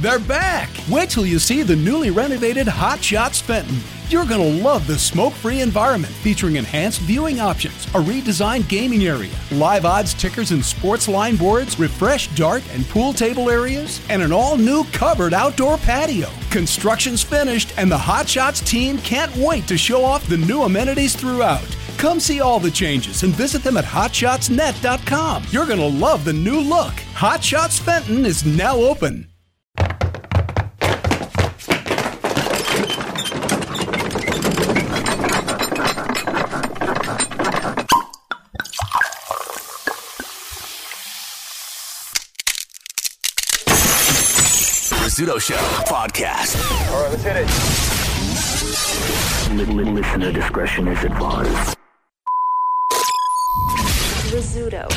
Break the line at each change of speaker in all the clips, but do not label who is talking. They're back! Wait till you see the newly renovated Hot Shots Fenton. You're going to love the smoke free environment featuring enhanced viewing options, a redesigned gaming area, live odds tickers and sports line boards, refreshed dart and pool table areas, and an all new covered outdoor patio. Construction's finished, and the Hot Shots team can't wait to show off the new amenities throughout. Come see all the changes and visit them at hotshotsnet.com. You're going to love the new look. Hot Shots Fenton is now open.
Rizzuto Show podcast.
All right, let's hit it.
Listener discretion is advised.
Rizzuto.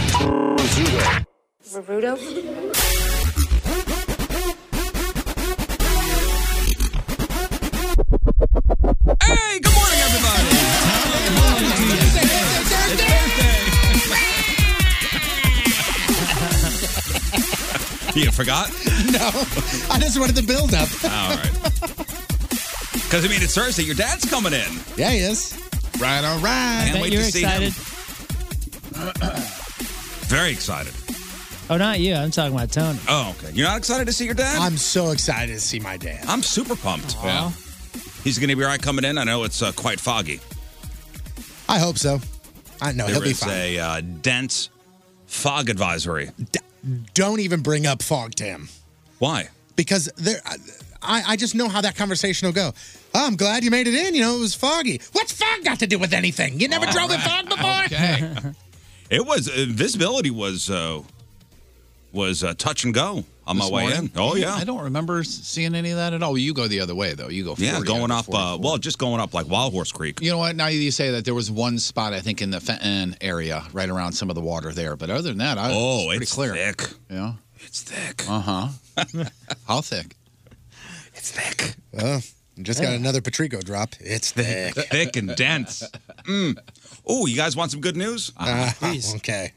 Rizzuto.
Hey, good morning, everybody. It's birthday. You forgot?
No, I just wanted the build up.
All right. Because, I mean, it's Thursday. Your dad's coming in.
Yeah, he is. Right, all right.
Can't wait to see him. Very excited.
Oh, not you. I'm talking about Tony.
Oh, okay. You're not excited to see your dad?
I'm so excited to see my dad.
I'm super pumped. Yeah. He's going to be all right coming in. I know it's uh, quite foggy.
I hope so. I know
There
he'll be
is
fine.
a uh, dense fog advisory.
Don't even bring up fog to him
Why?
because there. I, I just know how that conversation will go. Oh, I'm glad you made it in. You know, it was foggy. What's fog got to do with anything? You
Oh.
never drove in fog before?
Okay. it was uh, visibility was uh, was uh, touch and go on my
This
way
morning?
in. Oh yeah.
I don't remember s- seeing any of that at all. You go the other way though. You go.
yeah,
40
going
out of
up.
44.
Uh, well, just going up like Wild Horse Creek.
You know what? Now you say that there was one spot I think in the Fenton area, right around some of the water there. But other than that, I
Oh,
pretty
it's
clear.
thick.
Yeah,
it's thick.
Uh huh. How thick?
Oh, just got another Patrico drop. It's thick.
thick and dense. Mm. Oh, you guys want some good news?
Uh, okay.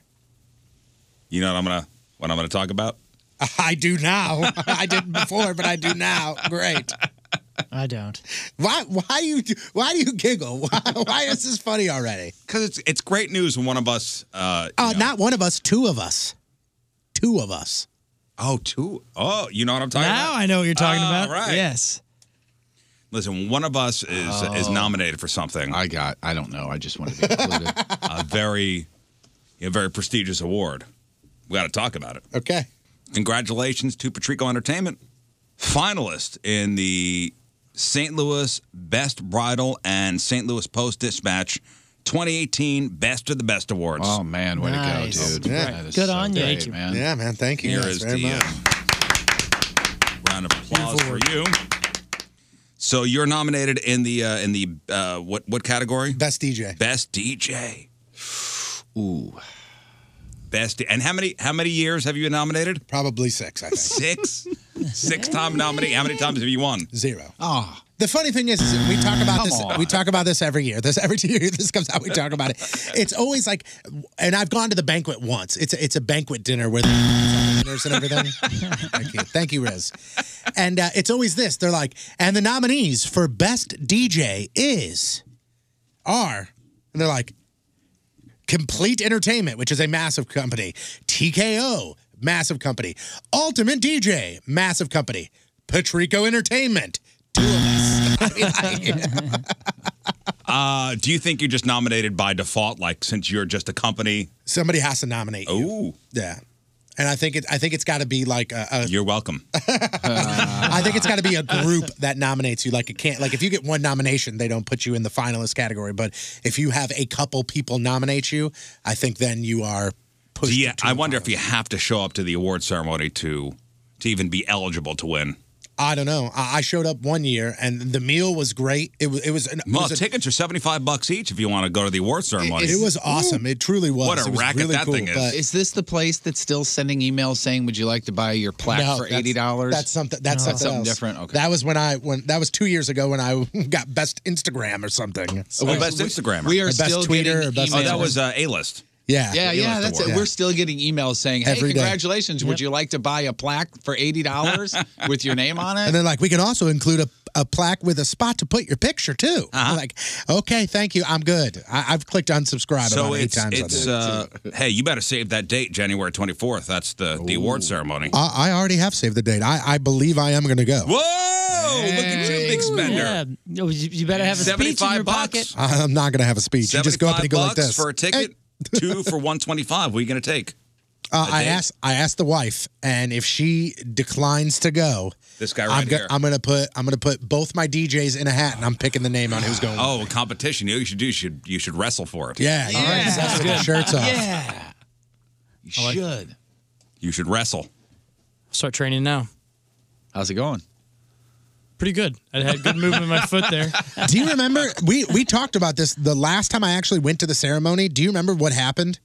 You know what I'm gonna what I'm gonna talk about?
I do now. I didn't before, but I do now. Great.
I don't.
Why? Why you? do- Why do you giggle? Why, why is this funny already?
Because it's it's great news when one of us. Uh,
Uh, Not one of us. Two of us. Two of us.
oh, two. Oh, you know what I'm talking
now
about.
I know what you're talking
All
about.
Right.
Yes.
Listen, one of us is is
Oh.
nominated for something.
I got. I don't know. I just want to be included.
a very a very prestigious award. We got to talk about it.
Okay.
Congratulations to Patrico Entertainment, finalist in the St. Louis Best Bridal and St. Louis Post Dispatch 2018 Best of the Best Awards.
oh man, way
Nice.
to go, dude.
Yeah.
That is
Good
so
on you.
great,
Thank you.
man.
Yeah, man. Thank you.
Here
guys
is
very
the
much.
uh, round of applause for you. So you're nominated in the uh, in the uh, what what category?
Best DJ.
Best DJ.
Ooh,
best. And how many how many years have you been nominated?
Probably six. I think
six, six time nominee. How many times have you won?
Zero.
Ah.
The funny thing is, is we talk about
Come
this.
on.
We talk about this every year. This every year this comes out. We talk about it. It's always like, and I've gone to the banquet once. It's a, it's a banquet dinner with dinners and everything. Thank you, thank you, Riz. And uh, it's always this. They're like, and the nominees for best DJ is, are, and they're like, Complete Entertainment, which is a massive company. TKO, massive company. Ultimate DJ, massive company. Patrico Entertainment, two of us. I mean, I-
Uh, do you think you're just nominated by default, like since you're just a company?
Somebody has to nominate. You.
Ooh.
Yeah. And I think it. I think it's got to be like a. a
You're welcome.
I think it's got to be a group that nominates you. Like it can't. Like if you get one nomination, they don't put you in the finalist category. But if you have a couple people nominate you, I think then you are.
Do you- I wonder if you have to show up to the award ceremony to to even be eligible to win.
I don't know. I, I showed up one year and the meal was great. It was. It was. An, it
Well,
was a-
tickets are seventy five bucks each if you want to go to the award ceremony.
it, was awesome. It truly was.
What a
It was
racket
really
that
cool,
thing is.
but-
Is this the place that's still sending emails saying, "Would you like to buy your plaque
No,
for
that's-
eighty dollars?"
That's something. That's something, else.
different. Okay.
That was when I when that was two years ago when I got best Instagram or something.
Oh, best Instagrammer. We are
Or best
still
tweeter
getting
or best.
emails. Oh, that was,
uh, A list.
Yeah.
yeah, yeah. That's it.
Yeah.
We're still getting emails saying, "Hey,
Every day.
congratulations! Would you like to buy a plaque for eighty dollars with your name on it?"
And then like we can also include a, a plaque with a spot to put your picture too.
Uh-huh.
I'm Like, okay, thank you. I'm good. I, I've clicked unsubscribe
so
about eight
it's,
times
it's
on that.
uh, hey, you better save that date, January twenty fourth. That's the the award ceremony.
I, I already have saved the date. I, I believe I am going to go.
Whoa! Look at you, big spender.
Yeah. No, You you better have a speech in
75
your
bucks.
pocket.
I- I'm not going to have a speech. You just go up and you go like
bucks
this.
for a ticket, two for one twenty five. What are you going to take?
Uh, I
date?
asked. I asked the wife, and if she declines to go,
This guy right
I'm, go-
here.
I'm gonna put. I'm gonna put both my DJs in a hat, and I'm picking the name on who's going.
Oh, a competition. You know what you should do. You should you should wrestle for it.
Yeah, yeah. that's good. Shirts off.
Yeah. You should.
You should wrestle.
Start training now.
How's it going?
Pretty good. I had good movement in my foot there.
Do you remember we we talked about this the last time I actually went to the ceremony? Do you remember what happened?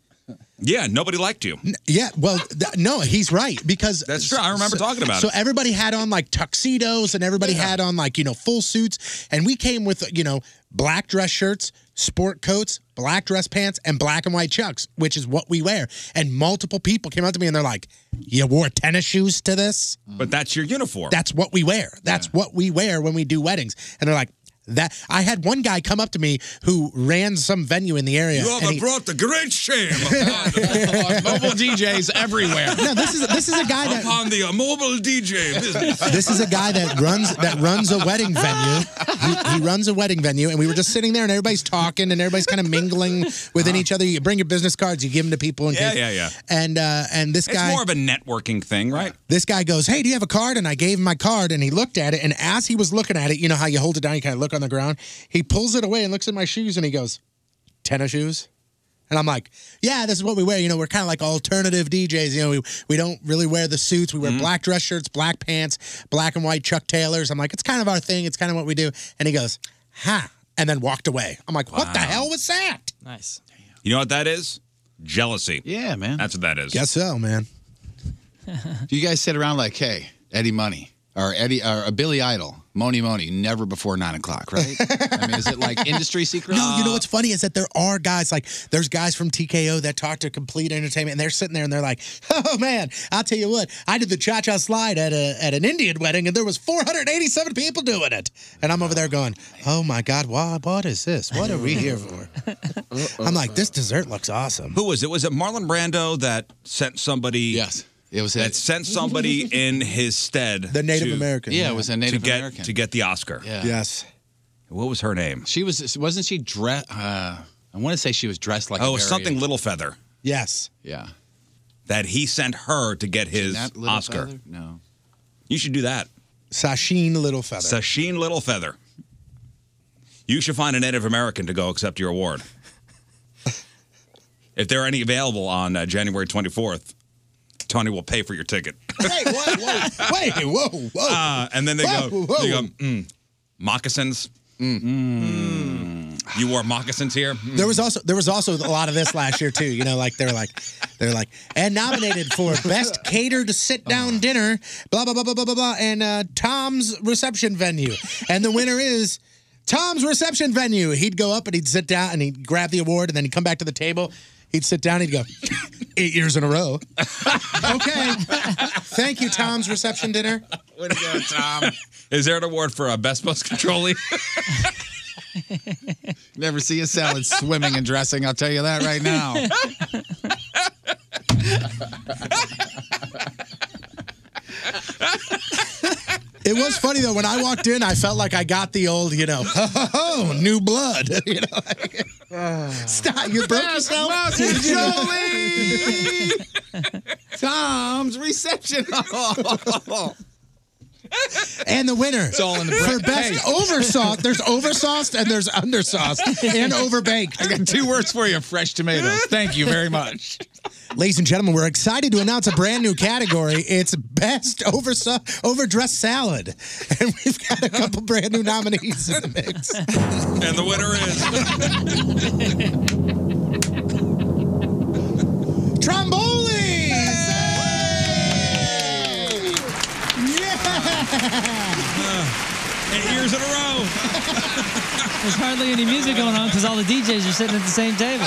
Yeah, nobody liked you.
Yeah, well, th- no, he's right because
That's true. I remember
so-
talking about
so
it.
everybody had on like tuxedos and everybody had on like you know full suits, and we came with you know black dress shirts, sport coats, black dress pants, and black and white chucks, which is what we wear. And multiple people came up to me and they're like, "You wore tennis shoes to this?
But that's your uniform.
That's what we wear. That's what we wear when we do weddings." And they're like. That I had one guy come up to me who ran some venue in the area.
you
and
have
he-
brought the great shame
on mobile DJs everywhere.
No, this is this is a guy that
upon the uh, mobile DJ business.
this is a guy that runs that runs a wedding venue. He, he runs a wedding venue, and we were just sitting there, and everybody's talking, and everybody's kind of mingling within each other. You bring your business cards, you give them to people, in
Uh-huh. Yeah,
case-
yeah, yeah.
And uh, and this
It's
guy,
more of a networking thing, right?
this guy goes, "Hey, do you have a card?" And I gave him my card, and he looked at it, and as he was looking at it, you know how you hold it down, you kind of look on the ground. He pulls it away and looks at my shoes, and he goes, "Tennis shoes." And I'm like, yeah, this is what we wear. You know, we're kind of like alternative DJs. You know, we, we don't really wear the suits. We wear black dress shirts, black pants, black and white Chuck Taylors. I'm like, it's kind of our thing. It's kind of what we do. And he goes, ha, and then walked away. I'm like, what the hell was that?
Nice.
You know what that is? Jealousy.
Yeah, man.
That's what that is.
Guess so, man.
Do you guys sit around like, hey, Eddie Money or Eddie or uh, Billy Idol, Money Money, never before nine o'clock, right? I mean, is it like industry secret?
No, you know what's funny is that there are guys like there's guys from TKO that talk to Complete Entertainment, and they're sitting there and they're like, "Oh man, I'll tell you what, I did the cha cha slide at a at an Indian wedding, and there was 487 people doing it, and I'm over there going, "Oh my God, what what is this? What are we here for?" I'm like, "This dessert looks awesome."
Who was it? Was it Marlon Brando that sent somebody?
Yes, it was
that sent somebody in his stead.
The Native American,
Yeah, it was a Native
to get,
American.
to get the Oscar.
Yeah.
Yes.
What was her name?
She was wasn't she dressed? Uh, I want to say she was dressed like. a
oh,
very-
something Little Feather
Yes.
Yeah.
that he sent her to get his
That little
Oscar.
feather? No.
You should do that.
Sasheen Little Feather.
Sasheen Little Feather. You should find a Native American to go accept your award. if there are any available on uh, January 24th, Tony will pay for your ticket. Ah,
wait, wait, wait, wait, whoa, whoa.
Uh, and then they go,
Whoa, whoa.
They go mm, moccasins. Mm. You wore moccasins here. Mm.
There was also there was also a lot of this last year too. You know, like they're like they're like and nominated for best catered sit down dinner, blah blah blah blah blah blah blah, and uh, Tom's reception venue, and the winner is. Tom's reception venue. He'd go up and he'd sit down and he'd grab the award and then he'd come back to the table. He'd sit down. He'd go, eight years in a row. okay, thank you, Tom's reception dinner.
Way to go, Tom. Is there an award for a best bus controller?
Never see a salad swimming and dressing. I'll tell you that right now.
It was funny though. When I walked in, I felt like I got the old, you know, new blood. You know, stop. You broke yourself.
Tom's reception.
And the winner. It's all in
the
For
bread.
best
Hey.
oversauce, there's oversauced and there's undersauced and overbaked.
I got two words for you: fresh tomatoes. Thank you very much.
Ladies and gentlemen, we're excited to announce a brand new category. It's best oversa- overdressed salad. And we've got a couple brand new nominees in the mix.
and the winner is.
Tromboli! Yeah!
Uh, Eight years in a row.
There's hardly any music going on because all the DJs are sitting at the same table.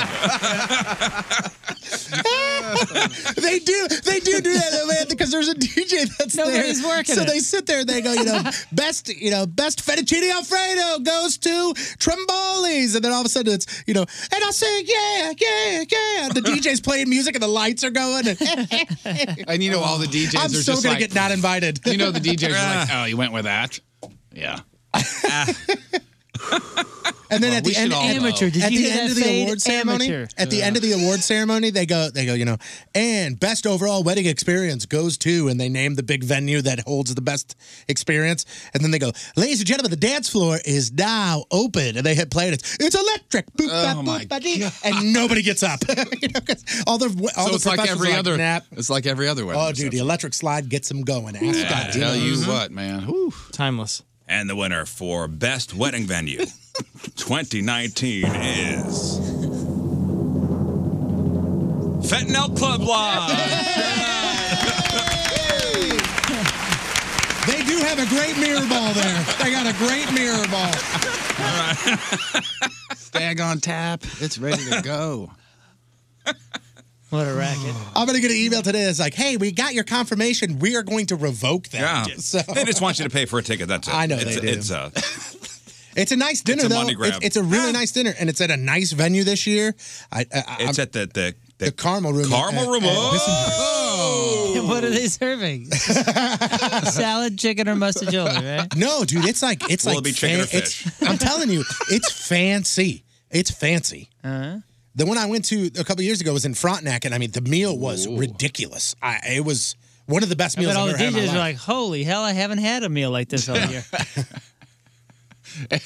they do. They do do that though, man, because there's a DJ that's
Nobody's
there.
working
So
it.
they sit there and they go, you know, best, you know, best fettuccine alfredo goes to Trombolis, and then all of a sudden it's, you know, and I say, yeah, yeah, yeah. The DJ's playing music and the lights are going, and,
And you know, all the DJs
I'm
are
so
just
gonna
like,
get not invited.
You know, the DJs are like, oh, you went with that? Yeah.
And then
Well,
at
we
the
should
end,
all know. Amateur. Did
at
you
the
hear
end
that
of the
fade?
award ceremony,
Amateur.
at the end of the award ceremony, they go, they go, you know, and best overall wedding experience goes to, and they name the big venue that holds the best experience, and then they go, ladies and gentlemen, the dance floor is now open, and they hit play, and it's, it's electric, boop,
Oh
bop, boop, ba, dee, and nobody gets up. You know, 'cause all the all
so
the
it's like
professionals
every
are
other.
Nap.
It's like every other wedding.
Oh, dude, the electric slide gets them going. Ask
I
God,
tell
know.
you what, man.
Timeless.
And the winner for best wedding venue 2019 is Fentanyl Club Live.
They do have a great mirror ball there. They got a great mirror ball.
Stag on tap. It's ready to go.
What a racket. I'm going to get an email today that's like, hey, we got your confirmation. We are going to revoke
Yeah.
that. So,
They just want you to pay for a ticket. That's it.
I know
it's,
they do.
It's uh,
it's a nice dinner,
It's a
though.
money grab.
It's, it's a really nice dinner, and it's at a nice venue this year. I, I, I,
it's at the, the, the,
Carmel Room. Uh,
Carmel Room.
And what are they serving? Salad, chicken, or mustard jolly, right?
No, dude, it's like it's
Will
like
it be chicken or
it's- I'm telling you, it's fancy. It's fancy.
Uh-huh.
The one I went to a couple years ago was in Frontenac, and I mean, the meal was ridiculous. I, it was one of the best
I
meals
bet all
I've ever
the
had. in my
DJs
life.
were like, holy hell, I haven't had a meal like this all year.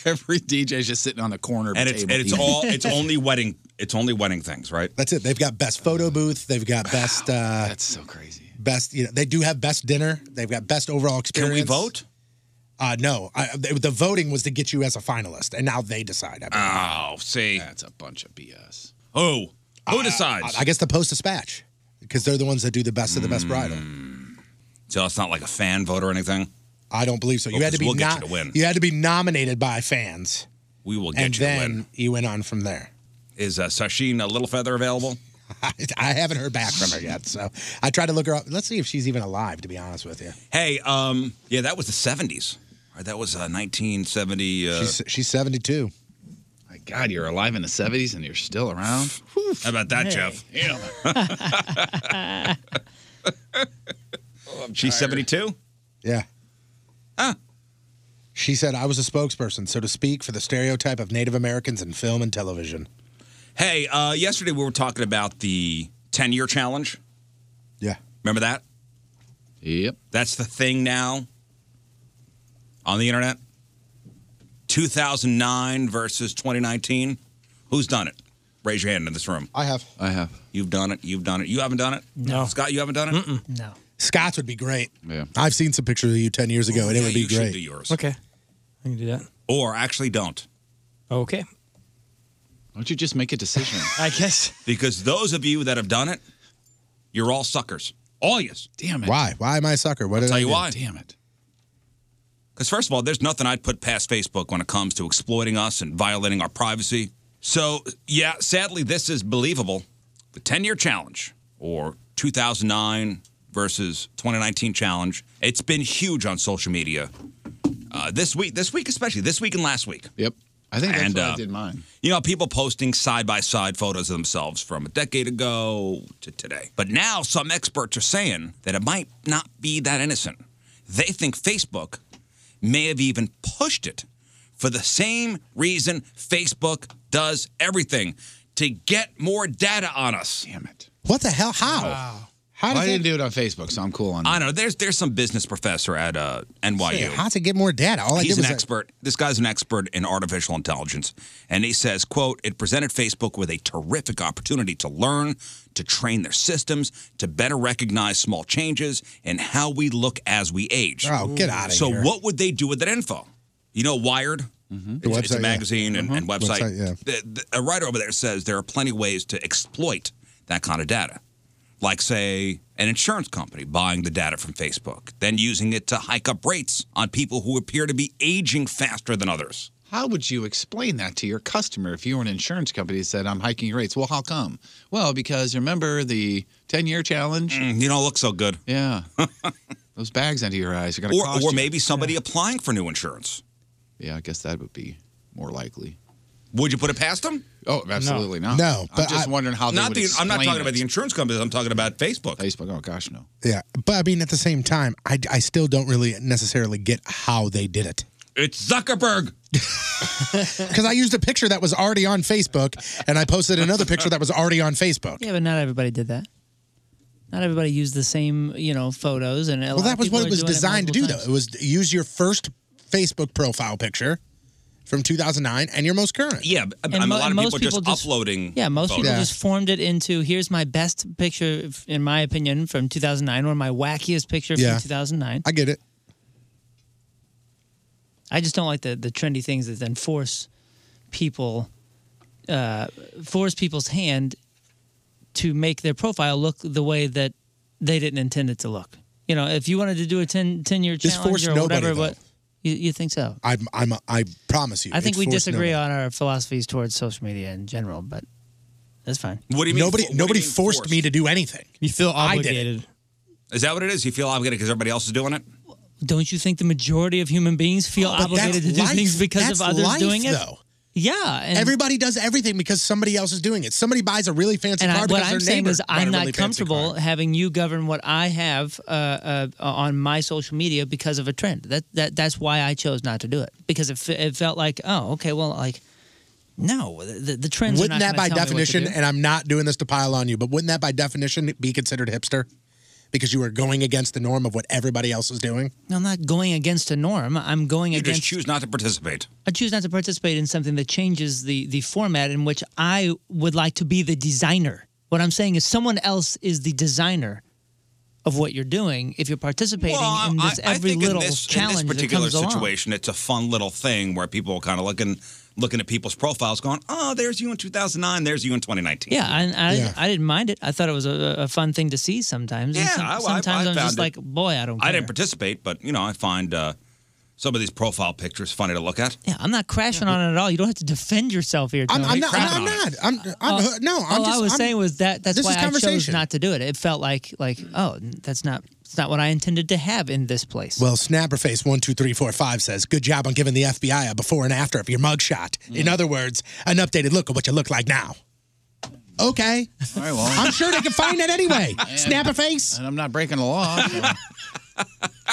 Every DJ's just sitting on the corner. of
and
the
it's, and
table
it's
eating.
all, it's only wedding, it's only wedding things, right?
That's it. They've got best photo booth. They've got best. Uh,
That's so crazy.
Best. You know, they do have best dinner. They've got best overall
Can
experience.
we vote?
Uh, no, I, the, the voting was to get you as a finalist, and now they decide. I,
Oh, see.
That's a bunch of BS.
Who? Who decides?
uh, I guess the Post Dispatch, because they're the ones that do the best of the best bridal.
Mm. so it's not like a fan vote or anything?
I don't believe so. You
Well,
had to
Oh, 'cause
be
we'll get
no-
you to win.
you had to be nominated by fans,
We will get
and
you to win.
then you went on from there.
Is uh, Sasheen a little feather available?
I, I haven't heard back from her yet, so I tried to look her up. Let's see if she's even alive. To be honest with you,
Hey, um, yeah, that was the seventies. That was uh, 1970. Uh,
she's she's seventy two.
My God, you're alive in the '70s and you're still around.
how about that,
Hey.
Jeff?
Yeah.
Oh, She's 72.
Yeah. She said, I was a spokesperson, so to speak, for the stereotype of Native Americans in film and television.
Hey, uh, yesterday we were talking about the 10 year challenge.
Yeah.
Remember that?
Yep.
That's the thing now on the internet. 2009 versus 2019. Who's done it? Raise your hand in this room.
I have.
I have.
You've done it. You've done it. You haven't done it. No, Scott, you haven't done it.
No.
Scott's would be great.
Yeah.
I've seen some pictures of you 10 years ago, and it
Yeah,
would be
you should
great.
do yours.
Okay. I can do that.
Or actually, don't.
Okay.
don't you just make a decision?
I guess. Because those of you that have done it, you're all suckers. All yous.
Damn
Why? Why am I a sucker? What did
I'll tell
I
you
do?
why. it. Because first of all, there's nothing I'd put past Facebook when it comes to exploiting us and violating our privacy. So yeah, sadly, this is believable. The 10-year challenge or 2009 versus 2019 challenge. It's been huge on social media uh, this week. This week especially. This week and last week.
Yep. I think that's
And,
what I
uh,
did mine.
You know, people posting side by side photos of themselves from a decade ago to today. But now some experts are saying that it might not be that innocent. They think Facebook may have even pushed it for the same reason Facebook does everything to get more data on us. Damn it.
What the hell? How?
Well,
How did
I
they-
didn't
Uh, do it on Facebook, so I'm cool on
I know there's there's some business professor at uh, NYU.
Shit, how to get more data? All I
He's
did was uh,
an
I-
expert. This guy's an expert in artificial intelligence, and he says, "quote It presented Facebook with a terrific opportunity to learn, to train their systems, to better recognize small changes in how we look as we age."
Oh, get outta
so
here.
So, what would they do with that info? You know, Wired.
The
It's, it's
website,
a
yeah.
magazine and, and
Mhm.
website.
Website, yeah.
The- the- a writer over there says there are plenty of ways to exploit that kind of data like say an insurance company buying the data from Facebook, then using it to hike up rates on people who appear to be aging faster than others.
How would you explain that to your customer if you were an insurance company that said, I'm hiking your rates? Well, how come? Well, because remember the 10 year challenge?
Mm,
you don't look so good.
Yeah. Those bags under your eyes are going to
Or,
cost
or
you.
maybe somebody applying for new insurance.
Yeah, I guess that would be more likely.
Would you put it past them?
Oh, absolutely not. I'm just wondering how they
Not
would
the- I'm not
explain
talking
it.
about the insurance companies. I'm talking about Facebook.
Facebook. Oh gosh, no.
Yeah, but I mean, at the same time, I, I still don't really necessarily get how they did it.
It's Zuckerberg.
Because I used a picture that was already on Facebook, and I posted another picture that was already on Facebook.
Yeah, but not everybody did that. Not everybody used the same, you know, photos and. a lot
Well,
of
that was
people
what
are
it was
doing
designed to do,
multiple times.
though. It was to use your first Facebook profile picture from 2009 and your most current.
Yeah,
And I mean, a mo- lot of and most people just people just-
uploading.
Yeah, most people just formed it into here's my best picture, f- in my opinion, from 2009, or my wackiest picture
Yeah.
from 2009.
I get it.
I just don't like the, the trendy things that then force people, uh, force people's hand to make their profile look the way that they didn't intend it to look. You know, if you wanted to do a 10, 10 year
This
challenge
forced
or
nobody,
whatever,
though.
what you, you think so?
I'm, I'm, I promise you.
I think
it's
we
forced
disagree
nobody.
on our philosophies towards social media in general, but that's fine.
What do you mean?
Nobody,
fo- what do you
nobody
mean
forced, me to do anything.
You feel
I did it.
Is that what it is? You feel obligated because everybody else is doing it?
Don't you think the majority of human beings feel
But
obligated to
that's
do
life.
things because
That's
of others
life,
doing it?
Though.
Yeah, and-
everybody does everything because somebody else is doing it. Somebody buys a really fancy
and
car
I,
because
what
their
I'm saying
neighbor
is,
bought a
I'm not
really fancy car.
comfortable having you govern what I have uh, uh, on my social media because of a trend. That that that's why I chose not to do it because it, fe- it felt like, oh, okay, well, like, no, the, the trends. are
Wouldn't
not
that by
gonna tell me what to
definition?
do.
And I'm not doing this to pile on you, but wouldn't that by definition be considered hipster? Because you are going against the norm of what everybody else is doing.
I'm not going against a norm. I'm going
You
against.
just choose not to participate.
I choose not to participate in something that changes the the format in which I would like to be the designer. What I'm saying is, someone else is the designer of what you're doing if you're participating
Well,
in this
Uh, I, I
every
think
little
in this,
challenge
in this particular
that comes along.
situation, it's a fun little thing where people are kind of looking looking at people's profiles, going, "Oh, there's you in 2009, there's you in 2019."
Yeah, and I,
Yeah.
I didn't mind it. I thought it was a, a fun thing to see sometimes. and
Yeah,
some-
I- I-
sometimes
I
am
found
just
it-
like, boy, I don't care.
I didn't participate, but you know, I find uh, some of these profile pictures funny to look at.
yeah, I'm not crashing on it at all. You don't have to defend yourself here.
I'm-
Tony.
I'm not- I'm not.
I'm, I'm- no, I'm
all I
just-
was
I'm-
saying was that that's
this
why
is
I chose
conversation.
not to do it. It felt like like oh, that's not it's not what I intended to have in this place.
Well, Snapperface one two three four five says, "Good job on giving the FBI a before and after of your mugshot.
Mm.
In other words, an updated look of what you look like now." Okay,
All right, well,
I'm sure they can find it anyway.
Yeah.
Snapperface.
And I'm not breaking the law.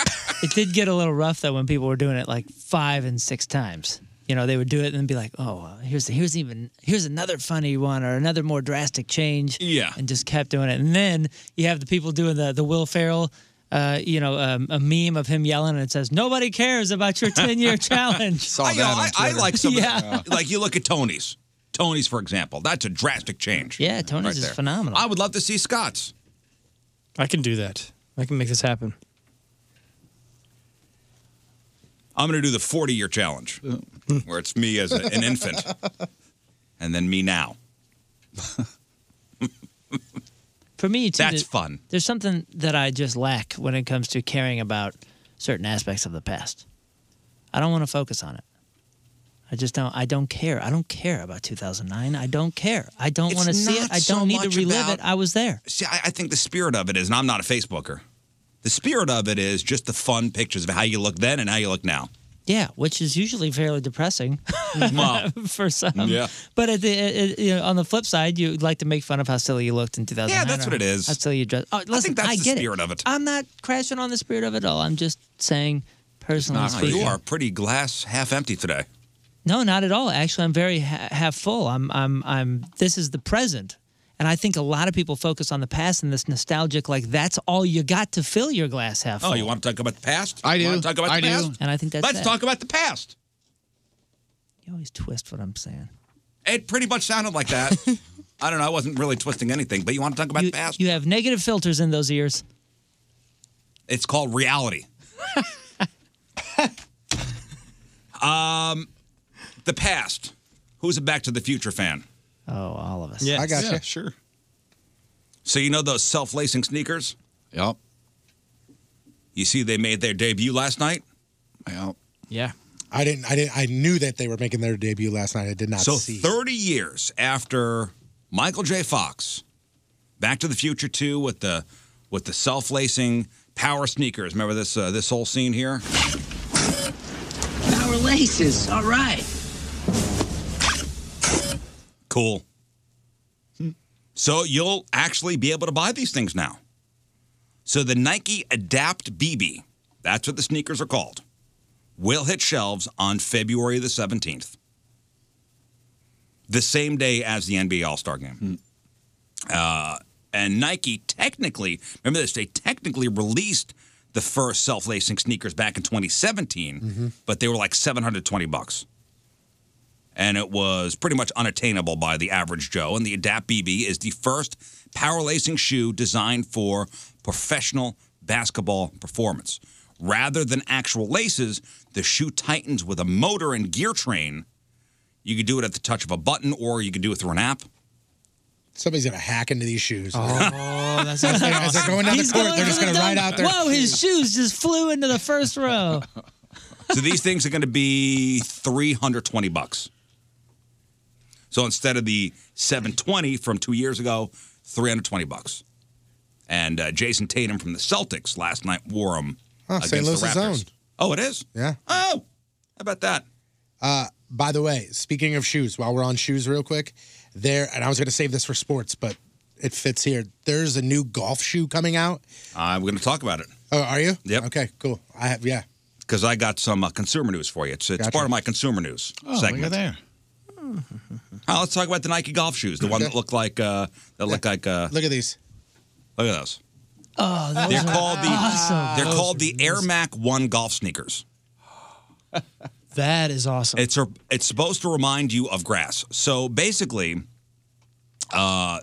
it did get a little rough though when people were doing it like five and six times. You know, they would do it and then be like, "Oh, well, here's here's even here's another funny one or another more drastic change."
Yeah.
and just kept doing it. And then you have the people doing the the Will Ferrell, uh, you know, um, a meme of him yelling and it says, "Nobody cares about your ten year challenge."
I, you know, I, I like some.
yeah.
Of the, uh, like you look at Tony's. Tony's, for example, that's a drastic change.
Yeah, Tony's is phenomenal.
I would love to see Scott's.
I can do that. I can make this happen.
I'm going to do the 40 year challenge, where it's me as a- an infant, and then me now.
For me, too,
That's
there-
fun.
There's something that I just lack when it comes to caring about certain aspects of the past. I don't want to focus on it. I just don't. I don't care. I don't care about 2009. I don't care. I don't
It's
want to see it.
not
I don't
so
need to
much
relive
about-
it. I was there.
See, I, I think the spirit of it is, and I'm not a Facebooker. The spirit of it is just the fun pictures of how you look then and how you look now.
Yeah, which is usually fairly depressing
Well,
for some. But at the it, you know, on the flip side, you like to make fun of how silly you looked in 2009.
Yeah, that's
or
what it is.
How silly you dressed. Oh, listen, I,
think that's the
get
spirit
it.
of it.
I'm not crashing on the spirit of it all. I'm just saying, personally
Nah,
speaking,
you are pretty glass half empty today.
No, not at all. Actually, I'm very ha- half full. I'm, I'm, I'm. This is the present, and I think a lot of people focus on the past and this nostalgic, like that's all you got to fill your glass half.
Oh,
full.
you want to talk about the past?
I
You
do.
want to talk about
I
the
do.
past?
And I think that's
Let's
it.
talk about the past.
You always twist what I'm saying.
It pretty much sounded like that. I don't know. I wasn't really twisting anything, but you want to talk about the past?
You have negative filters in those ears.
It's called reality. um, the past. Who's a Back to the Future fan?
Oh, all of us.
Yes. I gotcha.
Yeah, sure.
So you know those self-lacing sneakers?
Yep.
You see, they made their debut last night.
Yep.
Yeah.
I didn't. I didn't. I knew that they were making their debut last night. I did not
so
see.
30 years after Michael J. Fox, Back to the Future 2 with the with the self-lacing power sneakers. Remember this uh, this whole scene here?
Power laces. All right.
Cool. So you'll actually be able to buy these things now. So the Nike Adapt BB, that's what the sneakers are called, will hit shelves on February the 17th, the same day as the NBA All Star game. Uh, and Nike technically, remember this, they technically released the first self lacing sneakers back in 2017,
Mm-hmm.
but they were like 720 bucks and it was pretty much unattainable by the average Joe. And the Adapt BB is the first power lacing shoe designed for professional basketball performance. Rather than actual laces, the shoe tightens with a motor and gear train. You could do it at the touch of a button, or you could do it through an app.
Somebody's gonna hack into these shoes.
Oh, that's
As they're- as they're going down the
He's
court,
going
they're
for
just
the
gonna ride
dunk.
out there.
Whoa, his shoes just flew into the first row.
So these things are going to be 320 bucks. So instead of the 720 from 2 years ago, 320 bucks. And uh, Jason Tatum from the Celtics last night wore them
Huh,
against
St. Louis
the
is
Raptors.
owned.
Oh, it is.
Yeah.
Oh, how about that?
Uh, by the way, speaking of shoes, while we're on shoes, real quick, there, and I was going to save this for sports, but it fits here. There's a new golf shoe coming out.
I'm going to Uh, talk about it
Oh, are you?
Yep.
Okay, cool. I have, yeah.
because I got some uh, consumer news for you. It's, it's
Gotcha.
part of my consumer news
Oh, look
segment.
at there.
Uh, let's talk about the Nike golf shoes, the one that look like uh, that look like uh,
look at these.
Look at those.
Oh, those
They're
are
called the
awesome.
they're
Those
called
are
the Air Mac One golf sneakers.
That is awesome.
It's a, it's supposed to remind you of grass. So basically, uh,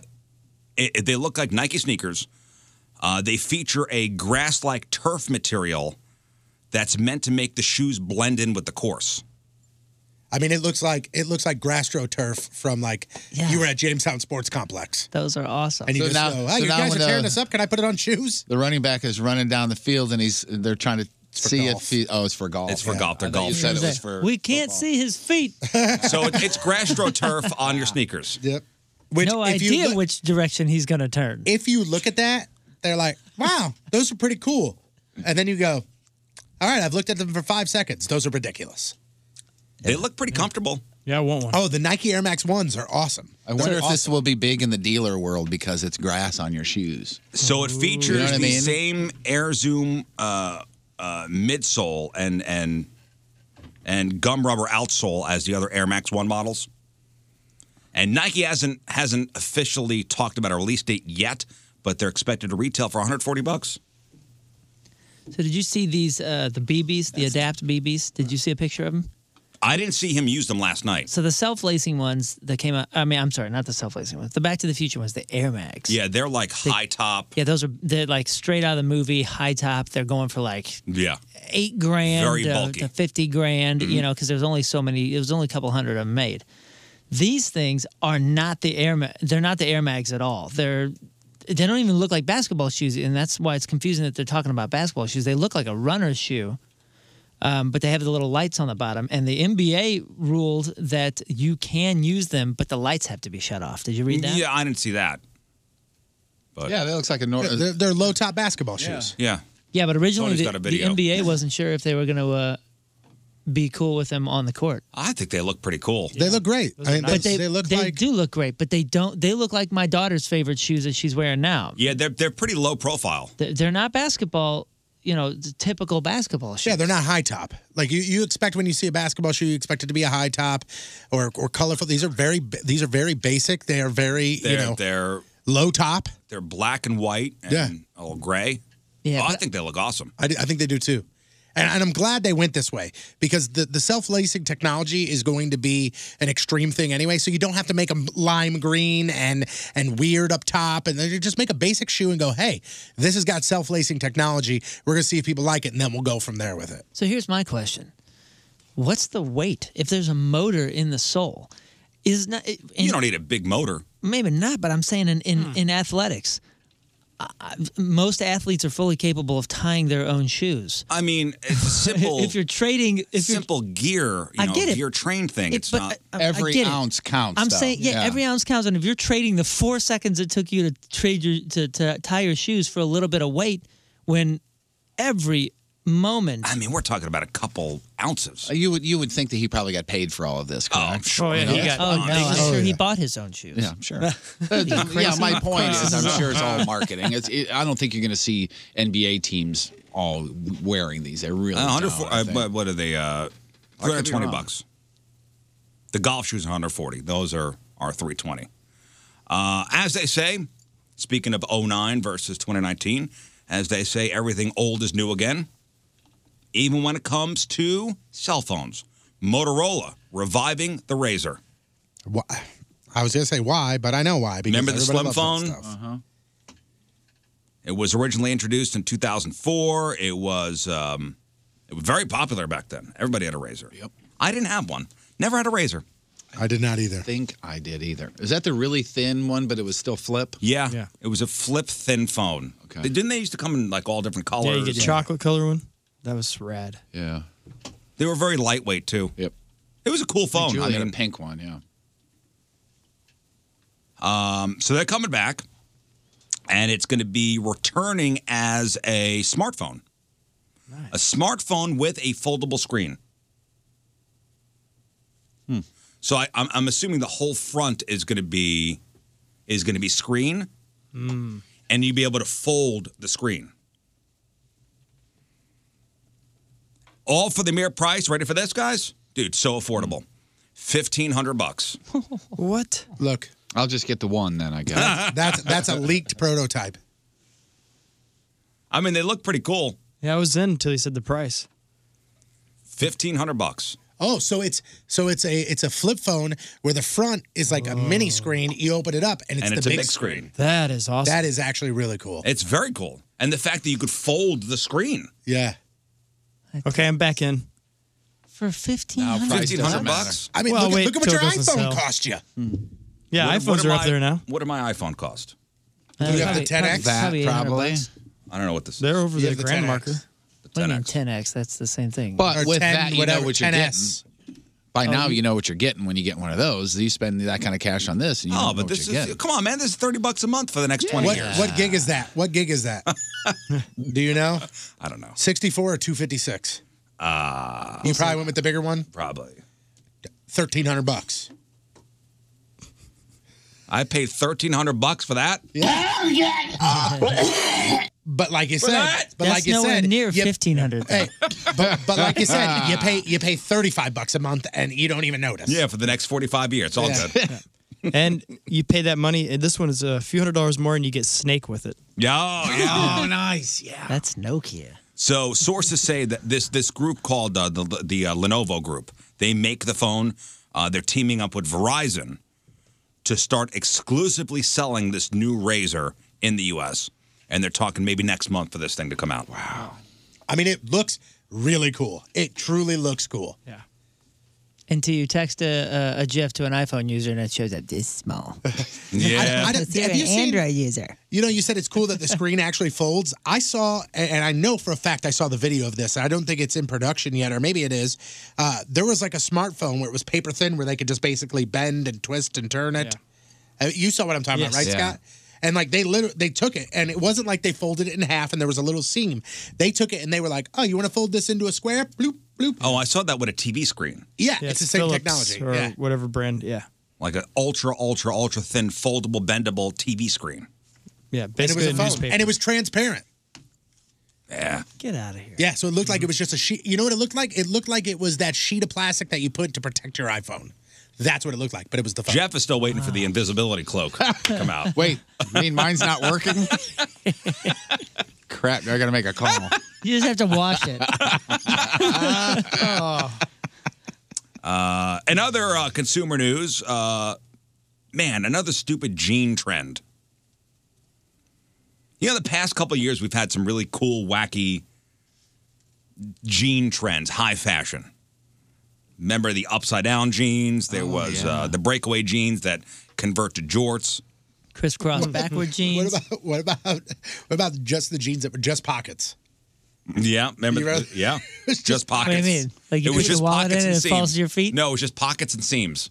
it, it- they look like Nike sneakers. Uh, they feature a grass-like turf material that's meant to make the shoes blend in with the course.
I mean, it looks like it looks like Grastro turf from like you were at Jamestown Sports Complex.
Those are awesome.
And you
So
just
now-
go, oh,
so
you
now
guys are
when,
tearing
uh,
us up. Can I put it on shoes?
The running back is running down the field, and he's they're trying to see if he. Oh, it's for golf. It's
for golf. They're
You
golf
said it
shoes.
was for.
we can't see his feet.
So it, it's Grastro turf on your sneakers.
Yep.
no
if you
idea
look-
which direction he's going to turn.
If you look at that, they're like, wow, those are pretty cool. And then you go, all right, I've looked at them for five seconds. Those are ridiculous.
They look pretty comfortable.
Yeah, I want one.
Oh, the Nike Air Max ones are awesome.
I wonder if this will be big in the dealer world because it's grass on your shoes.
So it features
You know what I
the
mean?
same Air Zoom uh, uh, midsole and and and gum rubber outsole as the other Air Max One models. And Nike hasn't hasn't officially talked about a release date yet, but they're expected to retail for 140 bucks.
So did you see these uh, the BBs, the Adapt BBs? Did you see a picture of them?
I didn't see him use them last night.
So the self-lacing ones that came out. I mean, I'm sorry, not the self-lacing ones. The Back to the Future ones, the Air Max.
Yeah, they're like high top.
Yeah, those are they're like straight out of the movie, high top. They're going for like
Yeah.
eight grand
Very
uh,
bulky. Mm-hmm.
to 50 grand, you know, because there's only so many, it was only a couple hundred of them made. These things are not the air. Ma- they're not the Air Mags at all. They're they don't even look like basketball shoes, and that's why it's confusing that they're talking about basketball shoes. They look like a runner's shoe, um, but they have the little lights on the bottom. And the NBA ruled that you can use them, but the lights have to be shut off. Did you read that?
Yeah, I didn't see that. But
yeah, that looks like a
They're,
normal.
they're, low top basketball shoes.
yeah.
Yeah, but originally
Tony's
the,
got a
the
video.
NBA wasn't sure if they were going to uh, be cool with them on the court.
I think they look pretty cool.
They look great. I mean,
but
they, they look like
do look great, but they don't. They look like my daughter's favorite shoes that she's wearing now.
Yeah, they're they're pretty low profile.
They're, they're not basketball, you know, the typical basketball shoes.
Yeah, they're not high top. Like you, you expect when you see a basketball shoe, you expect it to be a high top or or colorful. These are very ba- these are very basic. They are very
They're
you know
they're
low top.
they're black and white and
Yeah.
a little gray.
Yeah,
Oh, I think they look awesome.
I, d- I think they do too. And, and I'm glad they went this way because the, the self lacing technology is going to be an extreme thing anyway. So you don't have to make them lime green and and weird up top. And then you just make a basic shoe and go, hey, this has got self lacing technology. We're going to see if people like it. And then we'll go from there with it.
So here's my question: What's the weight if there's a motor in the sole? Is not it-
You don't need Hmm. a big motor.
maybe not, but I'm saying in in, in athletics, I- I- most athletes are fully capable of tying their own shoes.
I mean, it's simple.
if you're trading, if you're-
simple gear, you
I
know,
get it.
gear train thing.
It-
it's
but uh,
not
I- I- I get it. I'm saying, yeah, every ounce counts. And if you're trading the four seconds it took you to trade your to, to tie your shoes for a little bit of weight, when every moment,
I mean, we're talking about a couple ounces.
You would you would think that he probably got paid for all of this. Correct? Oh,
sure.
oh, no, I'm sure he bought his own shoes.
Yeah, sure. yeah, my point is, I'm sure it's all marketing. It's, it, I don't think you're going to see NBA teams all wearing these. They really
Uh, 100
don't, I
uh,
think.
what- what are they?
I
Uh,
could be
320
wrong.
bucks. The golf shoes are 140. Those are are 320. Uh, as they say, speaking of 09 versus 2019, as they say, everything old is new again. Even when it comes to cell phones, Motorola reviving the Razor.
Why? I was going to say why, but I know why. Because
Remember the
everybody
slim Uh-huh.
loves that
phone?
stuff.
It was originally introduced in 2004. It was um, it was very popular back then. Everybody had a razor. Yep. I didn't have one. Never had a razor.
I did not either.
think I did either. Is that the really thin one, but it was still flip?
Yeah. It was a flip thin phone. Okay. Didn't they used to come in like all different colors?
Yeah, you get chocolate color one. That was rad.
Yeah.
They were very lightweight too.
Yep.
It was a cool phone.
Julie
I
had
mean-
a pink one. Yeah.
Um, so they're coming back, and it's going to be returning as a smartphone. A smartphone with a foldable screen.
Hmm.
So I, I'm, I'm assuming the whole front is going to be is going to be screen, and you'd be able to fold the screen. All for the mere price. Ready for this, guys? Dude, so affordable. Fifteen hundred bucks.
What?
Look,
I'll just get the one then. I guess.
that's that's a leaked prototype.
I mean, they look pretty cool.
Yeah, I was in until he said the price.
Fifteen hundred bucks.
Oh, so it's so it's a it's a flip phone where the front is like a mini screen. You open it up and it's
And
the
it's a
big
big screen.
That is awesome.
That is actually really cool.
It's very cool. And the fact that you could fold the screen.
Yeah.
Okay, I'm back in.
for fifteen
Now,
hundred
$1,500 bucks?
I mean,
Well,
look, at-
wait
look at what
till
your
it doesn't
iPhone
sell.
cost you.
Yeah,
What-
iPhones
what am
are up
I-
there now.
What did my iPhone cost?
Uh,
You have the 10X?
probably 800 bucks.
I don't know what this
They're over
You
the
have the
grand
10X.
marker.
What do you mean 10x? That's the same thing.
But
Or
with
10,
that, you
whatever, Oh.
know what you're
10S.
getting. By now, you know what you're getting when you get one of those. You spend that kind of cash on this, and you
Oh,
don't know
but
what
this
you're
is
getting.
come on, man. This is thirty bucks a month for the next twenty
What
years.
what gig is that? What gig is that? Do you know?
I don't know.
Sixty four or two fifty six?
Ah,
You probably went with the bigger one.
probably.
Thirteen hundred bucks.
I paid thirteen hundred bucks for that.
But like you said,
that-
but
That's
like you
nowhere
said,
near
you,
fifteen hundred.
hey, but, but like you said, you pay you pay thirty five bucks a month and you don't even notice.
Yeah, for the next forty-five years. It's all
Yeah.
good.
and you pay that money. And this one is a few hundred dollars more, and you get Snake with it.
Yeah, oh, yeah.
Oh, nice. Yeah.
That's Nokia.
So sources say that this this group called uh, the the uh, Lenovo group, they make the phone. Uh, they're teaming up with Verizon to start exclusively selling this new razor in the U.S. And they're talking maybe next month for this thing to come out. Wow.
I mean, it looks really cool. It truly looks cool.
Yeah.
Until you text a, a, a GIF to an iPhone user and it shows up this small.
I- I don't-
Let's do
have
an
you seen-
Android user.
You know, you said it's cool that the screen actually folds. I saw, and- and I know for a fact I saw the video of this. I don't think it's in production yet, or maybe it is. Uh, there was like a smartphone where it was paper thin, where they could just basically bend and twist and turn it. Uh, you saw what I'm talking about,
Yes.
right,
Yeah.
Scott? And like they literally they took it, and it wasn't like they folded it in half and there was a little seam. They took it and they were like, "Oh, you want to fold this into a square?" Bloop, bloop.
Oh, I saw that with a TV screen.
Yeah, it's the same technology.
or
yeah.
whatever brand. Yeah,
Like an ultra, ultra, ultra thin, foldable, bendable TV screen.
yeah.
And it was
Basically,
a
a
phone,
newspaper.
and it was transparent.
Yeah.
Get out of here.
Yeah, so it looked like it was just a sheet. You know what it looked like? It looked like it was that sheet of plastic that you put to protect your iPhone. That's what it looked like, but it was the phone.
Jeff is still waiting for the invisibility cloak to come out.
Wait, I mean mine's not working? Crap, I got to make a call.
You just have to wash it.
Uh, and other uh, consumer news, uh, man, another stupid jean trend. You know, the past couple of years, we've had some really cool, wacky jean trends, high fashion. Remember the upside down jeans?
Oh,
There was uh, the breakaway jeans that convert to jorts.
Crisscross backward jeans.
What about what about what about just the jeans that were just pockets?
Yeah, remember?
You remember-
Yeah, just,
What do
pockets.
you mean? Like you
it was
put your
just
wallet
pockets
in
and
and it falls
seams.
to your
feet.
No, it was just pockets and seams.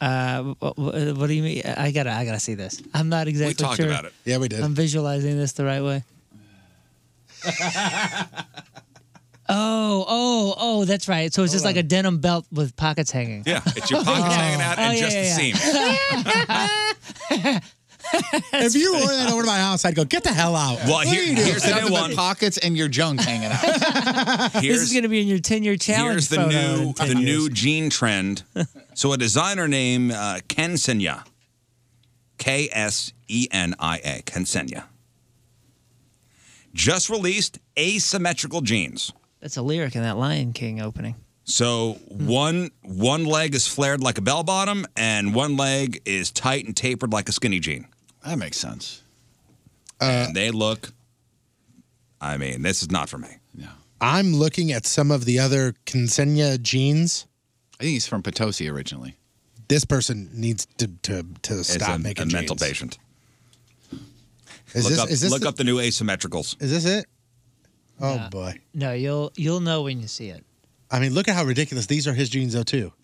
Uh, what, what do you mean? I gotta, I gotta see this. I'm not exactly
talked
sure.
about it. Yeah, we did.
I'm visualizing this the right way. oh, oh, oh! That's right. So it's just like a denim belt with pockets hanging.
Yeah, it's your pockets hanging out and
Oh, yeah,
just
yeah,
the
yeah.
seams.
if you wore that over to my house, I'd go get the hell out.
Well,
What
here-
are you doing?
here's the new one.
Pockets and your junk hanging out.
this is gonna be in your 10-year
Here's
challenge.
the
photo
new
in 10
the
years.
new jean trend. so a designer named uh, Kensenya, K S E N I A, Kensenya, just released asymmetrical jeans.
That's a lyric in that Lion King opening.
So
Hmm.
one one leg is flared like a bell bottom, and one leg is tight and tapered like a skinny jean.
That makes sense.
Uh,
and they look. I mean, this is not for me.
I'm looking at some of the other Consenia jeans.
I think he's from Potosi originally.
This person needs to to, to
It's
stop
a,
making
a
jeans.
mental patient.
Is
look
this-
up,
is this
look
the-
up the new asymmetricals.
Is this it? Oh
No.
boy!
No, you'll you'll know when you see it.
I mean, look at how ridiculous these are. His jeans though too.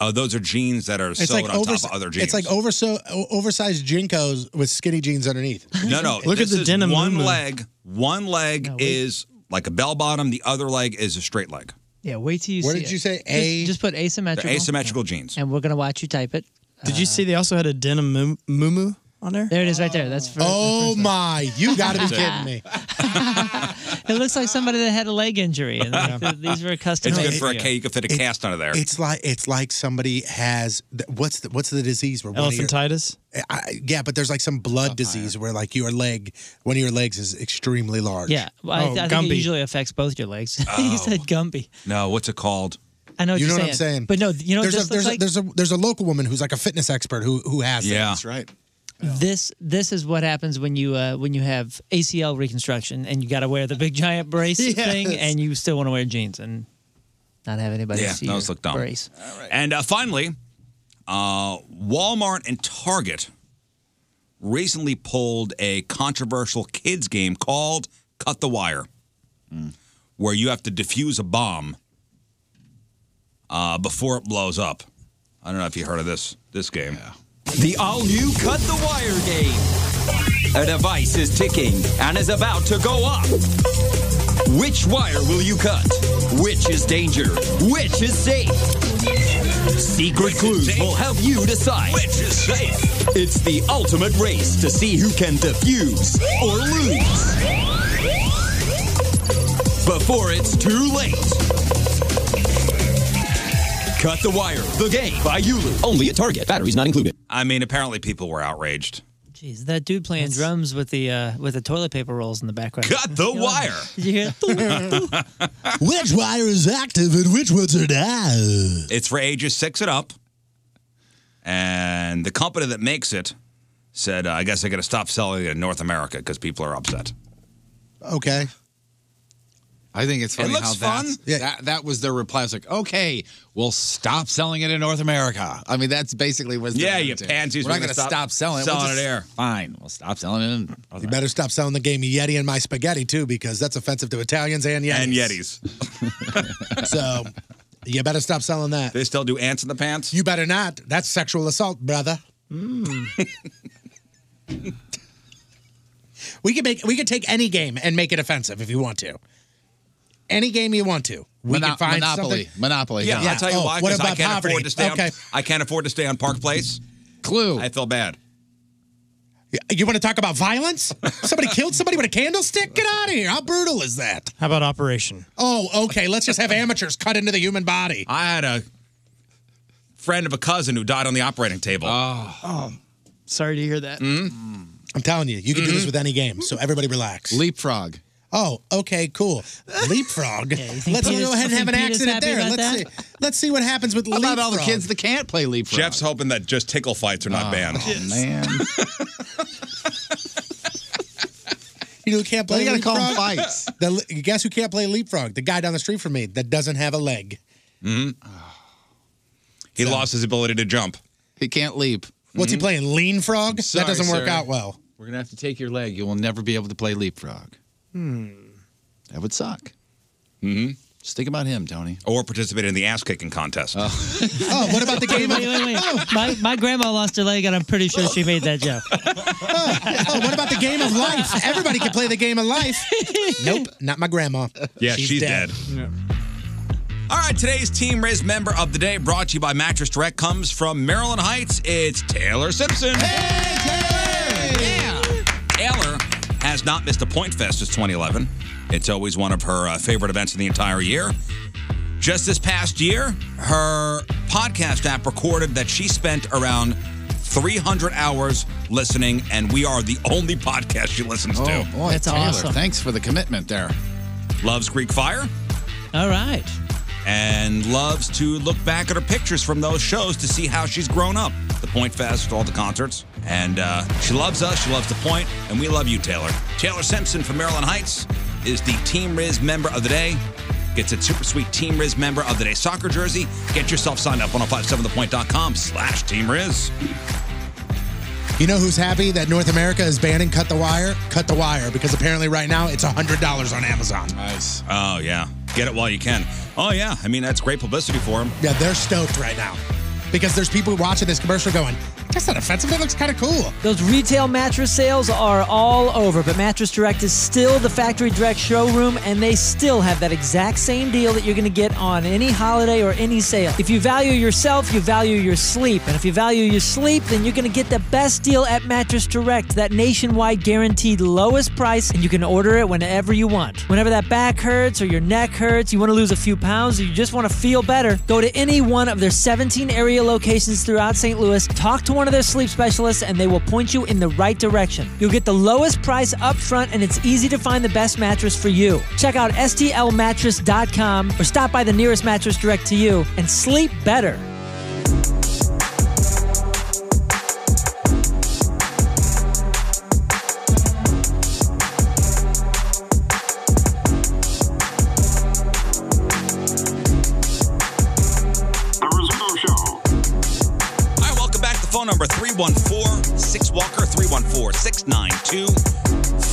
Oh, those are jeans that are sewed on
overs-
top of other jeans.
It's like overso- o- oversized jinkos with skinny jeans underneath.
no, no.
Look at
this
the
is
denim
One
movement.
leg, one leg is like a bell bottom. The other leg is a straight leg.
Yeah, wait till you.
What
see
did
it.
you say?
Just-
A-
Just, put asymmetrical.
They're asymmetrical jeans.
And we're gonna watch you type it. Uh,
Did you see they also had a denim moo- muumuu on there?
There it is, right there. That's for.
Oh
my! You gotta be kidding me.
It looks like somebody that had a leg injury, and like, the- these were custom.
It's
made
good for a
you.
K. You can fit a cast under there.
It's like it's like somebody has th- what's the what's the disease where one of your-
Elephantitis?
I- I, yeah, but there's like some blood disease where like your leg, one of your legs is extremely large. Oh,
Yeah, well, I, I think it usually affects both your legs.
Oh.
you said Gumby.
no, Uh, what's it called?
I know. What
you know
you're
what I'm saying?
But no, you know
there's
this
a there's,
looks
a there's a there's a local woman who's like a fitness expert who who has
Yeah.
that's
right.
like this. This is what happens when you uh, when you have ACL reconstruction and you got to wear the big giant brace thing, and you still want to wear jeans and not have anybody
yeah,
see
those
your
look dumb.
brace.
And uh, finally, uh, Walmart and Target recently pulled a controversial kids game called Cut the Wire, where you have to defuse a bomb uh, before it blows up. I don't know if you heard of this this game.
The all new Cut the Wire game. A device is ticking and is about to go up. Which wire will you cut? Which is danger? Which is safe? Secret clues will help you decide. Which is safe? It's the ultimate race to see who can defuse or lose before it's too late. Cut the wire. The game by Yulu. Only at Target. Batteries not included.
I mean, apparently people were outraged.
Jeez, that dude playing drums with the uh, with the toilet paper rolls in the background.
Cut the wire.
Did you hear?
which wire is active and which ones are not?
It's for ages six and up. And the company that makes it said, uh, I guess I got to stop selling it in North America because people are upset.
Okay.
I think it's
It
funny
looks
how that's-
fun.
that that was their reply. It's like, okay, we'll stop selling it in North America. I mean, that's basically what.
Yeah, you pansies.
We're not going to stop selling it. We'll
Selling it
just-
there. Fine. We'll stop selling it. In
You better stop selling the game Yeti and my spaghetti too, because that's offensive to Italians and Yetis.
and Yetis.
so you better stop selling that.
They still do ants in the pants. Hmm.
You better not. That's sexual assault, brother. we could make we could take any game and make it offensive if you want to. Any game you want to. We
Mono-
can find
Monopoly.
something-
Monopoly.
Yeah, I'll tell you
Oh,
why.
What
'cause
about
I can't
poverty?
afford to stay.
okay.
On, I can't afford to stay on Park Place.
Clue.
I feel bad.
You want to talk about violence? Somebody killed somebody with a candlestick? Get out of here. How brutal is that?
How about Operation?
Oh, okay. Let's just have amateurs cut into the human body.
I had a friend of a cousin who died on the operating table.
Oh, sorry to hear that.
Hmm? I'm telling you, you can do this with any game. So everybody relax.
Mm-hmm. Leapfrog.
Oh, okay, cool. Leapfrog. Let's
think Peter's-
go ahead and
you
have
think
an
Peter's
accident
happy
there.
about
Let's see.
that?
Let's see what happens with
How
leapfrog.
about all the kids that can't play leapfrog?
Jeff's hoping that just tickle fights are not banned.
man.
You know who can't
Why
play
you gotta
leapfrog?
call 'em fights?
The, li- guess who can't play leapfrog? The guy down the street from me that doesn't have a leg.
hmm He lost his ability to jump.
He can't leap.
What's he playing? Lean frog?
Hmm? Sorry,
that doesn't work
sir.
out well.
We're gonna have to take your leg. You will never be able to play leapfrog.
Hmm.
That would suck.
Mm-hmm.
Just think about him, Tony.
Or participate in the ass kicking contest.
Oh, what about the
Wait,
game?
wait, wait, wait. My, my grandma lost her leg, and I'm pretty sure she made that joke.
Oh, what about the game of life? Everybody can play the game of life. nope, not my grandma.
Yeah, she's, dead. All right, today's Team Riz member of the day, brought to you by Mattress Direct, comes from Maryland Heights. It's Taylor Simpson. Yeah. Taylor has not missed a point fest since 2011. It's always one of her uh, favorite events of the entire year. Just this past year, her podcast app recorded that she spent around 300 hours listening, and we are the only podcast she listens
Oh,
to.
boy, Taylor, Thanks for the commitment there.
Loves Greek Fire.
All right.
And loves to look back at her pictures from those shows to see how she's grown up. The Point Fest, all the concerts. And uh, she loves us, she loves The Point, and we love you, Taylor. Taylor Simpson from Maryland Heights is the Team Riz member of the day. Gets a super sweet Team Riz member of the day soccer jersey. Get yourself signed up, 1057thepoint.com slash Team Riz.
You know who's happy that North America is banning Cut the Wire? Cut the Wire, because apparently right now it's $100 on Amazon.
Nice.
Oh, yeah. Get it while you can. Oh, yeah. I mean, that's great publicity for him.
Yeah, they're stoked right now because there's people watching this commercial going, that's not offensive. That looks kind of cool.
Those retail mattress sales are all over, but Mattress Direct is still the factory direct showroom, and they still have that exact same deal that you're going to get on any holiday or any sale. If you value yourself, you value your sleep. And if you value your sleep, then you're going to get the best deal at Mattress Direct, that nationwide guaranteed lowest price, and you can order it whenever you want. Whenever that back hurts or your neck hurts, you want to lose a few pounds, or you just want to feel better, go to any one of their 17 area locations throughout St. Louis, talk to one of their sleep specialists, and they will point you in the right direction. You'll get the lowest price up front, and it's easy to find the best mattress for you. Check out stlmattress.com or stop by the nearest mattress direct to you and sleep better.
All right, welcome back. The phone number 314 6 Walker 314 692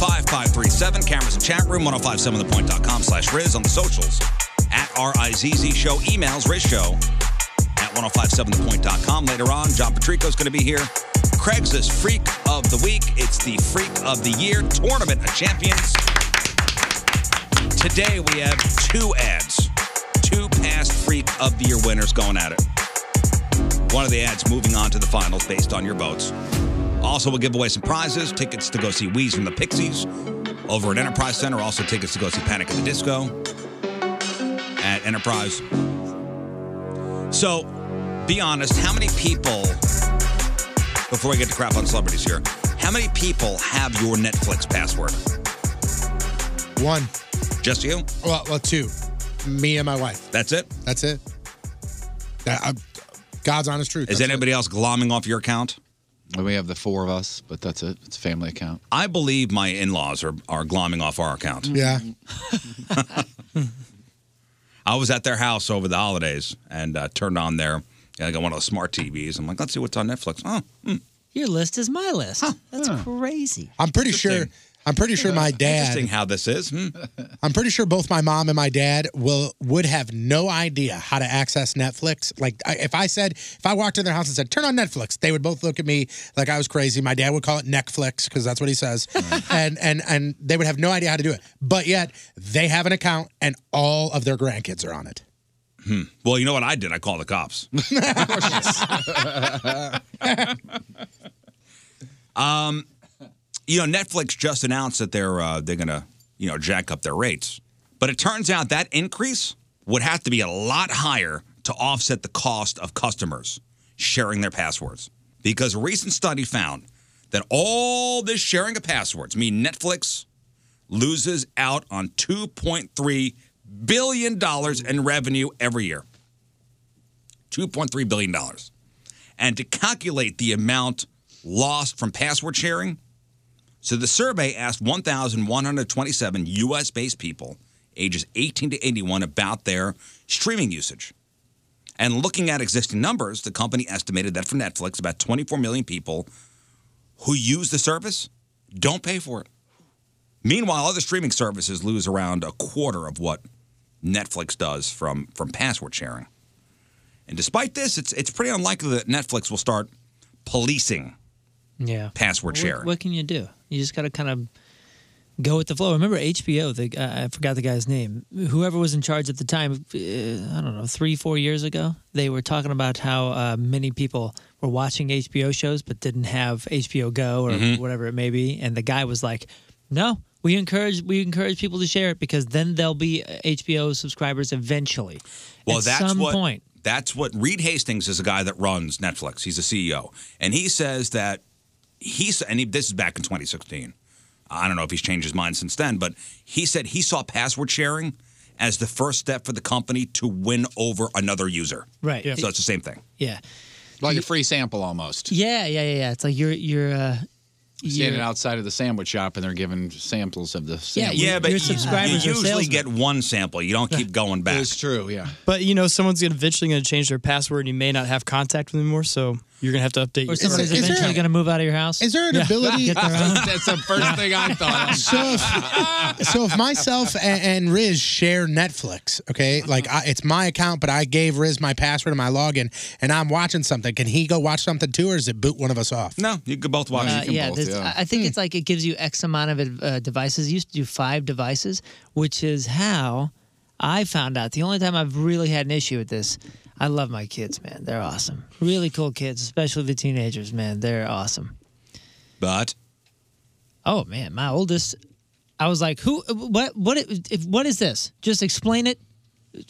5537. Cameras and chat room 1057thepoint.com slash Riz on the socials at R I Z Z Show. Emails Riz Show at 1057thepoint.com. Later on, John Patrico's going to be here. Craigslist Freak of the Week. It's the Freak of the Year Tournament of Champions. Today we have two ads, two past Freak of the Year winners going at it one of the ads moving on to the finals based on your votes. Also, we'll give away some prizes tickets to go see Wheeze and the Pixies over at Enterprise Center, also tickets to go see Panic at the Disco at Enterprise. So, be honest, how many people, before we get to crap on celebrities here, how many people have your Netflix password?
One.
Just you?
Well, well two. Me and my wife.
That's it?
That's it. That- I- God's honest truth.
Is
That's
anybody else glomming off your account?
We have the four of us, but that's it. It's a family account.
I believe my in laws are, are glomming off our account.
it. Yeah.
I was at their house over the holidays and uh, turned on their, I got one of those smart TVs. I'm like, let's see what's on Netflix. Oh,
Your list is my list. That's crazy.
I'm pretty sure.
Interesting.
I'm pretty sure my dad.
Interesting how this is. Hmm.
I'm pretty sure both my mom and my dad will would have no idea how to access Netflix. Like I, if I said, if I walked in their house and said, "Turn on Netflix," they would both look at me like I was crazy. My dad would call it Netflix because that's what he says, and and and they would have no idea how to do it. But yet they have an account, and all of their grandkids are on it.
Hmm. Well, you know what I did? I called the cops. um, you know, Netflix just announced that they're uh, they're gonna you know jack up their rates, but it turns out that increase would have to be a lot higher to offset the cost of customers sharing their passwords, because a recent study found that all this sharing of passwords mean Netflix loses out on 2.3 billion dollars in revenue every year. 2.3 billion dollars. And to calculate the amount lost from password sharing, so the survey asked 1,127 US based people ages 18 to 81 about their streaming usage. And looking at existing numbers, the company estimated that for Netflix, about 24 million people who use the service don't pay for it. Meanwhile, other streaming services lose around a quarter of what Netflix does from, from password sharing. And despite this, it's, it's pretty unlikely that Netflix will start policing
Yeah.
password
What-
sharing.
What can you do? You just got to kind of go with the flow. Remember HBO? The uh, I forgot the guy's name. Whoever was in charge at the time, uh, I don't know, three four years ago, they were talking about how uh, many people were watching HBO shows but didn't have HBO Go or
Mm-hmm.
Mhm.
whatever it may be, and the guy was like, "No." We encourage we encourage people to share it because then they'll be uh, HBO subscribers eventually.
Well,
At
that's
some
what
point.
that's what Reed Hastings is a guy that runs Netflix. He's a CEO, and he says that he's and he, this is back in 2016. I don't know if he's changed his mind since then, but he said he saw password sharing as the first step for the company to win over another user.
Right. Yeah.
So it's the same thing.
Yeah.
Like a free sample almost.
Yeah, yeah, yeah, yeah. It's like you're you're uh you're-
Standing outside of the sandwich shop and they're giving samples of the
Yeah,
sandwich.
you- Yeah, but your
you-
subscribers
you
are
usually
salesmen.
get one sample. You don't keep going back. It's
true. Yeah.
But you know, someone's gonna eventually going to change their password, and you may not have contact with them anymore. So you're going to have to update.
Or somebody's eventually going to move out of your house.
Is there an ability-
That's the first thing I thought.
So if, so if myself and, and Riz share Netflix, okay, like I, it's my account, but I gave Riz my password and my login, and I'm watching something. Can he go watch something too, or does it boot one of us off?
No, you could both watch.
Uh, yeah, there's- I I think it's like it gives you X amount of uh, devices. You used to do five devices, which is how I found out. The only time I've really had an issue with this, I love my kids, man. They're awesome. Really cool kids, especially the teenagers, man. They're awesome.
But
Oh man, my oldest, I was like, who? What? What? If, what is this? Just explain it.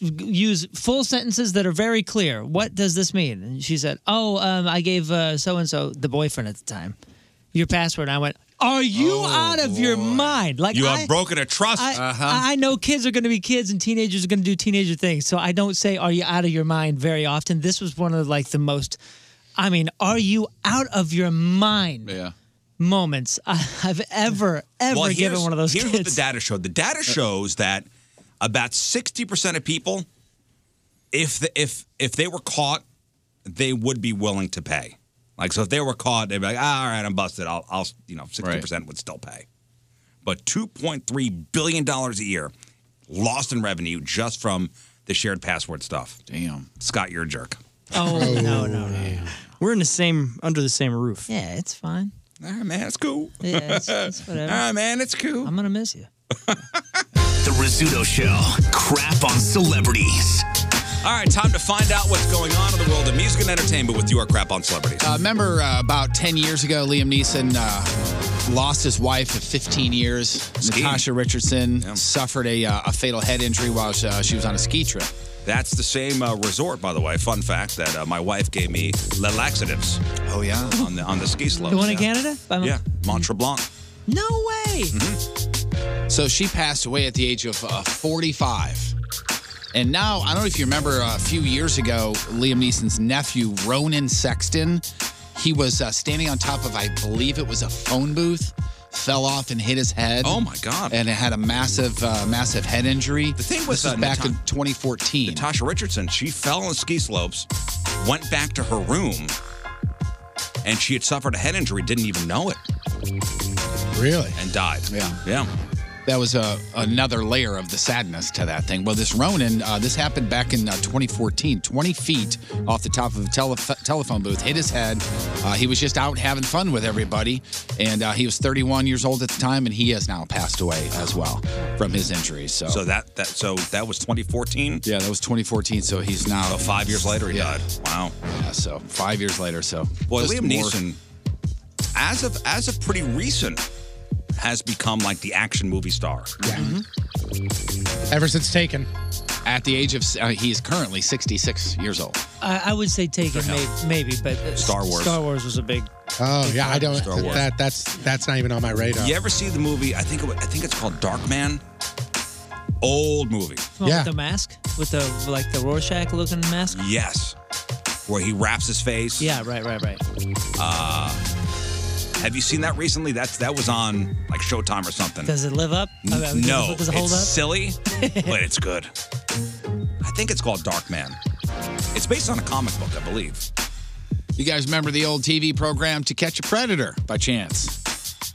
Use full sentences that are very clear. What does this mean? And she said, "Oh, um, I gave so and so the boyfriend at the time your password." And I went, "Are you out of your mind? Like
Oh, you
I,
have broken a trust. Uh-huh.
I, I know kids are going to be kids and teenagers are going to do teenager things. So I don't say, are you out of your mind very often. This was one of like the most, I mean, are you out of your mind
yeah.
moments I, I've ever, ever
well,
given
here's-
one of those
Here's
kids.
what the data showed. The data shows that about sixty percent of people, if the, if if they were caught, they would be willing to pay. Like so, if they were caught, they'd be like, "Ah, "All right, I'm busted. I'll, I'll you know, sixty percent would still pay." But two point three billion dollars a year lost in revenue just from the shared password stuff.
Damn,
Scott, you're a jerk.
Oh, no, no, no.
We're in the same under the same roof.
Yeah, it's fine.
All right, man, it's cool.
Yeah, it's, it's whatever.
All right, man, it's cool.
I'm going to miss you.
The Rizzuto Show. Crap on celebrities. All right, time to find out what's going on in the world of music and entertainment with your crap on celebrities.
Uh, remember uh, about 10 years ago, Liam Neeson uh, lost his wife of 15 years. Natasha Richardson suffered a, uh, a fatal head injury while she, uh, she was on a ski trip.
That's the same uh, resort, by the way. Fun fact that uh, my wife gave me la- laxatives.
Oh yeah,
on the on the ski slope.
The one in Canada? By my-
Yeah, Mont Treblanc.
No way.
Mm-hmm. So she passed away at the age of uh, 45. And now, I don't know if you remember uh, a few years ago, Liam Neeson's nephew, Ronan Sexton, he was uh, standing on top of, I believe it was a phone booth, fell off and hit his head.
Oh my God!
And it had a massive, uh, massive head injury. The
thing
was, this was
uh,
back
Nata-
in 2014.
Natasha Richardson, she fell on ski slopes, went back to her room, and she had suffered a head injury, didn't even know it.
Really?
And died. Yeah. Yeah.
That was uh, another layer of the sadness to that thing. Well, this Ronin, uh, this happened back in uh, 2014. 20 feet off the top of a tele- telephone booth, hit his head. Uh, he was just out having fun with everybody, and uh, he was 31 years old at the time, and he has now passed away as well from his injuries. So,
So that that so Oh, that was 2014.
Yeah, that was 2014. So he's now
So five years later, he died. Wow.
Yeah. So five years later. So
boy,
just
Liam
more-
Neeson, as of as of pretty recent, has become like the action movie star.
Mm-hmm.
Ever since Taken.
At the age of, uh, he is currently 66 years old.
I, I would say Taken,
Fair
may,
enough.
maybe, but uh,
Star Wars.
Star Wars was a big.
Oh yeah, I don't.
Star Wars.
That that's that's not even on my radar.
You ever see the movie? I think it, wa- I think it's called Dark Man. Old movie.
Well, With the mask, with the like the Rorschach looking mask.
Yes. Where he wraps his face.
Yeah, right, right, right.
Uh, have you seen that recently? That's that was on like Showtime or something.
Does it live up? I mean, does it-
no,
Does it hold
it's
up?
silly, but it's good. I think it's called Dark Man. It's based on a comic book, I believe.
You guys remember the old TV program To Catch a Predator by chance?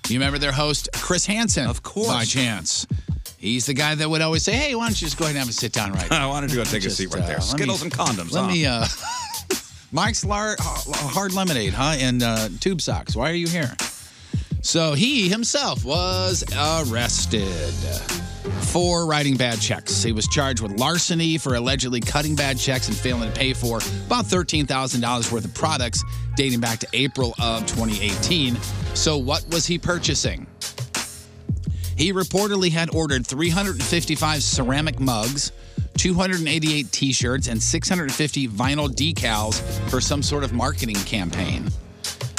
You remember their host, Chris Hansen? Of course. By chance. He's the guy that would always say, hey, why don't you just go ahead and have a sit down right there?
I wanted to go take a seat right there.
uh, let
Skittles and condoms,
Let
huh?
me, uh, Mike's lar- uh, Hard Lemonade, huh? And uh, Tube Socks. Why are you here? So he himself was arrested for writing bad checks. He was charged with larceny for allegedly cutting bad checks and failing to pay for about $13,000 worth of products dating back to April of 2018. So, what was he purchasing? He reportedly had ordered 355 ceramic mugs, 288 t shirts, and 650 vinyl decals for some sort of marketing campaign.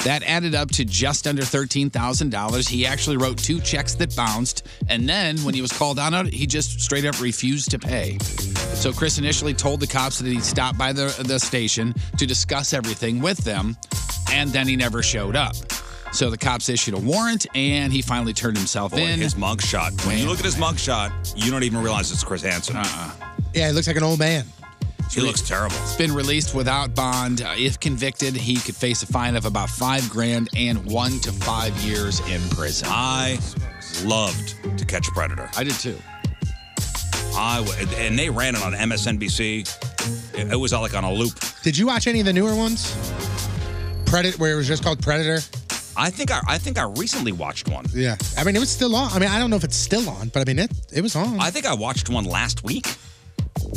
That added up to just under $13,000. He actually wrote two checks that bounced, and then when he was called on it, he just straight up refused to pay. So Chris initially told the cops that he'd stopped by the, the station to discuss everything with them, and then he never showed up. So the cops issued a warrant, and he finally turned himself
Boy,
in.
his mugshot. When you look at his mugshot, you don't even realize it's Chris Hansen. Uh-uh.
Yeah, he looks like an old man.
He looks terrible.
It's been released without bond. Uh, if convicted, he could face a fine of about five grand and one to five years in prison.
I loved To Catch a Predator.
I did too.
I w- and they ran it on MSNBC. It, it was uh, like on a loop.
Did you watch any of the newer ones? Predator, where it was just called Predator.
I think I, I think I recently watched one.
Yeah, I mean it was still on. I mean I don't know if it's still on, but I mean it it was on.
I think I watched one last week.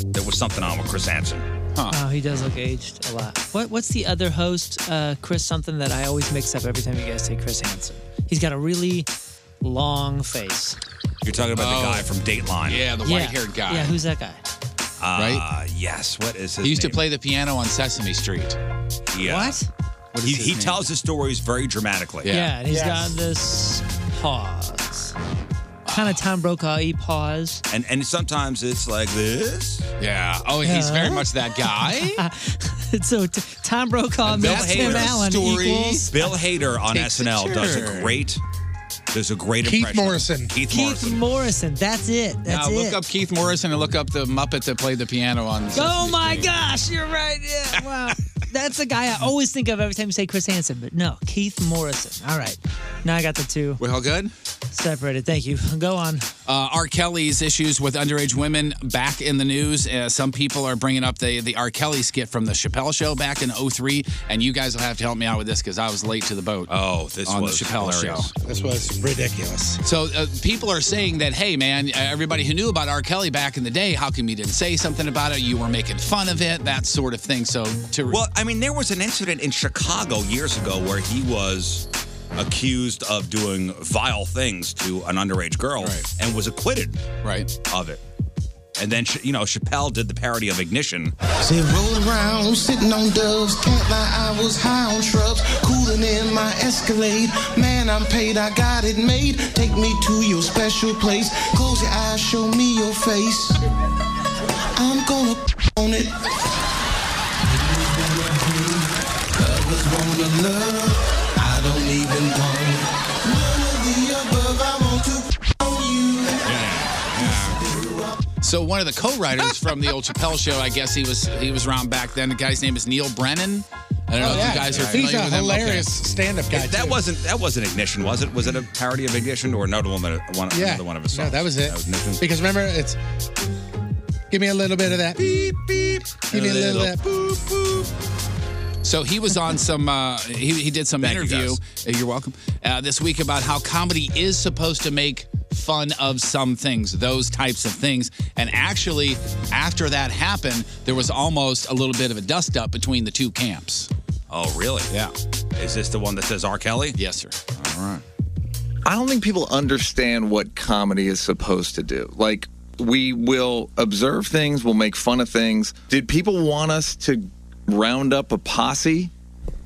There was something on with Chris Hansen.
Oh, he does look aged a lot. What What's the other host, uh, Chris something that I always mix up every time you guys say Chris Hansen? He's got a really long face.
You're talking about
Oh.
the guy from Dateline.
Yeah, the
Yeah.
white-haired guy.
Yeah, who's that guy?
Uh,
Right?
Yes. What is his
He used
name?
to play the piano on Sesame Street.
Yeah. What? he
his
he
name?
tells his stories very dramatically.
Yeah, and he's got this pause, kind of Tom Brokaw y pause.
And and sometimes it's like this.
Yeah. Oh,
he's very much
that guy.
so t- Tom Brokaw
Bill
meets Tim
Hader's
Allen
story.
equals
Bill Hader on
Takes a
SNL does a
turn.
great. There's a great
Keith
impression.
Morrison.
Keith,
Keith
Morrison.
Morrison. That's it. That's
now
it.
look up Keith Morrison and look up the Muppet that played the piano on. Sesame
oh my
Street.
gosh, you're right. Yeah, wow. That's a guy I always think of every time you say Chris Hansen, but no, Keith Morrison. All right. Now I got the two
We all good?
separated. Thank you. Go on.
Uh, R. Kelly's issues with underage women back in the news. Uh, some people are bringing up the, the R. Kelly skit from the Chappelle Show back in 03, and you guys will have to help me out with this because I was late to the boat.
Oh, this
on
was
the Chappelle
hilarious.
Show.
This was ridiculous.
So uh, people are saying that, hey, man, uh, everybody who knew about R. Kelly back in the day, how come you didn't say something about it? You were making fun of it, that sort of thing. So to
Well, I mean, there was an incident in Chicago years ago where he was accused of doing vile things to an underage girl and was acquitted
right.
of it. And then, you know, Chappelle did the parody of Ignition.
See, rolling around, sitting on doves. Can't lie, I was high on shrubs. Cooling in my Escalade. Man, I'm paid, I got it made. Take me to your special place. Close your eyes, show me your face. I'm gonna on it. Others wanna love, I don't even want none of the above.
So one of the co-writers from the old Chappelle show, I guess he was he was around back then. The guy's name is Neil Brennan. I don't know if you guys are familiar
He's Oh, a
with him. Okay.
hilarious stand-up guy.
that
too.
wasn't that wasn't ignition, was it? Was it a parody of ignition or another one that one
Yeah.
another one of his
No,
songs?
that was it.
Ignition.
Because remember, it's give me a little bit of that. Beep beep. Give me a little, bit.
So he was on some. Uh, he, he did some interview. You are welcome. Uh, this week about how comedy is supposed to make fun of some things, those types of things. And actually, after that happened, there was almost a little bit of a dust up between the two camps.
Oh, really? Yeah. Is this the one that says R. Kelly?
Yes, sir.
All right.
I don't think people understand what comedy is supposed to do. Like, we will observe things, we'll make fun of things. Did people want us to round up a posse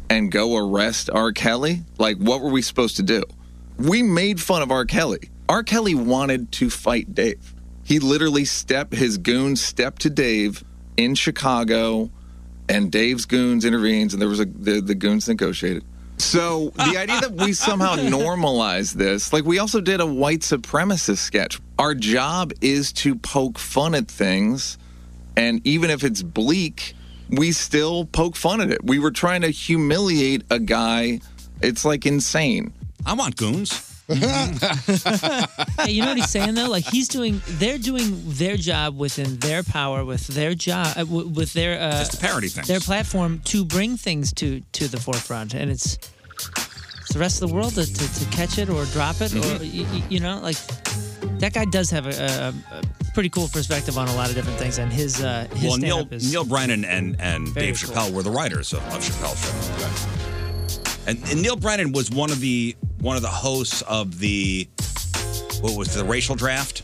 and go arrest R. Kelly? Like, what were we supposed to do? We made fun of R. Kelly. R. Kelly wanted to fight Dave. He literally stepped, his goons stepped to Dave in Chicago, and Dave's goons intervenes, and there was a, the, the goons negotiated. So the idea that we somehow normalize this, like we also did a white supremacist sketch. Our job is to poke fun at things, and even if it's bleak, we still poke fun at it. We were trying to humiliate a guy. It's like insane.
I want goons.
hey, you know what he's saying though? Like he's doing, they're doing their job within their power, with their job, uh, w- with their uh,
Just to parody things.
their platform to bring things to to the forefront, and it's it's the rest of the world to, to, to catch it or drop it, or
Mhm.
you, you know, like that guy does have a, a, a pretty cool perspective on a lot of different things, and his uh, his
well, Neil
stand-up is
Neil Brennan and and
Very
Dave
cool.
Chappelle were the writers of, of Chappelle's show. And, and Neil Brennan was one of the one of the hosts of the what was the racial draft.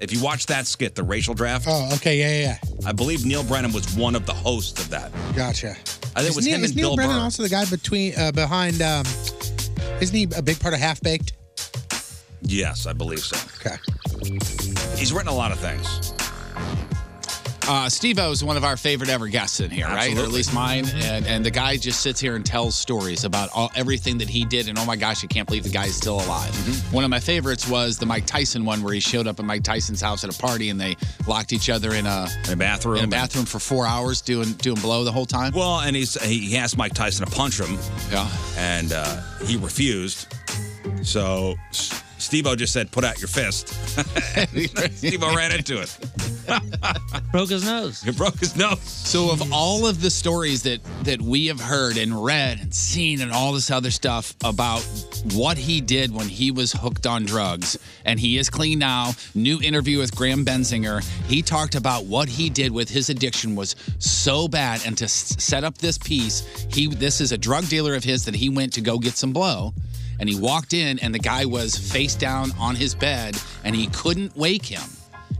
If you watch that skit, the racial draft,
Oh, okay, yeah, yeah,
I believe Neil Brennan was one of the hosts of that.
yeah. Gotcha.
I think it
Is
was
Neil,
him
is
and
Neil
Bill
Brennan
Burr.
also the guy between uh, behind? Um, isn't he a big part of Half Baked?
Yes, I believe so.
Okay.
He's written a lot of things.
Uh, Steve O is one of our favorite ever guests in here, right? Or at
Absolutely.
least mine. And, and the guy just sits here and tells stories about all, everything that he did. And oh my gosh, I can't believe the guy's still alive.
Mm-hmm.
One of my favorites was the Mike Tyson one where he showed up at Mike Tyson's house at a party and they locked each other in a,
in a bathroom.
In a bathroom for four hours doing doing blow the whole time.
Well, and he's he he asked Mike Tyson to punch him.
Yeah.
And uh, he refused. So Steve O just said, put out your fist. Steve O ran into it.
broke his nose.
He broke his nose.
So of all of the stories that that we have heard and read and seen and all this other stuff about what he did when he was hooked on drugs and he is clean now, new interview with Graham Benzinger, he talked about what he did with his addiction was so bad and to s- set up this piece, he this is a drug dealer of his that he went to go get some blow and he walked in and the guy was face down on his bed and he couldn't wake him.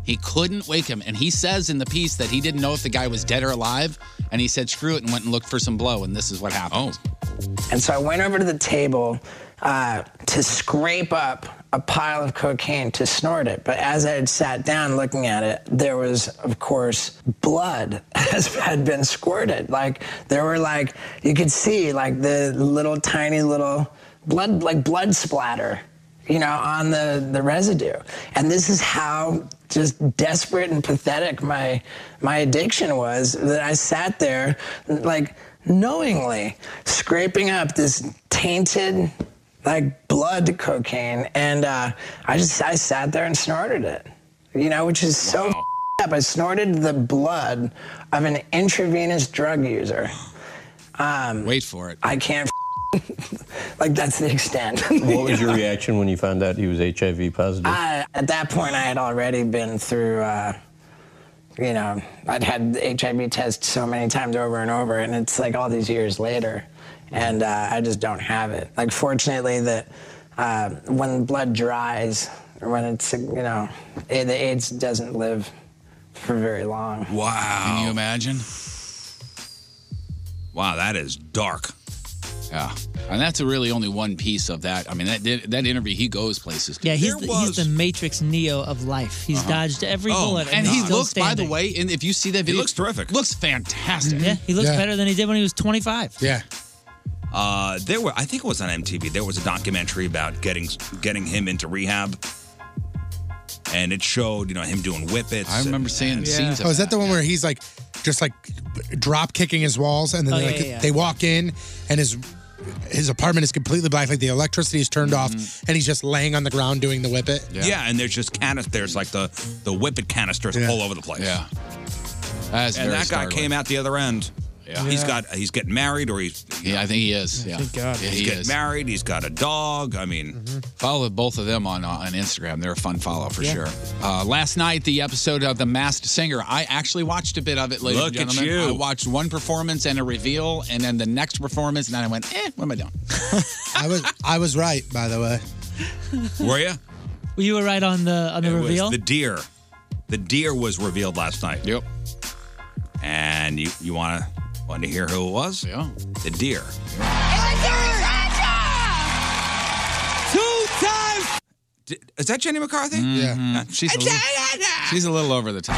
He couldn't wake him. And he says in the piece that he didn't know if the guy was dead or alive. And he said, screw it, and went and looked for some blow. And this is what happened. Oh.
And so I went over to the table uh, to scrape up a pile of cocaine to snort it. But as I had sat down looking at it, there was, of course, blood as had been squirted. Like there were like you could see like the little tiny little blood like blood splatter, you know, on the the residue. And this is how just desperate and pathetic my my addiction was that I sat there like knowingly scraping up this tainted like blood cocaine and uh, i just i sat there and snorted it you know which is so up i snorted the blood of an intravenous drug user um,
wait for it
i can't like that's the extent
what was your reaction when you found out he was HIV positive?
I, at that point, I had already been through, uh, you know, I'd had HIV tests so many times over and over, and it's like all these years later, and uh, I just don't have it. Like, fortunately, that uh, when blood dries, or when it's, you know, eh, the AIDS doesn't live for very long.
Wow.
Can you imagine?
Wow, that is dark.
Yeah. And that's really only one piece of that. I mean, that that interview, he goes places.
Yeah, he's the, he's the Matrix Neo of life. He's dodged every
Oh
bullet,
Oh, and he
he's still
looks, by the
standing. Mm-hmm.
way, and if you see that video, he looks
terrific.
Looks fantastic.
Yeah, he looks better than he did when he was 25.
Yeah.
Uh, there were, I think it was on MTV. There was a documentary about getting getting him into rehab, and it showed you know him doing whippets.
I remember
seeing
oh, is that the one where he's like, just like drop kicking his walls, and then
Oh,
like,
yeah, yeah, yeah.
they walk in, and his his apartment is completely black, like the electricity is turned off, and he's just laying on the ground doing the whip it.
Mm-hmm. Yeah. and there's just canisters, there's like the the whippet canisters all over the place. Yeah,
That's
and
very
that guy
startling.
came out the other end.
Yeah.
he's
Yeah.
got he's getting married or he's yeah, I think he is. Yeah,
Thank God. Yeah,
he's
he
getting
is.
married. He's got a dog. I mean,
Follow both of them on uh, on Instagram. They're a fun follow for
Yeah.
sure. Uh, last night, the episode of The Masked Singer. I actually watched a bit of it, ladies
Look
and
at
gentlemen.
you.
I watched one performance and a reveal, and then the next performance, and then I went, "Eh, what am I doing?"
I was I was right, by the way.
were you?
You were right on the on the
It was
reveal.
the deer. The deer was revealed last night. Yep. And you you want to want to hear who it was? Yeah. The deer.
Two times.
Is that Jenny McCarthy? Mm-hmm.
Yeah, she's a, little, she's a little over the top.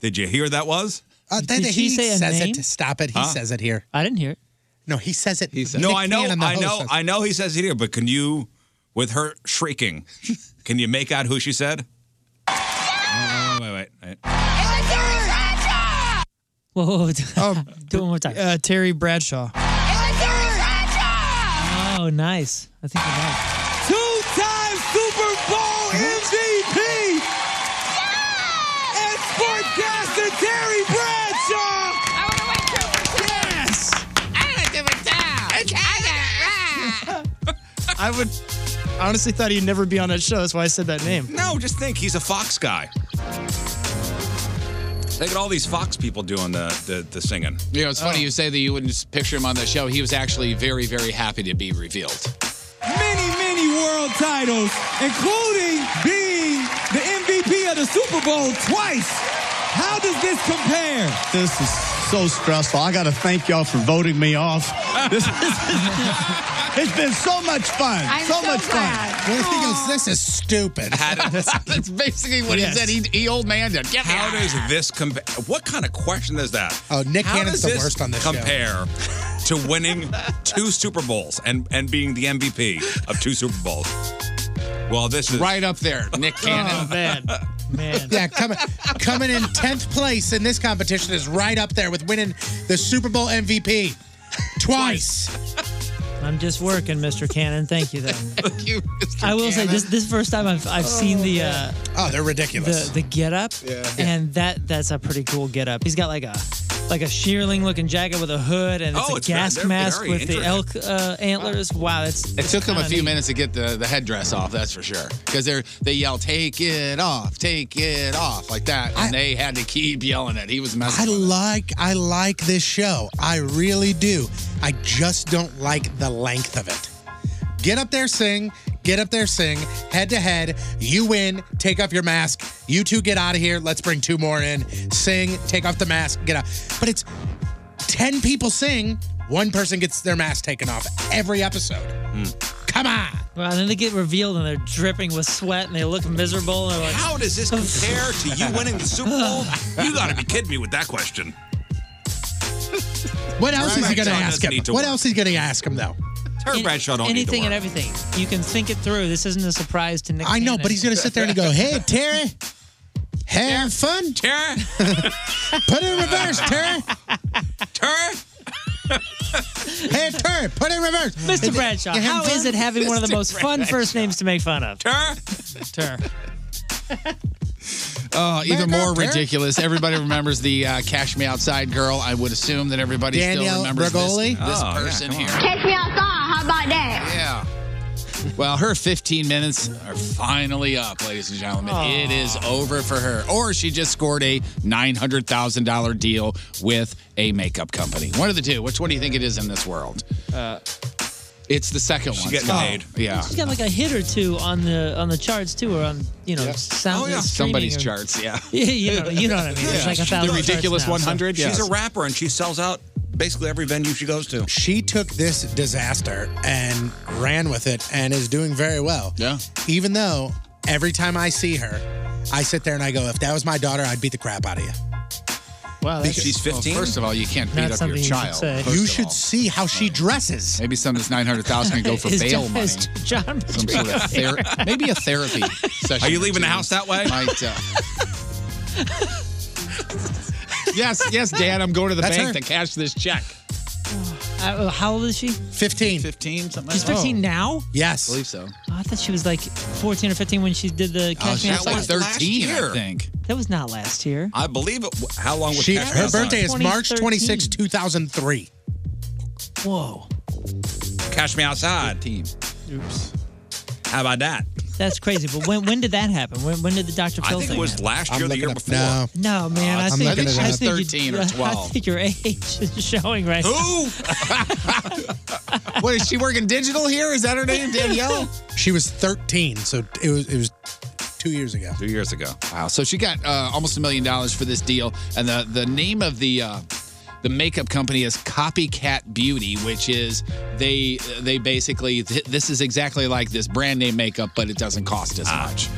Did you hear that was?
Uh, then
Did
he
she say a
says
name?
it to stop it. He
Huh?
says it here.
I didn't hear it.
No, he says it. He says
no, I know, I know, I know. He says it here, but can you, with her shrieking, can you make out who she said? Oh, wait, wait, wait.
Whoa, whoa, whoa. do it one more time.
Uh, Terry Bradshaw.
Oh, nice. I think you're right.
Two-time Super Bowl MVP and sportcaster Terry Bradshaw. Yes.
I would I honestly thought he'd never be on that show. That's why I said that name.
No, just think he's a Fox guy. Look at all these Fox people doing the the, the singing.
You know, it's
Oh.
funny you say that you wouldn't just picture him on the show. He was actually very, very happy to be revealed.
Many, many world titles, including being the MVP of the Super Bowl twice. How does this compare?
This is so stressful. I got to thank y'all for voting me off. This it's been so much fun.
I'm
so,
so
much
glad.
fun.
Well, he goes, this is stupid.
That's basically what he
Yes.
said. He, he old man did. Get me
How
out.
does this compare? What kind of question is that?
Oh, Nick
How
Cannon's
does
the worst on this show.
compare to winning two Super Bowls and and being the MVP of two Super Bowls. Well, this is
right up there, Nick
Cannon. Oh, man.
Man.
Yeah, coming coming in tenth place in this competition is right up there with winning the Super Bowl MVP twice.
I'm just working, Mr. Cannon. Thank you, though. Thank
you,
Mr. I will say
Cannon.
this this is the first time I've I've seen the uh,
Oh, they're ridiculous.
the the get up,
Yeah.
and that that's a pretty cool get up. He's got like a like a shearling looking jacket with a hood, and it's
Oh,
a
it's very-
gas
they're
mask
very
with the elk
intricate.
uh, antlers. Wow, that's
It took them a
kinda
few
neat.
minutes to get the, the headdress off, that's for sure. Because they are they yell, take it off, take it off, like that. And they had to keep yelling it. He was messing.
I like I like this show. I really do. I just don't like the length of it. Get up there, sing. Get up there, sing. Head to head, you win. Take off your mask. You two get out of here. Let's bring two more in. Sing. Take off the mask. Get out. But it's ten people sing. One person gets their mask taken off every episode. Come on.
Well, and then they get revealed, and they're dripping with sweat, and they look miserable. And they're like,
How does this compare to you winning the Super Bowl? You got to be kidding me with that question.
What else is he going to
Bradshaw
ask
doesn't
him?
need to
What
work.
else is he going to ask him though?
Terry Bradshaw don't
anything
need
and
to work.
everything. You can think it through. This isn't a surprise to Nick.
I know,
Cannon.
but he's going to sit there and go, "Hey, Terry, have fun,
Terry.
put it in reverse, Terry.
Terry.
hey, Terry, put it in reverse,
Mr. Bradshaw.
You having
How
fun?
is it having one of the most fun first names to make fun of?
Tur.
Tur.
Oh, even
Back
more
up there.
ridiculous. Everybody remembers the uh, Cash Me Outside girl. I would assume that everybody still
Danielle
remembers this-
Bregoli?
this,
Oh, yeah,
person
come
here.
Catch me outside. How about that?
Yeah. Well, her 15 minutes are finally up, ladies and gentlemen.
Aw.
It is over for her. Or she just scored a $900,000 deal with a makeup company. One of the two. Which one do you think it is in this world? Uh, it's the second one.
getting
Oh,
paid.
Yeah.
She's got like a hit or two on the on the charts too, or on you know sound.
Oh, yeah.
streaming
Somebody's
or-
charts, yeah.
Yeah, you know, you know what I mean. There's
Yeah.
like a thousand. charts now, so-
She's a rapper and she sells out basically every venue she goes to.
She took this disaster and ran with it and is doing very well. Yeah. Even though every time I see her, I sit there and I go, if that was my daughter, I'd beat the crap out of you.
Wow, that's-
She's 15?
Well, first of all, you can't beat
Not
up your
something you should
child.
say.
first
You
of
should
all.
see how she dresses.
Maybe some of this 900000 can go for
Is
bail
John-
money.
is John
Some sort of ther-
Petrucci.
maybe a therapy session.
Are you leaving the
or two
house that way?
Might, uh, yes, yes, Dad, I'm going to the
That's
bank
her.
to cash this check.
Uh, how old is she?
15.
15, something
She's
like that.
15 now?
Yes.
I believe so.
Oh, I thought she was like 14 or 15 when she did the Catch Me
she was
Outside.
like 13, I
think.
That was not last year.
I believe it. How long was
She,
Catch Me
her
Outside?
birthday is March 26, 2003.
Whoa.
Catch Me Outside. Team.
Oops.
How about that?
That's crazy. But when when did that happen? When when did the Dr.
I
Phil
think it
thing
was
happen?
last year, or the year before.
No, man.
Uh,
I
I'm
think,
looking it
I
up.
think you-
13 or
I
12.
think your age is showing right
Who?
What is she working digital here? Is that her name, Danielle?
She was 13, so it was it was two years ago.
Two years ago.
Wow. So she got uh, almost a million dollars for this deal, and the the name of the. Uh, the makeup company is Copycat Beauty, which is they they basically th- this is exactly like this brand name makeup, but it doesn't cost as
Ah.
much.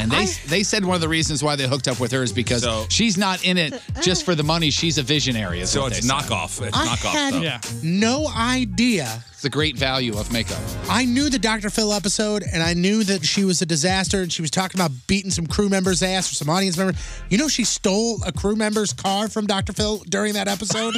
And they they said one of the reasons why they hooked up with her is because she's not in it just for the money. She's a visionary. Is
So
what
it's
they said.
knockoff. It's
I had no idea.
It's the great value of makeup.
I knew the Dr. Phil episode, and I knew that she was a disaster, and she was talking about beating some crew members' ass or some audience members. You know, she stole a crew member's car from Dr. Phil during that episode.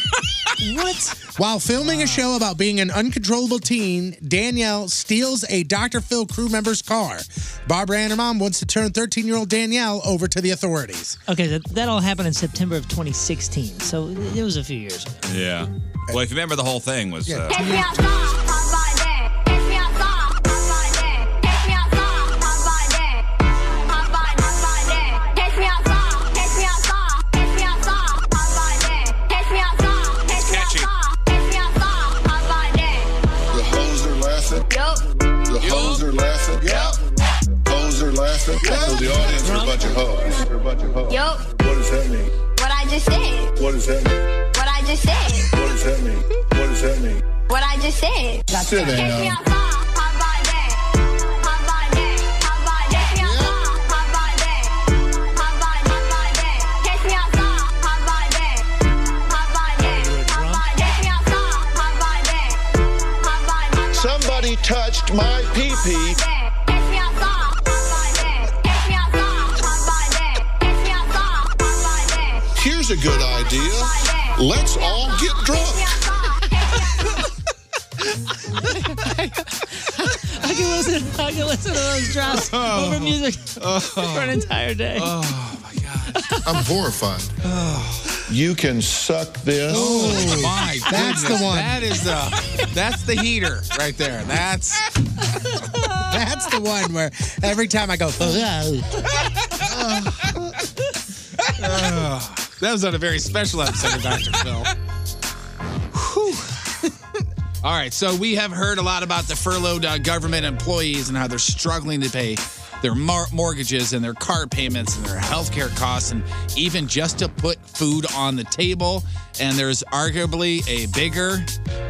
what?
While filming a show about being an uncontrollable teen, Danielle steals a Dr. Phil crew member's car. Barbara and her mom wants to turn 13 year old Danielle over to the authorities.
Okay, that, that all happened in September of 2016. So it was a few years ago.
Yeah. Well, if you remember, the whole thing was. Uh,
Take me outside, how about that? Take me outside, how about that? Take me outside, how about that? How about, how about that? Take me outside, take me outside, take me outside, how about that? Take me outside, take me outside, take me outside, how about that?
The hoes are laughing.
Yup.
The hoes are laughing. Yep. Hoes are laughing. So the audience are a bunch of hoes. They're a bunch of hoes.
Yup.
What does that mean?
What I just said.
What does that mean?
What I just said.
What does that mean? What does that mean?
What I just said.
Sit
Take me
down.
outside, how about that? How about that? How about that? Take me outside, how about that? How about, how about that? Take me outside, how about that? How about that? How about that? Take me outside, how about that? How about, how about
Somebody touched my pee pee.
that? Take me outside, how about that? Take me outside, how about that? Take me outside, how about that?
Here's a good idea. Let's all get drunk.
I can listen. I can listen to those drops
Oh.
over music for an entire day.
Oh,
I'm horrified. You can suck this.
Oh my!
That's the
goodness.
one.
That is the that's the heater right there. That's
That's the one where every time I go,
Ugh. that was on a very special episode of Dr. Phil. Whew. All right, so we have heard a lot about the furloughed uh, government employees and how they're struggling to pay their mar- mortgages and their car payments and their healthcare costs and even just to put food on the table. And there's arguably a bigger,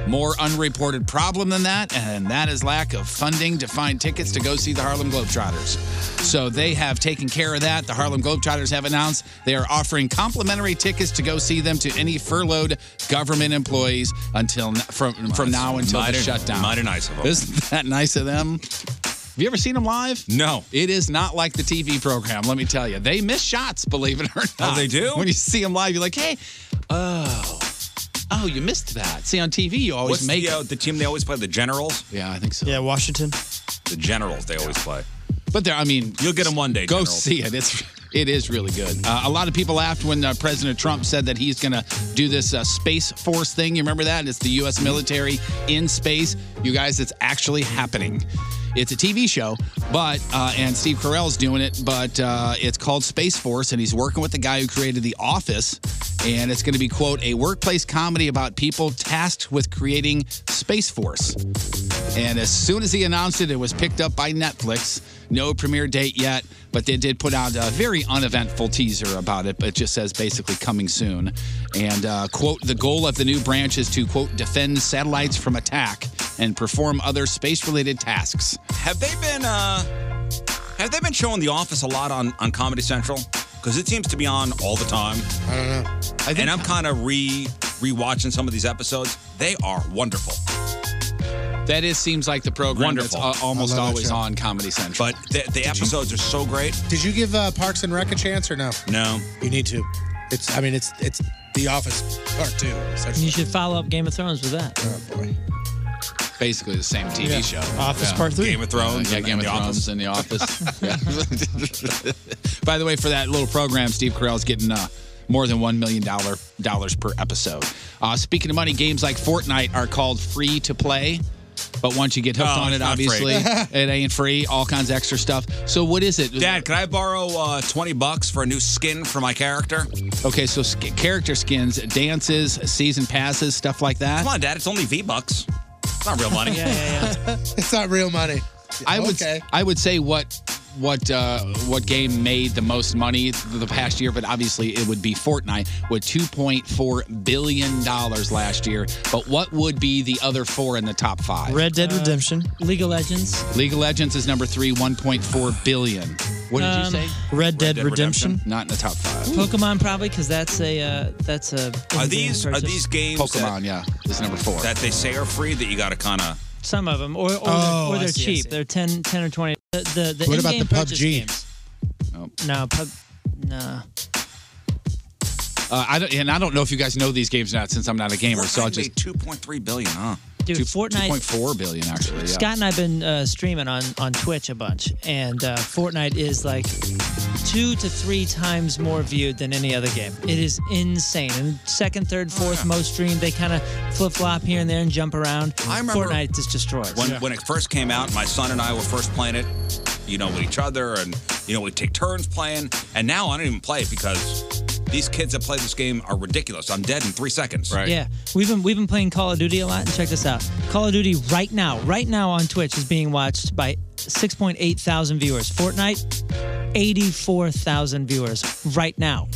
more unreported problem than that, and that is lack of funding to find tickets to go see the Harlem Globetrotters. So they have taken care of that. The Harlem Globetrotters have announced they are offering complimentary tickets to go see them to any furloughed government employees until from from now until the
mighty-
shutdown.
mighty nice of them.
Isn't that nice of them? Have you ever seen them live?
No.
It is not like the TV program, let me tell you. They miss shots, believe it or not.
Oh, they do?
When you see them live, you're like, hey, oh, oh, you missed that. See, on TV, you always
what's
make
the, uh, the team they always play? The Generals?
Yeah, I think so.
Yeah, Washington. The Generals they always play.
But there, I mean,
you'll get them one day.
Go
Generals.
see it. It's it is really good. Uh, a lot of people laughed when uh, President Trump said that he's going to do this uh, space force thing. You remember that? It's the U.S. military in space. You guys, it's actually happening. It's a TV show, but uh, and Steve Carell's doing it, but uh, it's called Space Force, and he's working with the guy who created The Office, and it's going to be quote a workplace comedy about people tasked with creating Space Force. And as soon as he announced it, it was picked up by Netflix. No premiere date yet, but they did put out a very uneventful teaser about it, but it just says basically coming soon. And uh, quote, the goal of the new branch is to quote, defend satellites from attack and perform other space related tasks.
Have they been uh have they been showing The Office a lot on, on Comedy Central? because it seems to be on all the time. I don't know. and I'm kind of re rewatching some of these episodes. They are wonderful.
That is seems like the program that's
wonderful.
al- almost always on Comedy Central.
But the, the episodes are so great.
Did you give uh, Parks and Rec a chance or no?
No.
You need to. It's. I mean, it's it's The Office Part Two.
You should follow up Game of Thrones with that.
basically the same TV
Yeah.
show.
Office Part Three.
Game of Thrones
yeah,
and-
Game
and
of
The
Thrones and The Office. Yeah. By the way, for that little program, Steve Carell's getting uh, more than one million dollar dollars per episode. Uh, speaking of money, games like Fortnite are called free to play. But once you get hooked
Oh,
on
it's
it,
not free.
obviously, it ain't free. All kinds of extra stuff. So what is it?
Dad, can I borrow uh, 20 bucks for a new skin for my character?
Okay, so sk- character skins, dances, season passes, stuff like that.
Come on, Dad, it's only V bucks. It's not real money.
it's not real money.
I would
Okay.
I would say what what uh, what game made the most money the past year, but obviously it would be Fortnite with 2.4 billion dollars last year. But what would be the other four in the top five?
Red Dead Redemption. Uh, League of Legends.
League of Legends is number three, 1.4 billion. What did you
Um,
say?
Red Red Dead Dead Redemption? Redemption?
Not in the top five.
Pokemon probably because that's a uh, that's a.
Are
in-game
these are
purchase.
these games
Pokemon, yeah, is number four.
That they say are free that you gotta kinda
Some of them, or or, they're-
Oh,
or
I
they're
see, I
cheap.
see.
They're 10, 10 or twenty. The, the, the
What about
in-game
the
purchase
PUBG?
Games. No, pub, no.
Uh, I don't, and I don't know if you guys know these games or not, since I'm not a gamer. so I'll just
2.3 billion, huh?
Dude,
Two-
Fortnite-
2.4 billion actually. Yeah.
Scott and I've been uh, streaming on on Twitch a bunch, and uh, Fortnite is like two to three times more viewed than any other game. It is insane. And second, third, fourth
Oh,
most streamed. They kind of flip flop here and there and jump around. I
remember-
Fortnite is destroyed.
When when it first came out, my son and I were first playing it, you know, with each other, and you know, we take turns playing. And now I don't even play it because these kids that play this game are ridiculous. I'm dead in three seconds. Right.
Yeah, we've been we've been playing Call of Duty a lot. And check this out: Call of Duty right now, right now on Twitch is being watched by 6.8 thousand viewers. Fortnite, 84 thousand viewers right now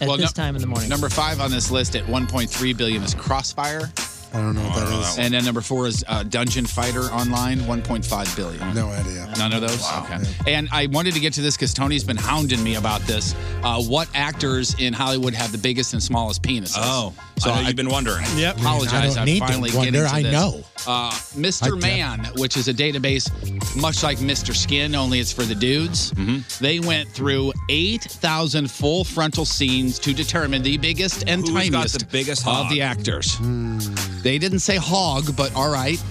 at this
no-
time in the morning.
Number five on this list at 1.3 billion is Crossfire.
I don't know what that
is. And then number four is uh, Dungeon Fighter Online, 1.5 billion. No idea. None of those. Okay. And I wanted to get to this because Tony's been hounding me about this. Uh, what actors in Hollywood have the biggest and smallest penises?
Oh, I know you've been wondering.
Yep.
I mean, I
Apologize.
don't
I'm
need to
finally
wonder,
getting to
I
this.
know.
Uh, Mr.
I-
Man, which is a database much like Mr. Skin, only it's for the dudes.
Mm-hmm.
They went through 8,000 full frontal scenes to determine the biggest and
Who's got
tiniest
the biggest
of
hog? Hmm.
the actors. They didn't say hog, but all right.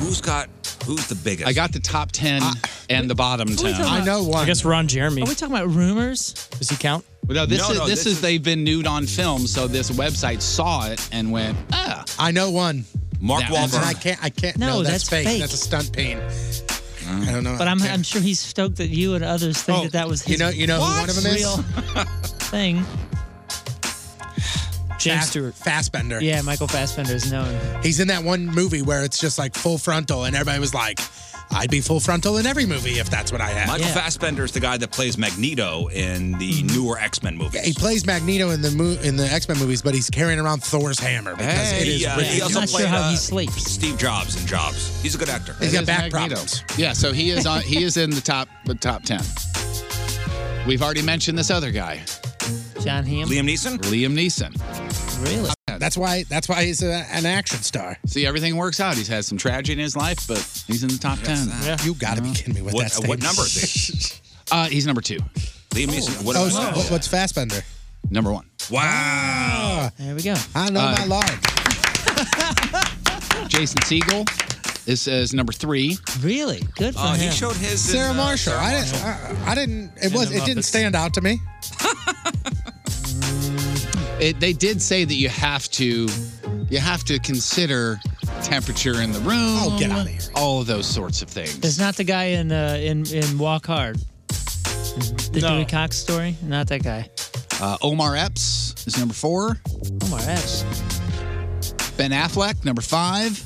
Who's got who's the biggest?
I got the top 10 and the bottom 10.
I guess Ron Jeremy. Are we talking about rumors? Does he count?
Well, no, this
No,
is
no,
this,
this
is, they've been nude on film, so this website saw it and went, ah.
I know one.
Mark
That's- I can't. I can't. No, that's, fake. That's a stunt pain.
Mm.
I don't know.
But I'm, I'm sure he's stoked that you and others think that that was his
Oh, you know- you know who
what?
one of 'em is?
real thing. James
Fast-
Stewart.
Fassbender.
Yeah, Michael Fassbender is known.
He's in that one movie where it's just like full frontal, and everybody was like, "I'd be full frontal in every movie if that's what I had."
Michael Fassbender is the guy that plays Magneto in the newer X Men movies.
Yeah, he plays Magneto in the mo- in the X Men movies, but he's carrying around Thor's hammer because it is.
he, uh, he
ridiculous.
also played, uh, Steve Jobs in Jobs. He's a good actor.
That is Magneto. Yeah, so he is on, he is in the top the top ten. We've already mentioned this other guy,
John Hamm,
Liam Neeson.
Liam Neeson.
Really?
That's why. That's why he's a, an action star.
See, everything works out. He's had some tragedy in his life, but he's in the top ten.
You got to be kidding me with
What-
that.
uh, what
statement.
number is Uh, he's number two.
Liam Neeson.
oh, so what- what's Fassbender?
Number one.
Wow.
There we go.
I know
Uh,
my life.
Jason Siegel is, is number three.
Really good
for him. uh, Sarah Marshall. I didn't. I, I didn't. It
In
was.
the
It didn't
Muppets.
stand out to me.
It, they did say that you have to you have to consider temperature in the room.
Oh, get outta
here! All of those sorts of things.
There's not the guy in uh, in in Walk Hard. The Dewey Cox story. Not that guy.
Uh, Omar Epps is number four.
Omar Epps.
Ben Affleck, number five.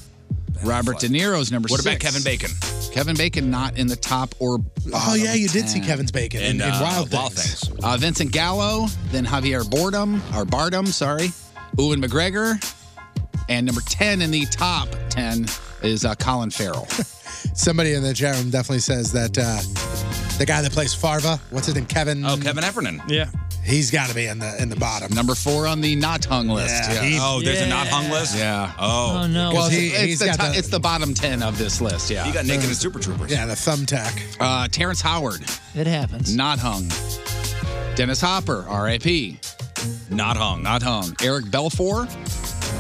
Robert De Niro's number
What
six.
about Kevin Bacon?
Kevin Bacon not in the top or
Oh yeah, you did see
10.
Kevin's bacon in, in Wild Things.
Uh, Vincent Gallo, then Javier Bardem, or Bardem, sorry, Owen McGregor, and number ten in the top ten is uh, Colin Farrell.
Somebody in the chat room definitely says that uh, The guy that plays Farva, what's his name? Kevin. Oh,
Kevin Effernan.
Yeah. He's got to be in the in the bottom.
Number four on the not hung list.
Yeah, he-
oh, there's a not hung list?
Yeah.
Oh.
Oh, no.
Well,
'Cause he-
it's,
he's
the
got
top,
the-
it's the bottom ten of this list. Yeah.
He got naked as Super Troopers.
Yeah, the thumbtack.
Uh, Terrence Howard.
It happens.
Not hung. Dennis Hopper, R.I.P.
Not hung.
Not hung. Eric Belfour.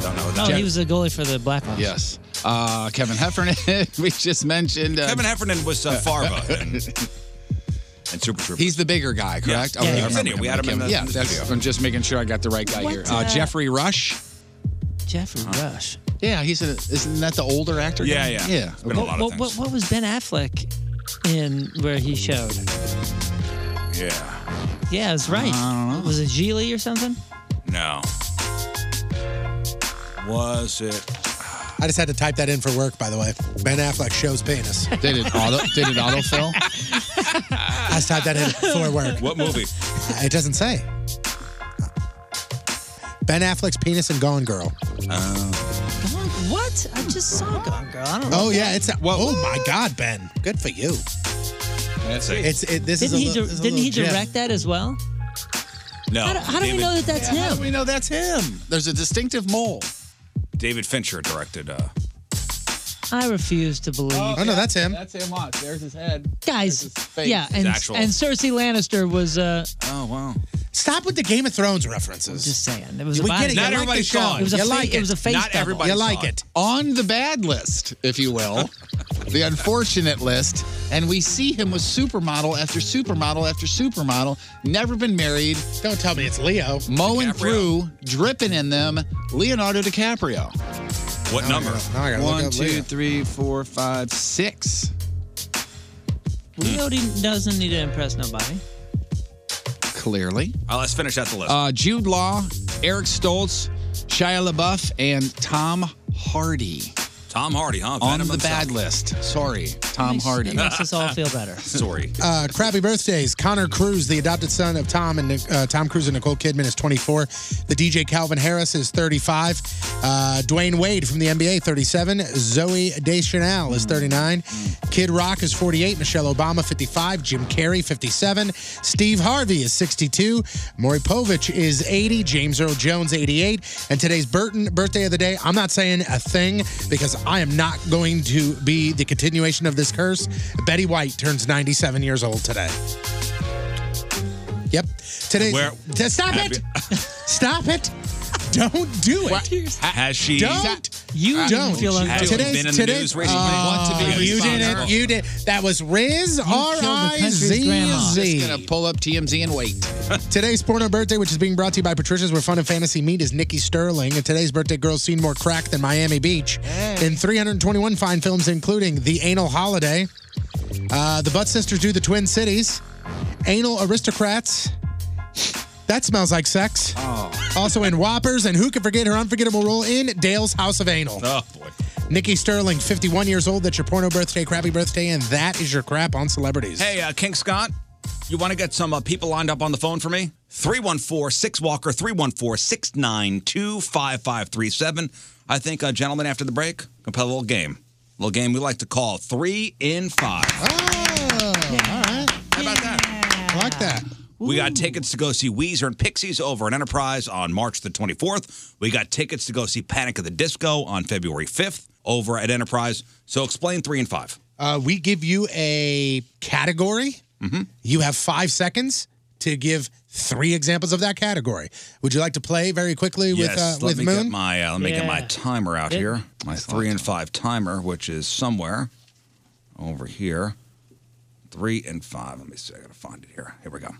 Don't know.
No, Oh, he was the goalie for the Blackhawks.
Yes. Uh, Kevin Heffernan. we just mentioned. Uh,
Kevin Heffernan was uh, Farva and, and Super Troopers.
He's the bigger guy, correct?
Yeah. Yeah, he was in here. We had him in the-
yeah,
in the
that's-
studio.
I'm just making sure I got the right guy
What,
here. Uh,
uh,
Jeffrey Rush.
Oh,
Jeffrey
Uh-huh.
Rush.
Yeah, he's a, isn't that the older actor?
Yeah,
guy?
yeah.
Yeah.
It's been a What- lot of what- things. what- what was Ben Affleck in where he showed?
Yeah.
Yeah, that's right. Was it Gili or something?
No. Was it?
I just had to type that in for work, by the way. Ben Affleck shows penis.
Did it auto? did it autofill?
I just typed that in for work.
What movie?
It doesn't say. Ben Affleck's penis and Gone Girl.
Gone- What? I just saw Gone Girl. I don't know.
Oh yeah, it's well, oh my God, Ben, good for you.
That's it.
It's it, this is
didn't
a
he
little-
di-
this is a
didn't he
little gem.
direct that as well?
No.
How do- how do we
David-
know that that's
Yeah, How
him?
do we know that's him? There's a distinctive mole.
David Fincher directed. Uh,
I refuse to believe.
Oh,
That's him. Watch. There's his head.
Guys,
face.
yeah,
His
and
actual-
and Cersei Lannister was. Uh,
oh wow.
Stop with the Game of Thrones references.
just saying, it was a
we
body
get it.
double.
you like the show.
It was a
you
fa-
like it.
It was a face double.
You like it.
On the bad list, if you will, the unfortunate list, and we see him with supermodel after supermodel after supermodel, never been married.
Don't tell me it's Leo.
Mowing through, dripping in them, Leonardo DiCaprio.
what number?
One, two, three, four, five, six.
Leo didn't- doesn't need to impress nobody.
Clearly.
Uh, let's finish out the list.
Uh, Jude Law, Eric Stoltz, Shia LaBeouf, and Tom Hardy.
Tom Hardy, huh?
On
Venom
the bad
himself.
list. Sorry, Tom Hardy.
Sorry.
Uh, crappy birthdays. Connor Cruz, the adopted son of Tom and uh, Tom Cruise and Nicole Kidman, is 24. The DJ Calvin Harris is 35. Uh, Dwayne Wade from the NBA, 37. Zoe Deschanel is 39. Kid Rock is 48. Michelle Obama, 55. Jim Carrey, 57. Steve Harvey is 62. Maury Povich is 80. James Earl Jones, 88. And today's Burton birthday of the day. I'm not saying a thing because I am not going to be the continuation of this curse. Betty White turns 97 years old today. Yep. Today.
Where-
T- Stop
Have
it. Stop it. Don't do it.
Has she?
Don't.
You
don't
feel uncomfortable.
Today's,
Been in the
today's,
news recently?
Oh,
Want to be
you
a
didn't.
sponsor.
You did. That was Riz R I Z Z.
Just gonna pull up TMZ and wait.
Today's porno birthday, which is being brought to you by Patricia's, where fun and fantasy meet, is Nikki Sterling. And today's birthday girl's seen more crack than Miami Beach in 321 fine films, including The Anal Holiday, uh, The Butt Sisters Do the Twin Cities, Anal Aristocrats. That smells like sex. Also in Whoppers, and who can forget her unforgettable role in Dale's House of Anal?
Oh boy.
Nikki Sterling, 51 years old. That's your porno birthday, crappy birthday, and that is your crap on celebrities.
Hey, uh, King Scott, you want to get some uh, people lined up on the phone for me? 314 6 Walker, 314 692 5537. I think, uh, gentlemen, after the break, going to play a little game. A little game we like to call Three in Five.
Ah. Oh.
all right.
How about that?
I like that.
We got tickets to go see Weezer and Pixies over at Enterprise on March the 24th. We got tickets to go see Panic at the Disco on February 5th over at Enterprise. So explain three and five.
Uh, we give you a category.
Mm-hmm.
You have five seconds to give three examples of that category. Would you like to play very quickly with uh,
let
with
me
Moon?
get my uh, let me get my
Yeah.
timer out
It-
here. My three and five timer, which is somewhere over here. Three and five. Let me see. I gotta find it here. Here we go.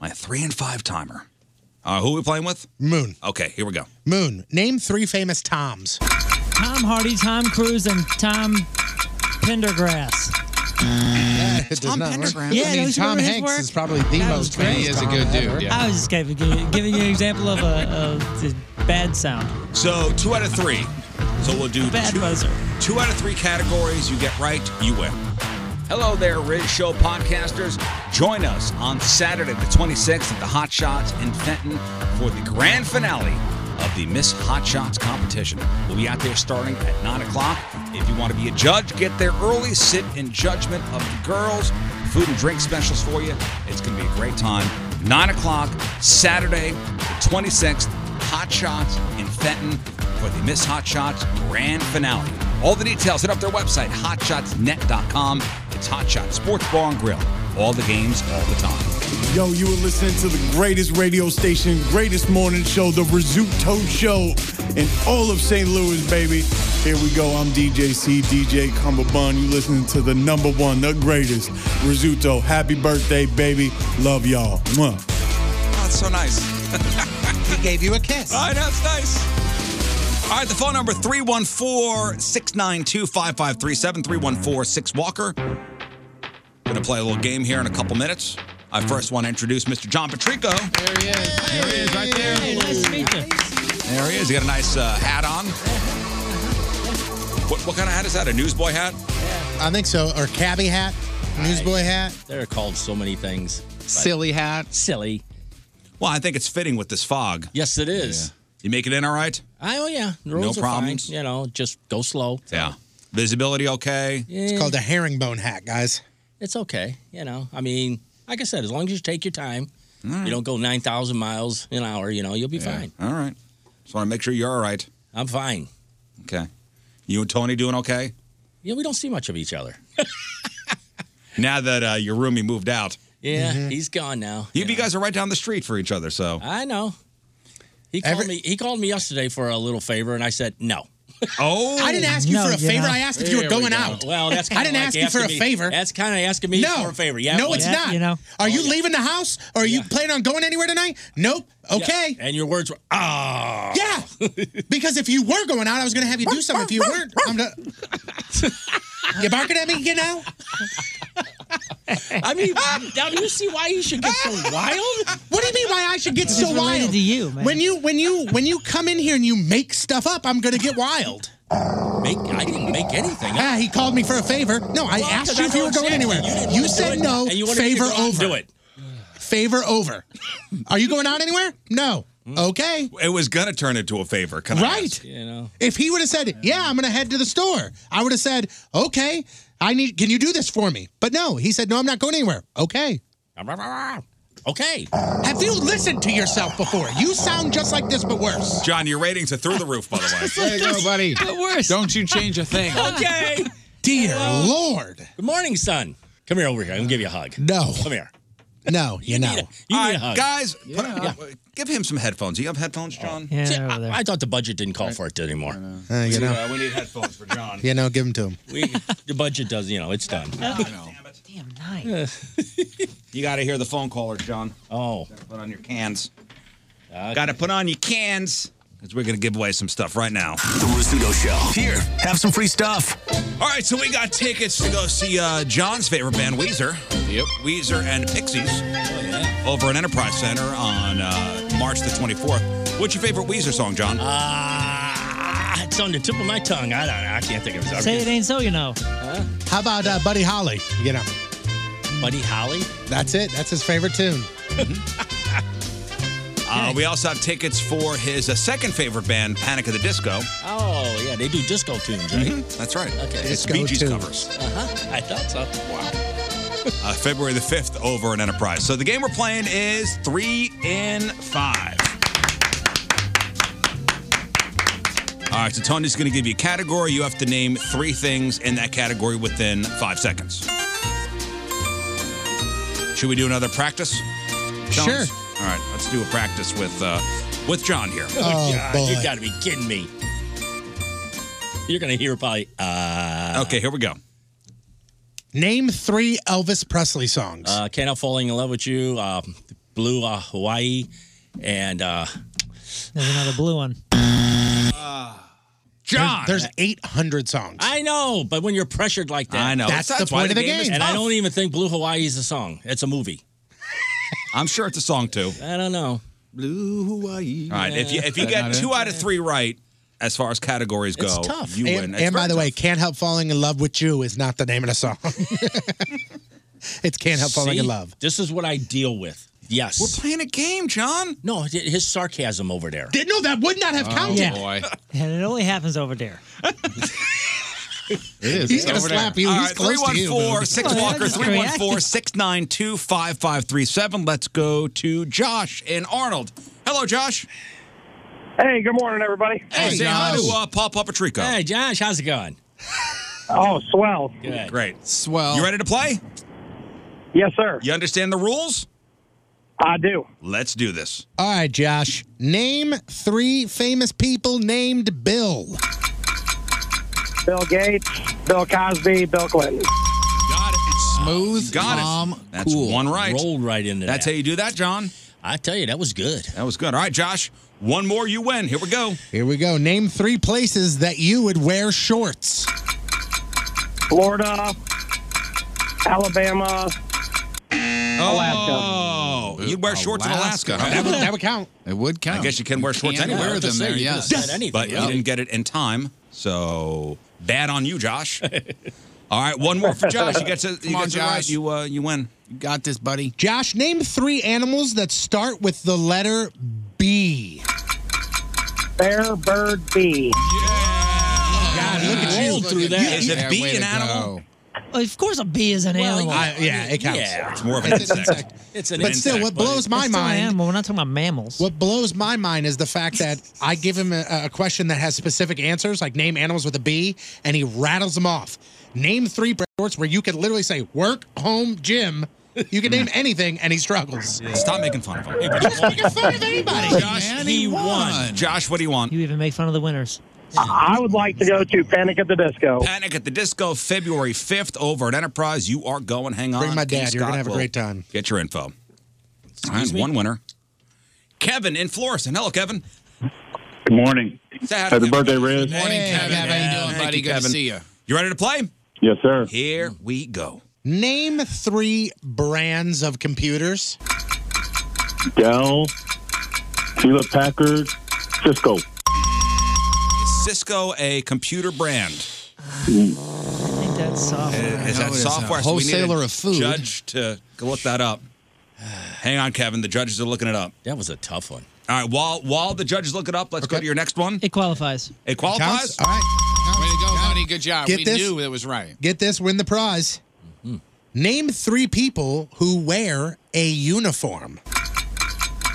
My three and five timer. Uh, who are we playing with?
Moon.
Okay, here we go.
Moon, name three famous Toms.
Tom Hardy, Tom Cruise, and Tom Pendergrass.
It does not work.
Uh, Yeah,
I
don't
mean,
you
Tom
remember his
Hanks
work?
is probably the
That was
most
great.
famous Tom ever.
I was just giving you, giving you an example of a, a, a bad sound.
So two out of three. So we'll do
Bad
two,
buzzer.
two out of three categories. You get right, you win. Hello there, Riz Show podcasters. Join us on Saturday the 26th at the Hot Shots in Fenton for the grand finale of the Miss Hot Shots competition. We'll be out there starting at 9 o'clock. If you want to be a judge, get there early, sit in judgment of the girls food and drink specials for you. It's going to be a great time. 9 o'clock, Saturday, the 26th, Hot Shots in Fenton for the Miss Hot Shots grand finale. All the details, hit up their website, hotshotsnet.com. It's Hot Shots Sports Bar and Grill. All the games, all the time.
Yo, you are listening to the greatest radio station, greatest morning show, the Rizzuto Show in all of St. Louis, baby. Here we go. I'm DJ C, DJ Cumberbund. You listening to the number one, the greatest, Rizzuto. Happy birthday, baby. Love y'all. Mwah.
Oh, it's so nice. he gave you a kiss. I know, it's nice. All right, the phone number 314 692 5537 314 6 Walker. Gonna play a little game here in a couple minutes. I first want to introduce Mr. John Patrico.
There he is. There he is, right there. nice to meet you.
There he is. He got a nice uh, hat on. What, what kind of hat is that? A newsboy hat?
I think so. Or cabbie hat, newsboy hat.
They're called so many things.
Silly hat.
Silly. Well, I think it's fitting with this fog.
Yes, it is.
You make it in all right?
I, oh yeah, the rules
no
are fine.
problems.
You know, just go slow.
Yeah. Visibility okay?
It's called
The herringbone hat, guys.
It's okay. You know, I mean, like I said, as long as you take your time, you don't go nine thousand miles an hour. You know, you'll be fine.
All right. Just want to make sure you're all right.
I'm fine.
Okay. You and Tony doing okay?
Yeah, we don't see much of each other.
Now that uh, your roomie moved out.
Yeah,
Mm-hmm.
he's gone now.
You, you guys are right down the street for each other, so.
I know. He called me. He called me yesterday for a little favor, and I said no.
Oh,
I didn't ask you No, for a you're favor. not. I asked if you were
There we
going
go.
out.
Well, that's
I
kinda
didn't
like
ask you for
asking
a
me-
favor.
That's kind of asking me
no.
for a favor. Yeah,
no,
well,
it's
yeah,
not.
you know.
Oh,
Are you leaving the house? Or are you planning on going anywhere tonight? Nope. Okay.
And your words were ah.
Yeah. because if you were going out, I was going to have you do something. If you weren't, I'm going You barking at me again now?
I mean, now do you see why you should get so wild?
What do you mean why I should get
It's
so
just related
wild?
to you, man.
When you when you when you come in here and you make stuff up, I'm going to get wild.
Make I didn't make anything.
Ah, he called me for a favor. No, I
Well,
asked
'cause
you
I
if you
know
were going
exactly.
anywhere.
You didn't
You,
wanna
said
do it,
no.
and you wanted me to
favor
go out and
over.
do it.
Favor over. Are you going out anywhere? No.
Mm.
Okay.
It was going to turn into a favor. Can I
Right.
ask?
You know.
If he would have said, "Yeah, I'm going to head to the store," I would have said, "Okay, I need. Can you do this for me?" But no, he said, "No, I'm not going anywhere." Okay.
Okay.
Have you listened to yourself before? You sound just like this, but worse.
John, your ratings are through the roof, by the way.
There you go, buddy. But worse.
Don't you change a thing.
okay.
Dear Lord.
Good morning, son. Come here over here. I'm gonna give you a hug.
No.
Come here.
No, you know.
You
Oh, All
need a
right,
hug.
guys, put- uh, give him some headphones. Do you have headphones, John?
See, I, I thought the budget didn't call for it anymore.
Uh,
We,
you know.
uh, we need headphones for John.
You know, give him to him.
We, the budget does, you know, it's done.
Nice.
You got to hear the phone callers, John.
Oh.
Put on your cans. Got to put on your cans because we're going to give away some stuff right now. The Rizzuto Show. Here, have some free stuff. All right, so we got tickets to go see uh, John's favorite band, Weezer. Yep. Weezer and Pixies
Oh,
over at Enterprise Center on uh, March the 24th. What's your favorite Weezer song, John?
Uh, Ah, it's on the tip of my tongue. I don't know. I can't think of it.
Say it ain't so, you know.
How about uh, Buddy Holly? You know.
Buddy Holly?
That's it. That's his favorite tune.
Uh, we also have tickets for his uh, second favorite band, Panic of the Disco.
Oh, yeah, they do disco tunes, right?
Mm-hmm. That's right.
Okay.
It's Bee Gees covers.
Uh-huh. I thought so. Wow.
uh, February the 5th over in Enterprise. So the game we're playing is three in five. All right, so Tony's going to give you a category. You have to name three things in that category within five seconds. Should we do another practice? Sure. All right, let's do a practice with uh, with John here.
Oh, God, you got to be kidding me. You're going to hear probably, uh...
Okay, here we go.
Name three Elvis Presley songs.
Uh, Can't Help Falling in Love with You, uh, Blue uh, Hawaii, and uh,
There's another blue one.
John.
There's, 800 songs.
I know, but when you're pressured like that,
I know. That's the point of the game.
And I
Tough.
don't even think Blue Hawaii is a song. It's a movie.
I'm sure it's a song too.
I don't know. Blue Hawaii.
All right, if you if you get two out of three right, as far as categories go,
It's tough.
you win.
and
It's
and by
very
the way, Can't Help Falling in Love with You is not the name of the song. it's Can't Help Falling in
See?
Love.
This is what I deal with. Yes.
We're
playing a game, John.
No, hi- his sarcasm over there.
Oh,
Did, no, that would not have counted.
And it only happens over there.
It
is. He's gonna slap you. He's close to you,
314
man.
6
Come on,
Walker,
that's great.
314 692 5537. Let's go to Josh in Arnold. Hello, Josh.
Hey, good morning, everybody.
Hey, say hi to uh, Paul Papatrico.
Hey, Josh, how's it going? Oh, swell.
Great. Swell. You ready to play?
Yes, sir.
You understand the rules?
I do.
Let's do this.
All right, Josh. Name three famous people named Bill.
Bill Gates, Bill Cosby, Bill Clinton.
Got it. It's
smooth.
Got it. That's one right.
Rolled right into
That's
that.
how you do that, John. I tell you, that was good. That was good. All right, Josh. One more, you win. Here we go.
Here we go. Name three places that you would wear shorts.
Florida, Alabama, Alaska.
Oh, you'd wear shorts
Alaska.
in Alaska. Huh?
That would- that
would count.
It would count. I guess you can wear shorts
Can't
anywhere.
wear them there, yeah. Yes.
But
Yeah.
you didn't get it in time, so bad on you, Josh. All right, one more for Josh. You get to, you
Come on,
gets it right.
Josh.
You uh, you win. You got this, buddy.
Josh, name three animals that start with the letter B.
Bear, bird, bee.
God, look at you.
through that.
You-
Is a
Yeah,
bee
way
an
to
animal?
go.
Of course, a bee is an animal.
I- yeah, it counts.
Yeah.
It's more of an
It's an
insect.
insect.
It's
but still, what blows my
It's still an
mind.
animal. We're not talking about mammals.
What blows my mind is the fact that I give him a, a question that has specific answers, like name animals with a B, and he rattles them off. Name three sports where you could literally say work, home, gym. You can name anything, and he struggles.
Stop making fun of him. Hey,
Just making fun of anybody.
Josh, he won. Josh, what do you want?
You even make fun of the winners.
I I would like to go to Panic at the Disco.
Panic at the Disco, February 5th over at Enterprise. You are going. Hang on.
Bring my
King
dad. You're gonna
Scott
have a
will
great time.
Get your info.
Excuse
And
me?
one winner. Kevin in Florissant. Hello, Kevin.
Good morning.
Say hi to
Happy
Kevin.
birthday, Riz.
Kevin. How you doing,
buddy? Good to see ya.
You ready to play?
Yes, sir.
Here we go.
Name three brands of computers.
Dell, Hewlett Packard, Cisco.
Is Cisco a computer brand?
I think that's software.
Is that software? So we need a Judge to go look that up. Hang on, Kevin. The judges are looking it up. That was a tough one. All right. While while the judges look it up, let's go to your next one.
It qualifies.
It qualifies.
All right.
Way to go, buddy. Good job.
Get
we
this?
knew it was right.
Get this, win the prize.
Mm-hmm.
Name three people who wear a uniform.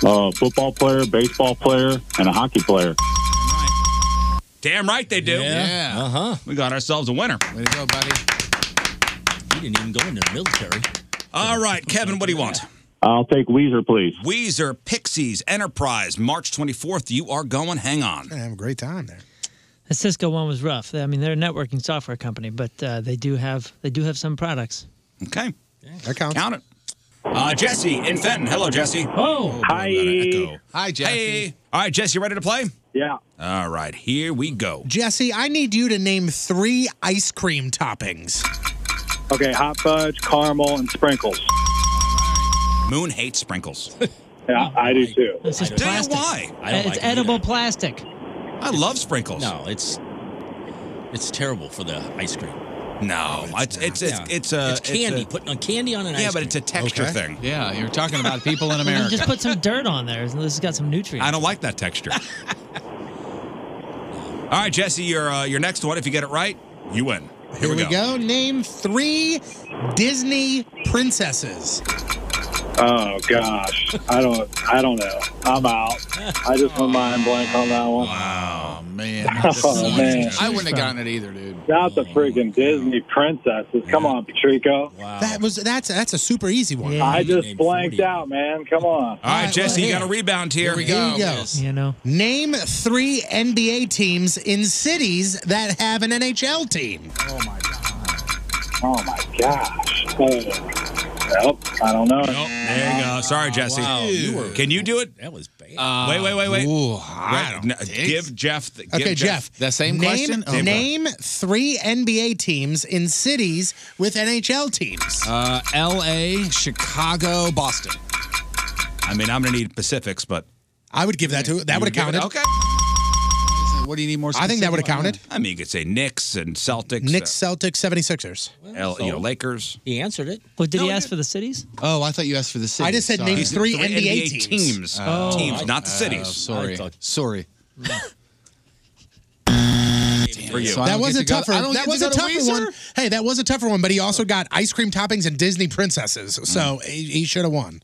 Uh, football player, baseball player, and a hockey player.
Damn right they do. Yeah. Uh huh. We got ourselves a winner. Way to go, buddy. You didn't even go into the military. All right, Kevin. What do you want?
I'll take Weezer, please.
Weezer, Pixies, Enterprise, March 24th. You are going. Hang on.
Have a great time there.
The Cisco one was rough. I mean, they're a networking software company, but uh, they do have they do have some products.
Okay,
that counts.
Count it. Uh, Jesse in Fenton. Hello, Jesse.
Oh,
hi.
Hi, Jesse.
Hey. All right, Jesse, ready to play?
Yeah.
All right, here we go.
Jesse, I need you to name three ice cream toppings.
Okay, hot fudge, caramel, and sprinkles.
Moon hates sprinkles.
Yeah, I do too.
This is
Damn,
plastic.
why?
it's edible plastic.
I love sprinkles.
No, it's it's terrible for the ice cream.
No, it's it's it's,
not.
it's a
It's candy.
Putting on candy on an
yeah,
ice
but
cream.
it's a texture
Okay.
thing.
Yeah, you're talking about people in
Well, then
America.
Just put some dirt on there. This has got some nutrients.
I don't like that texture. All right, Jesse, your uh, your next one. If you get it right, you win. Here,
Here we go. Name three Disney princesses.
Oh gosh, I don't, I don't know. I'm out. I just went mind blank on that one.
Wow,
man.
oh, man.
I wouldn't have gotten it either, dude.
Not the freaking Disney princesses. Come on, Patrico.
That was that's that's a super easy one.
I just blanked out, man. Come on.
All right, Jesse, you
here.
got a rebound here.
Here you go.
You know.
Name three NBA teams in cities that have an NHL team.
Oh my gosh. Oh, nope, I don't know.
There you go. Sorry, Jesse. Can you do it? That was bad. wait, wait, wait, wait. Wait, no, give Jeff. The, give
Okay, Jeff. name,
Okay.
Name three NBA teams in cities with NHL teams.
Uh, L.A., Chicago, Boston. I mean, I'm gonna need Pacifics, but
I would give that to that
You
would have
give it-
counted.
okay.
What do you need more?
I think that would've counted.
I mean, you could say Knicks and Celtics.
Knicks, Celtics, 76ers.
uh, L, you know, Lakers.
He answered it.
Well, did he ask for the cities?
Oh, I thought you asked for the city.
I just said
Sorry.
name three
Three
NBA,
NBA
teams.
teams.
Oh,
Oh. Teams, not the cities.
sorry.
I thought-
sorry.
for you.
that was a tougher. that was a tougher one. Hey, that was a tougher one. But he also got ice cream toppings and Disney princesses, so he, he should have won.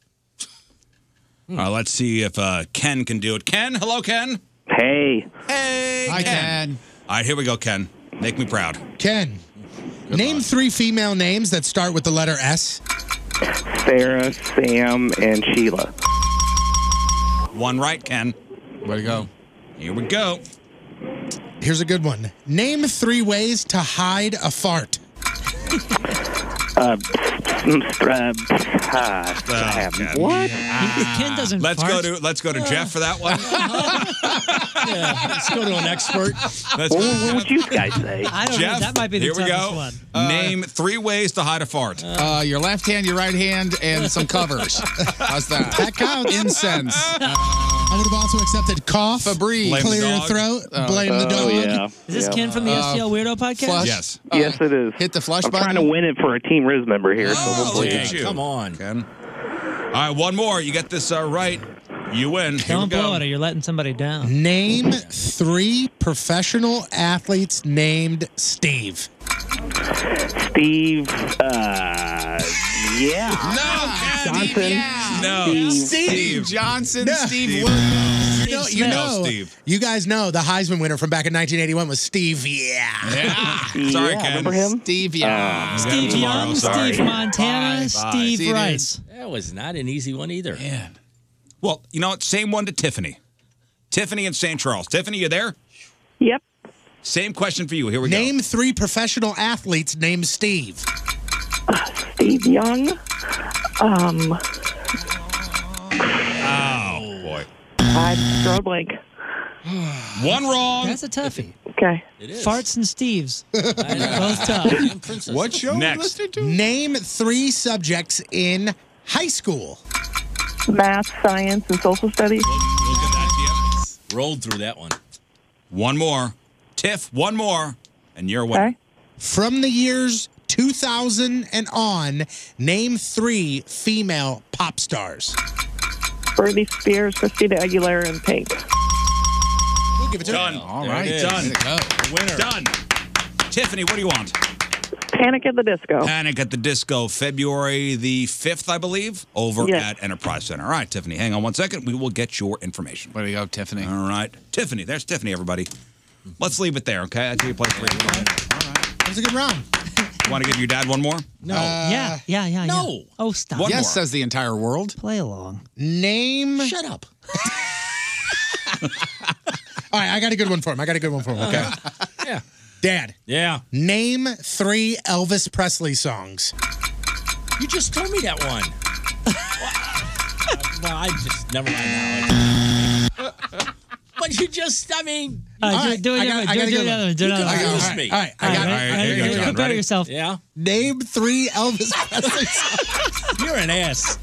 Hmm.
All right, let's see if uh, Ken can do it. Ken, hello, Ken.
Hey.
Hey, Hi, Ken. All right, here we go, Ken. Make me proud.
Ken, name three female names that start with the letter S.
Sarah, Sam, and Sheila.
One right, Ken.
Way to go.
Here we go.
Here's a good one. Name three ways to hide a fart.
Uh, uh, ah,
uh,
what?
Ken doesn't. Let's go to let's go to Jeff for that one.
yeah, let's go to an expert.
Let's go to Jeff.
I don't know.
Jeff,
That might be the
here we
toughest
go. Uh,
one.
Name three ways to hide a fart.
Uh, your left hand, your right hand, and some covers. How's that? That counts. Incense.
I would have also accepted cough,
Febreze.
clear your throat, blame
oh,
the dog.
Is this Ken from the
Uh,
STL Weirdo podcast?
flush.
Yes.
Uh, yes, it is. Hit
the flush
I'm trying to
button.
win it for a Team Riz member here. so
Oh,
hopefully-
look at you. Come on, Ken. All right, one more. You get this uh, right, you win. Here we
Don't
go.
blow it or you're letting somebody down.
Name three professional athletes named Steve.
Steve, uh, yeah.
No,
Johnson.
No.
Steve.
Steve Johnson,
No.
Steve,
Steve.
Williams.
You know, you know, you guys know the Heisman winner from back in 1981 was Steve. Yeah.
Yeah. Sorry, Ken.
Steve
Uh,
Ah, he's got him tomorrow, sorry. Bye. See you, dude.
That was not an easy one either.
Well, you know what? Same one to Tiffany. Tiffany in St. Charles. Tiffany, you there?
Yep.
Same question for you. Here we go.
Name three professional athletes named Steve.
Steve Young. Um,
Oh, boy.
I draw a blank.
One wrong.
That's a toughie.
Okay.
Farts and Steves.
Both tough.
What show are we Next. listening
Name three subjects in high school.
Math, science, and social studies.
Rolled through that one. One more. Tiff, one more, and you're a winner.
From the years 2000 and on, name three female pop stars.
Britney Spears, Christina Aguilera, and Pink.
We'll give it to
Done.
you.
All right, done. Winner. Done. Tiffany, what do you want?
Panic at the Disco.
Panic at the Disco, February the 5th, I believe, over
Yes.
at Enterprise Center. All right, Tiffany, hang on one second. We will get your information. Where do you go, Tiffany? All right. Tiffany, there's Tiffany, everybody. Let's leave it there, okay? I think you play three.
That was a good round.
Want to give your dad one more?
No.
yeah, yeah, yeah. No. Oh, stop.
One
yes,
more.
Says the entire world.
Play along.
Name. Shut
up.
All right, I got a good one for him. I got a good one for him. Okay.
Yeah.
Dad.
Yeah.
Name three Elvis Presley songs.
You just told me that one.
Well, I just never mind now. But you just, I mean,
All right, Uh, do- do it another- do- do it another- do it another.
You confused
All right,
me.
all right, I got it. All right, here you go, John. Ready?
Yeah.
Name three Elvis Presley songs.
You're an ass.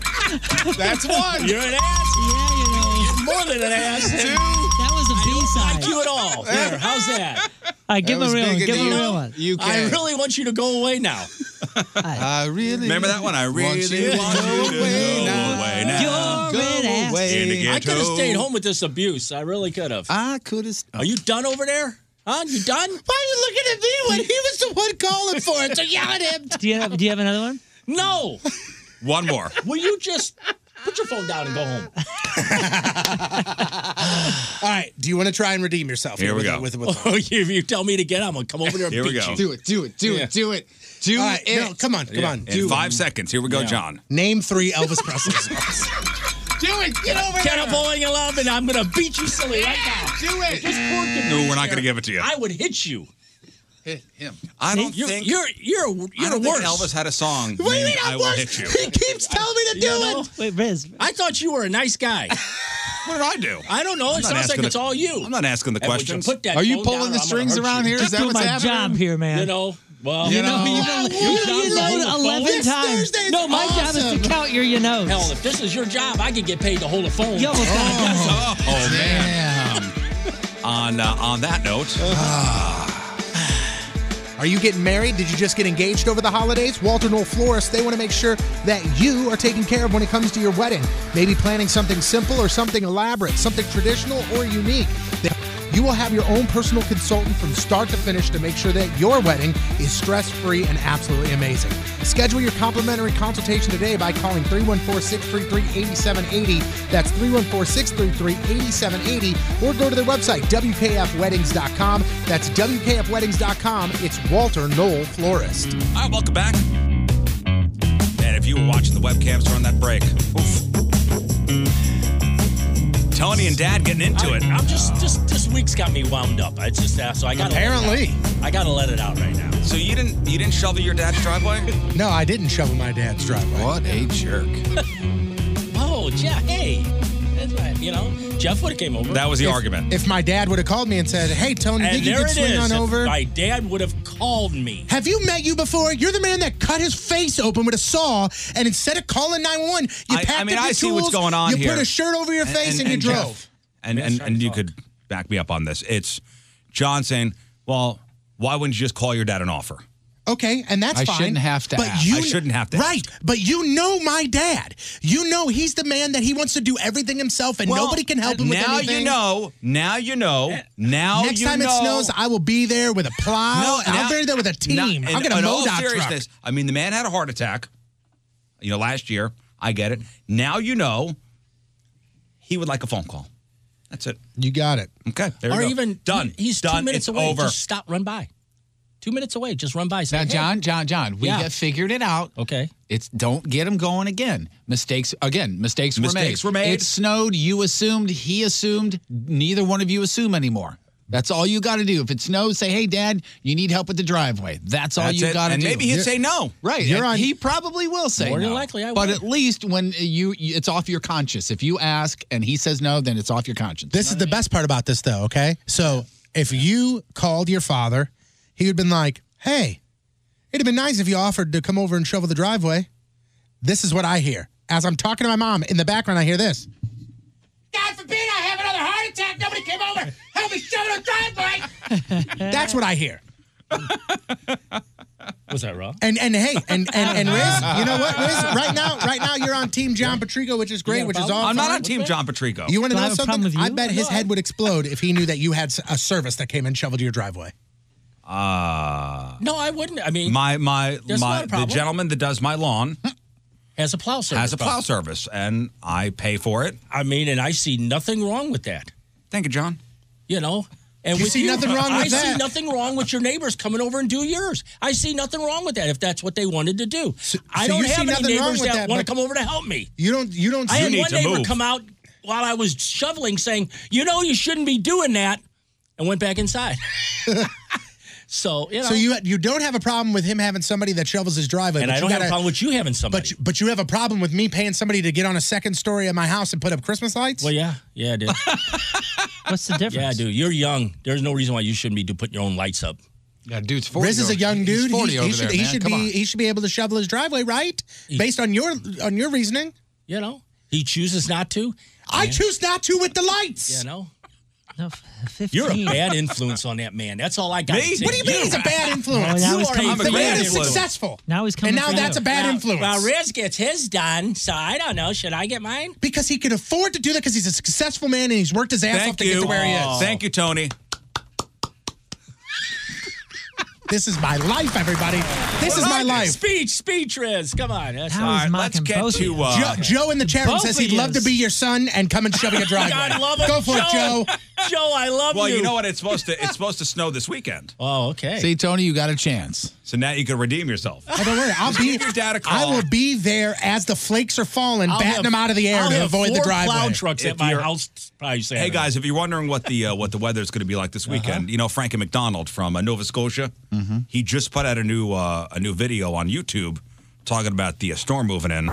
That's one.
You're an ass.
Yeah, you know.
More than an ass. Two.
That was a B side.
Like you at all. There. How's that?
I Uh, give him a real one. Give him a real one.
You I really want you to go away now.
I really
Remember that one? I really
want you to
want you
go
to
away
go
now.
away
now.
You're an ass.
In the
I could have
ghetto.
stayed home with this abuse. I really could have.
I could have.
Are you done over there? Huh? You done?
Why are you looking at me when he was the one calling for it? So yell at him.
Do you have Do you have another one?
No.
One more.
Will you just put your phone down and go home?
All right. Do you want to try and redeem yourself?
Here we
with,
go.
With, with,
Oh, if you tell me to get, I'm gonna come over there. And
Here we
beat
go.
You.
Do
it. Do it.
do it,
Do it. Do it. No, come on. Come
Yeah.
on.
In five seconds. Here we go,
Yeah.
John.
Name three Elvis Presley songs.
Do it. Get over there. I'm falling in love, and I'm gonna beat you silly right now. Do it. Just poor
No, we're not going to give it to you.
I would hit you.
Hit him.
I don't
you're,
think-
you're you're you're
I don't
worse.
think Elvis had a song.
What do
named
you mean I'm
I will
worse?
hit you.
He
keeps telling me to do
it.
Wait, Riz.
I thought you were a nice guy.
what did I do?
I don't know.
I'm not
It sounds like
asking
it's
the-
all you.
I'm not asking the
And would
questions.
You put that
Are you
phone
pulling
down
the
or I'm
strings
gonna hurt
around
you.
here? Is that
Doing my job here, man.
You know. Well,
You know, you know, you
job's
you
to hold
know
a
11
phone.
times. No, my job is to count your you knows.
Hell, if this is your job, I could get paid to hold a phone.
You almost got a dozen.
Oh man. on uh, on that note,
Are you getting married? Did you just get engaged over the holidays? Walter Noel Florist, they want to make sure that you are taken care of when it comes to your wedding. Maybe planning something simple or something elaborate, something traditional or unique. They- You will have your own personal consultant from start to finish to make sure that your wedding is stress free and absolutely amazing. Schedule your complimentary consultation today by calling 314 633 8780. That's 314 633 8780. Or go to their website, WKFweddings.com. That's WKFweddings.com. It's Walter Knoll Florist.
All right, welcome back. Man, if you were watching the webcams during that break, oof. Tony and Dad getting into it.
I'm just, just this week's got me wound up. I just uh, so I got
Apparently.
I gotta let it out right now.
So you didn't you didn't shovel your dad's driveway?
No, I didn't shovel my dad's driveway. What a jerk.
Oh, Jeff, hey, that's right. You know, Jeff would have came over.
That was the
If-
argument.
If my dad would have called me and said, "Hey, Tony,
and
think you
there
could
it
swing
is.
on
If
over?"
My dad would have called me.
Have you met you before? You're the man that cut his face open with a saw, and instead of calling 911, you
I- I
packed
mean,
up your
I see what's
tools,
going on
you
here.
put a shirt over your face, and, you
Jeff,
drove.
and and, and you could back me up on this. It's John saying, "Well, why wouldn't you just call your dad and offer?"
Okay, and that's
I
fine.
shouldn't have to
But
ask.
you
I shouldn't have to
Right, but you know my dad. You know he's the man that he wants to do everything himself, and
Well,
nobody can help him with
now
anything.
you know. Now you know. Now
Next
you
time
know.
it snows, I will be there with a plow. I'll
now-
be there with a
now-
team.
in-
I'm gonna
in
mow
all
that truck.
seriousness, I mean, the man had a heart attack. You know, last year. I get it. Now you know. He would like a phone call. That's it.
You got it.
Okay. There
or
you go.
even
done.
he- he's
done.
two minutes
it's
away.
Over.
Just stop, run by. Two minutes away, just run by. Say,
Now,
hey.
John, John, John, we
Yeah.
have figured it out.
Okay.
It's don't get him going again. Mistakes again. Mistakes,
Mistakes
were
were
made.
made.
It snowed. You assumed. He assumed. Neither one of you assume anymore. That's all you got to do. If it snows, say, "Hey, Dad, you need help with the driveway." That's all
That's
you
it.
got to
And
do.
maybe he'd
You're-
say no.
Right.
You're
and
on-
He probably will say
More
no.
than likely, I
But
will.
at least when you, it's off your conscience. If you ask and he says no, then it's off your conscience.
This is the best part about this, though. Okay, so if you called your father, he would have been like, "Hey, it'd have been nice if you offered to come over and shovel the driveway." This is what I hear as I'm talking to my mom in the background. I hear this.
God forbid I have another heart attack. Nobody came over. Help me shovel the driveway.
That's what I hear.
Was that wrong?
And and hey, and and, and Riz, you know what, Riz? Right now, right now, you're on Team John Patrico, which is great, which is all.
I'm not
fine.
on Team John Patrico.
You want to know something? I bet his head would explode if he knew that you had s- a service that came and shoveled your driveway.
Uh,
No, I wouldn't. I mean,
my my
That's
my
not a
the
problem.
gentleman that does my lawn
has a plow service.
has a plow
problem.
service, and I pay for it.
I mean, and I see nothing wrong with that.
Thank you, John.
You know, and
You
with
see nothing wrong with
I see
that.
nothing wrong with your neighbors coming over and do yours. I see nothing wrong with that if that's what they wanted to do. I
so
don't
you see
have any
nothing wrong
neighbors
with
that,
that,
want to
but-
come over to help me.
You don't. You don't.
I
you
had one neighbor come out while I was shoveling saying, "You know, you shouldn't be doing that," and went back inside. so you know,
So you you don't have a problem with him having somebody that shovels his driveway,
and
but
I
you
don't have a
gotta-
problem with you having somebody.
But you, but you have a problem with me paying somebody to get on a second story of my house and put up Christmas lights? Well,
yeah, yeah, I did.
What's the difference?
Yeah, dude, you're young. There's no reason why you shouldn't be do- putting your own lights up.
Yeah, dude's
Riz is a young dude. He-
40
he,
over
should,
there,
he
man.
should
Come
be
on.
he should be able to shovel his driveway, right? Based on your on your reasoning.
You know, he chooses not to.
I choose not to with the lights.
You know,
No, 15.
you're a bad influence on that man. That's all I got. to say.
What do you mean he's a bad
Well,
influence?
now
you
he's coming
are
for
the
you.
man
Bad
is
influence.
successful.
Now he's
And now that's a bad
Now-
influence.
Well, Riz gets his done, so I don't know. Should I get mine?
because he could afford to do that because he's a successful man and he's worked his ass off
Thank
to get
you.
to where he is.
Thank you, Tony.
This is my life, everybody. This is my life.
Speech, speech, Riz. Come on. That's
Now he's
let's get to
Joe,
uh,
Joe in the chat room
Both
says
of
he'd love to
yous.
be your son and come and shovel your driveway.
I love it.
Go for
Joe.
it, Joe.
Joe, I love
Well,
you.
you know what? It's supposed to it's supposed to snow this weekend.
Oh, okay.
See, Tony, you got a chance.
So now you can redeem yourself.
Oh, don't worry. I'll
Just
be.
give your dad a
I
call.
will be there as the flakes are falling,
I'll
batting
have-
them out of the air
I'll
to
have
avoid the
four
driveway.
plow trucks at If my you're- house
Probably
Hey guys, if you're wondering what the uh, what the weather is going to be like this weekend, you know Frankie McDonald from uh, Nova Scotia,
Mm-hmm.
he just put out a new uh, a new video on YouTube talking about the uh, storm moving in.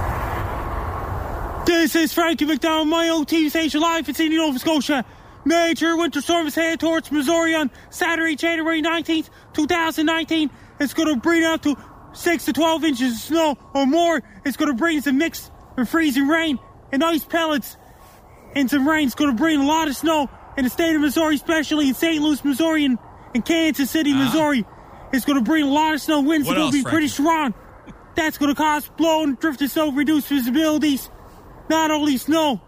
This is Frankie McDonald, my old TV station live in Sydney, Nova Scotia. Major winter storm is headed towards Missouri on Saturday, January 19th, 2019. It's going to bring up to 6 to 12 inches of snow or more. It's going to bring some mixed and freezing rain and ice pellets and some rain. It's going to bring a lot of snow in the state of Missouri, especially in St. Louis, Missouri, and, and Kansas City, Missouri. It's going to bring a lot of snow. Winds
What
are going
else,
to be
Frankie?
pretty strong. That's going to cause blown, drifting snow, reduced visibilities. Not only snow,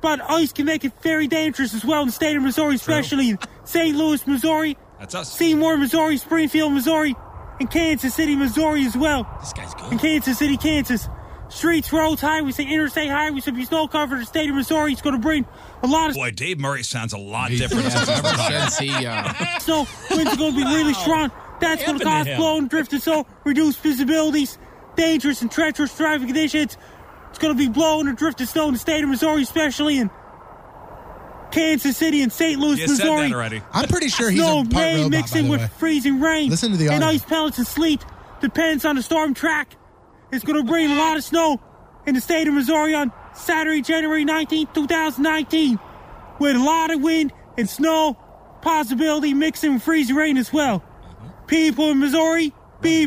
but ice can make it very dangerous as well in the state of Missouri, especially in St. Louis, Missouri.
That's us.
Seymour, Missouri, Springfield, Missouri, and Kansas City, Missouri as well. This
guy's good.
And Kansas City, Kansas. Streets, roads, highways, and interstate highways will be snow covered. The state of Missouri is going to bring a lot of
Boy, Dave Murray sounds a lot different since I've ever done it.
E
so winds are going to be really strong. That's
Happened
going to
to
cause
him.
blown drift and so reduced visibilities, dangerous and treacherous driving conditions. It's going to be blowing or drifting snow in the state of Missouri, especially in Kansas City and St. Louis,
You said that
Missouri.
already. I'm pretty sure he's
snow
a part
may
robot,
mix
by
in
the
with
way.
freezing rain.
Listen to the
and
audio.
ice pellets and sleet depends on the storm track. It's going to bring a lot of snow in the state of Missouri on Saturday, January 19, 2019, with a lot of wind and snow possibility mixing with freezing rain as well.
Mm-hmm.
People in Missouri, be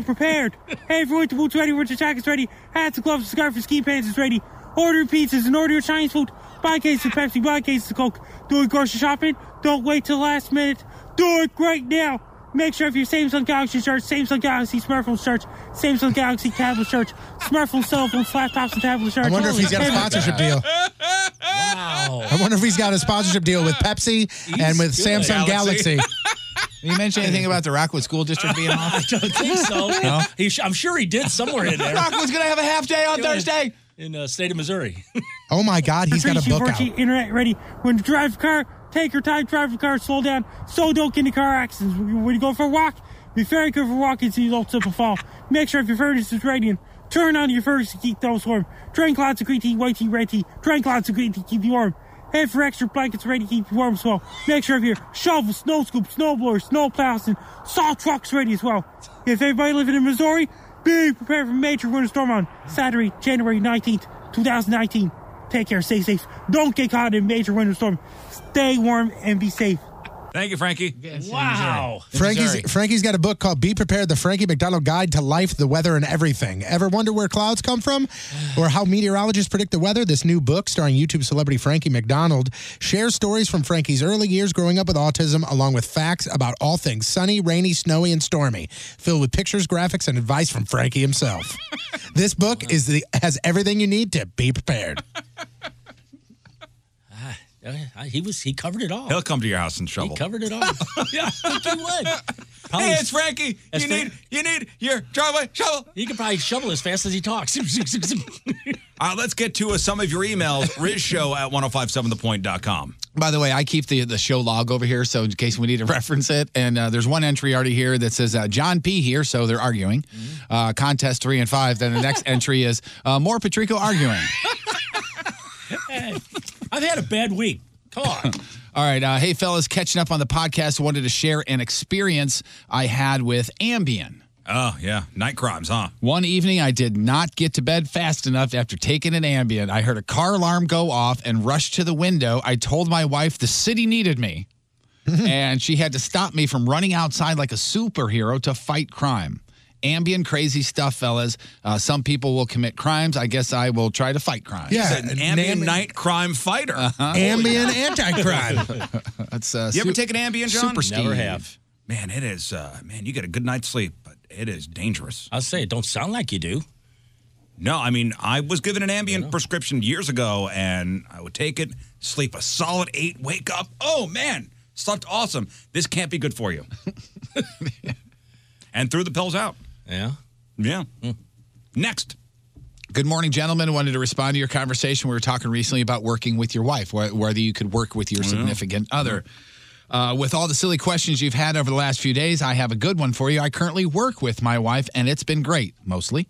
prepared. Have your winter boots ready, winter jackets ready, hats and gloves, scarf and ski pants is ready. Order your pizzas and order your Chinese food. Buy cases of Pepsi, buy cases of Coke. Do it grocery shopping. Don't wait till the last minute. Do it right now. Make sure if your Samsung Galaxy search, Samsung Galaxy smartphone search, Samsung Galaxy tablet search, smartphone cell phones, laptops, and tablets search.
I wonder if he's got a
Holy
sponsorship
shit.
deal.
Wow.
I wonder if he's got a sponsorship deal with Pepsi and with
good.
Samsung
Galaxy.
Galaxy.
Did you mention anything about the Rockwood School District being off?
I don't think so.
No?
He sh- I'm sure he did somewhere in there.
Rockwood's gonna have a half day on
Yeah.
Thursday.
in uh, state of Missouri.
Oh my God, he's got a
Tracy
book out.
Forky, internet ready. When you drive the car, take your time, drive the car, slow down, so don't get into car accidents. When when you go for a walk, be very careful walking so you don't slip and fall. Make sure if your furnace is radiant, turn on your furnace to keep those warm. Drink lots of green tea, white tea, red tea. Drink lots of green tea, keep you warm. Have for extra blankets ready to keep you warm as well. Make sure if your shovel, snow scoop, snow blower, snow plows, and saw trucks ready as well. If everybody living in Missouri, be prepared for major winter storm on Saturday, January 19th, 2019. Take care, stay safe. Don't get caught in a major winter storm. Stay warm and be safe.
Thank you, Frankie.
Wow.
Frankie's, Frankie's got a book called Be Prepared The Frankie McDonald Guide to Life, the Weather, and Everything. Ever wonder where clouds come from or how meteorologists predict the weather? This new book, starring YouTube celebrity Frankie McDonald, shares stories from Frankie's early years growing up with autism, along with facts about all things sunny, rainy, snowy, and stormy, filled with pictures, graphics, and advice from Frankie himself. this book is the, has everything you need to be prepared.
Uh, He was he covered it all.
He'll come to your house and shovel.
He covered it all. yeah, I think he would.
Hey, it's Frankie.
as
You
fa-
need you need your driveway shovel.
He can probably shovel as fast as he talks.
All right, let's get to uh, some of your emails. Rizshow at 1057thepoint.com.
By the way, I keep the, the show log over here, so in case we need to reference it. And uh, there's one entry already here that says uh, John P. here, so they're arguing.
Mm-hmm.
Uh, contest three and five. Then the next entry is uh, more Patrico arguing.
I've had a bad week. Come on.
All right. Uh, hey, fellas, catching up on the podcast. Wanted to share an experience I had with Ambien.
Oh, yeah. Night crimes, huh?
One evening, I did not get to bed fast enough after taking an Ambien. I heard a car alarm go off and rushed to the window. I told my wife the city needed me, and she had to stop me from running outside like a superhero to fight crime. Ambien crazy stuff, fellas. Uh, some people will commit crimes. I guess I will try to fight crime.
He's an ambient night crime fighter.
Uh-huh.
Ambient
That's uh,
you ever
su-
take an Ambien, John?
Super Steve.
Man, it is. Uh, man, you get a good night's sleep, but it is dangerous.
I'll say it don't sound like you do.
No, I mean, I was given an Ambien prescription years ago, and I would take it, sleep a solid eight, wake up. Oh man, slept awesome. This can't be good for you. and threw the pills out.
Yeah. Hmm.
Yeah. Next.
Good morning, gentlemen. Wanted to respond to your conversation. We were talking recently about working with your wife, wh- whether you could work with your
Yeah.
significant other. Uh, with all the silly questions you've had over the last few days, I have a good one for you. I currently work with my wife, and it's been great, mostly.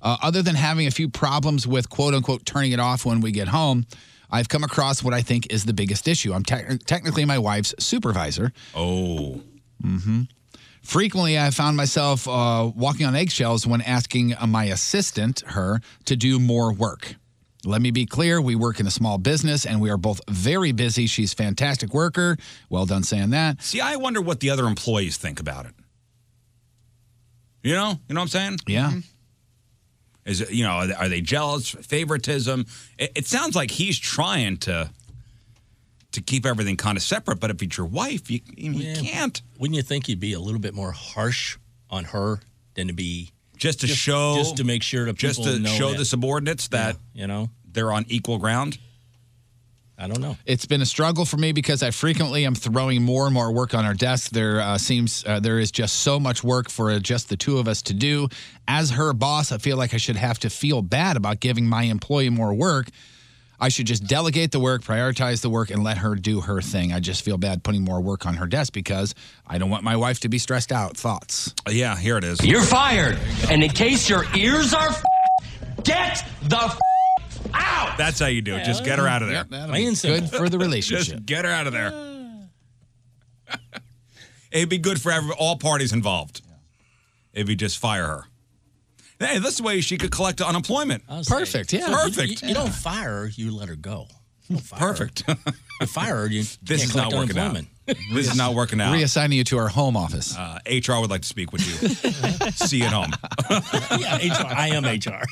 Uh, other than having a few problems with quote unquote turning it off when we get home, I've come across what I think is the biggest issue. I'm tec- technically my wife's supervisor.
Oh.
hmm. Frequently, I found myself uh, walking on eggshells when asking uh, my assistant, her, to do more work. Let me be clear we work in a small business and we are both very busy. She's a fantastic worker. Well done saying that.
See, I wonder what the other employees think about it. You know, you know what I'm saying?
Yeah.
Is it, you know, are they, are they jealous, favoritism? It, it sounds like he's trying to to keep everything kind of separate, but if it's your wife, you, you can't.
Wouldn't you think you'd be a little bit more harsh on her than to be
just to show
just to make sure to
just
people
to
know
show
that.
the subordinates that
you know
they're on equal ground.
I don't know.
It's been a struggle for me because I frequently am throwing more and more work on our desk. There uh, seems uh, there is just so much work for uh, just the two of us to do. As her boss, I feel like I should have to feel bad about giving my employee more work. I should just delegate the work, prioritize the work, and let her do her thing. I just feel bad putting more work on her desk because I don't want my wife to be stressed out. Thoughts?
Yeah, here it is.
You're
fired.
And in case your ears are
Get the f- out.
That's how you do it. Just get her out of there.
Yep, that'll be Plain and simple.
good for the
Just
relationship.
get her out of there. It'd be good for every, all parties involved. If you just fire her. Hey, this way she could collect unemployment.
Perfect. Yeah.
Perfect.
You, you don't fire her, you let her go. You don't fire her.
Perfect.
You fire her, you
This
can't
is not
collect
working out.
unemployment.
This is not working out.
Reassigning you to our home office.
Uh, HR would like to speak with you. See you at home.
yeah, HR. I am HR.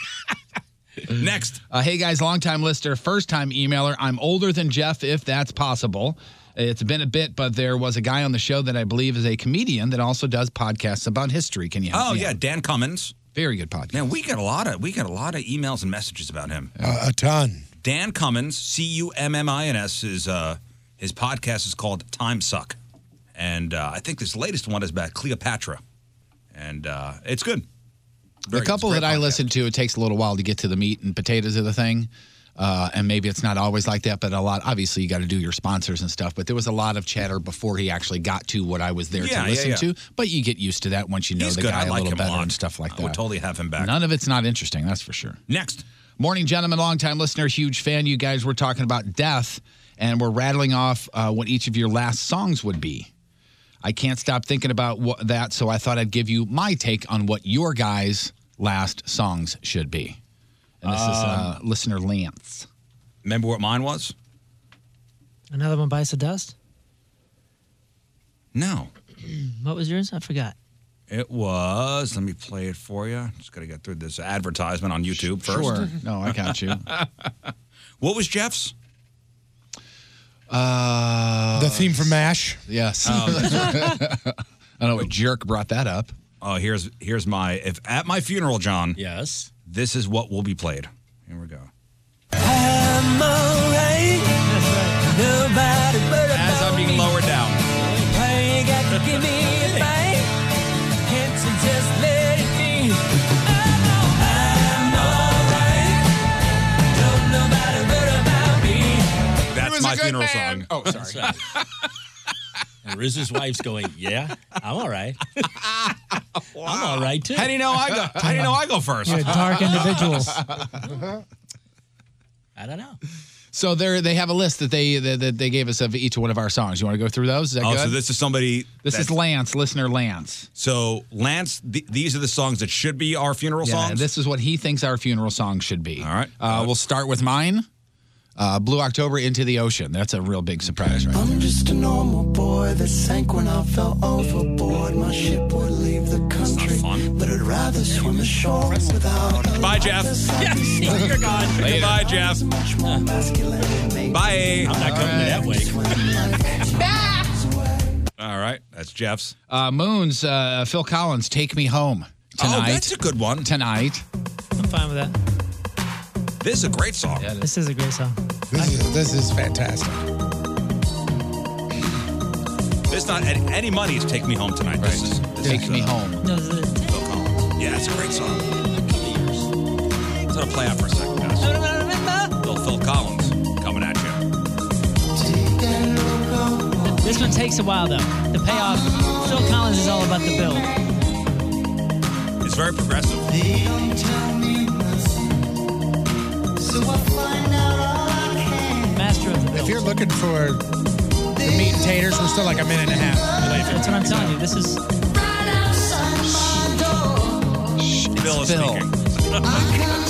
Next.
Uh, hey guys, longtime listener, first time emailer. I'm older than Jeff, if that's possible. It's been a bit, but there was a guy on the show that I believe is a comedian that also does podcasts about history. Can you help
Oh
me
yeah,
out?
Dan Cummins.
Very good podcast.
Man, we got a lot of we got a lot of emails and messages about him.
Uh, a ton.
Dan Cummins, C U M M I N S, is uh, his podcast is called Time Suck, and uh, I think this latest one is about Cleopatra, and uh, it's good.
The
Very-
couple
it's
that
great
I
podcast.
listen to, it takes a little while to get to the meat and potatoes of the thing. Uh, and maybe it's not always like that, but a lot, obviously, you got to do your sponsors and stuff. But there was a lot of chatter before he actually got to what I was there
Yeah,
to
yeah,
listen
yeah.
to. But you get used to that once you know
He's
the
good.
guy
I like
a little
him a
better
lot.
and stuff like
I
that.
would totally have him back.
None of it's not interesting, that's for sure.
Next.
Morning, gentlemen, longtime listener, huge fan. You guys were talking about death, and we're rattling off uh, what each of your last songs would be. I can't stop thinking about what, that, so I thought I'd give you my take on what your guys' last songs should be. And this is uh, listener Lance.
Um, Remember what mine was?
Another one bites the dust.
No,
What was yours? I forgot.
it was. Let me play it for you. Just gotta get through this advertisement on YouTube first.
Sure. No, I got you.
what was Jeff's?
Uh,
the theme from MASH.
Yes.
Oh, that's
I don't know what jerk brought that up.
Oh, here's here's my if at my funeral, John. Yes. This is what will be played. Here we go.
I'm alright. Nobody but
As I'm being lowered down.
Pray God to give me a fight. Can't you just let it be? I'm all- I'm alright. Don't nobody but about me.
That's my funeral song.
Oh, sorry.
Riz's wife's going, yeah, I'm all right. I'm all right, too.
How do you know I go? How do you know I go first?
You're dark individuals.
Uh,
I don't know. So they they have a list that they that, that they gave us of each one of our songs. You want to go through those? Is that
oh,
good?
so this is somebody.
This is
that's-
Lance, listener Lance.
So Lance, th- these are the songs that should be our funeral
Yeah,
songs.
This is what he thinks our funeral song should be. All
right.
Uh, we'll start with mine. Uh, Blue October into the ocean. That's a real big surprise, right?
I'm just a normal boy that sank when I fell overboard. My ship would leave the country, but I'd rather swim ashore without. a
Bye, Jeff.
Yes, you're gone.
Bye, Jeff. Bye. I'm not coming that way. All right, that's Jeff's.
Uh, Moons, uh, Phil Collins, Take Me Home tonight.
Oh, that's a good one.
Tonight.
I'm fine with that.
This is a great song.
This is a great song.
This is, this is fantastic.
This not any, any money is take me home tonight. This is this
Take
is,
Me
uh,
Home.
No, this is
Phil Collins. Yeah, it's a great song. It's gonna play out for a second, guys. Little Phil Collins coming at you.
This one takes a while though. The payoff. Phil Collins is all about the build.
It's very progressive.
Master of the
If you're looking for the meat and taters, we're still like a minute and a half.
That's what I'm telling you. This is
Bill is speaking.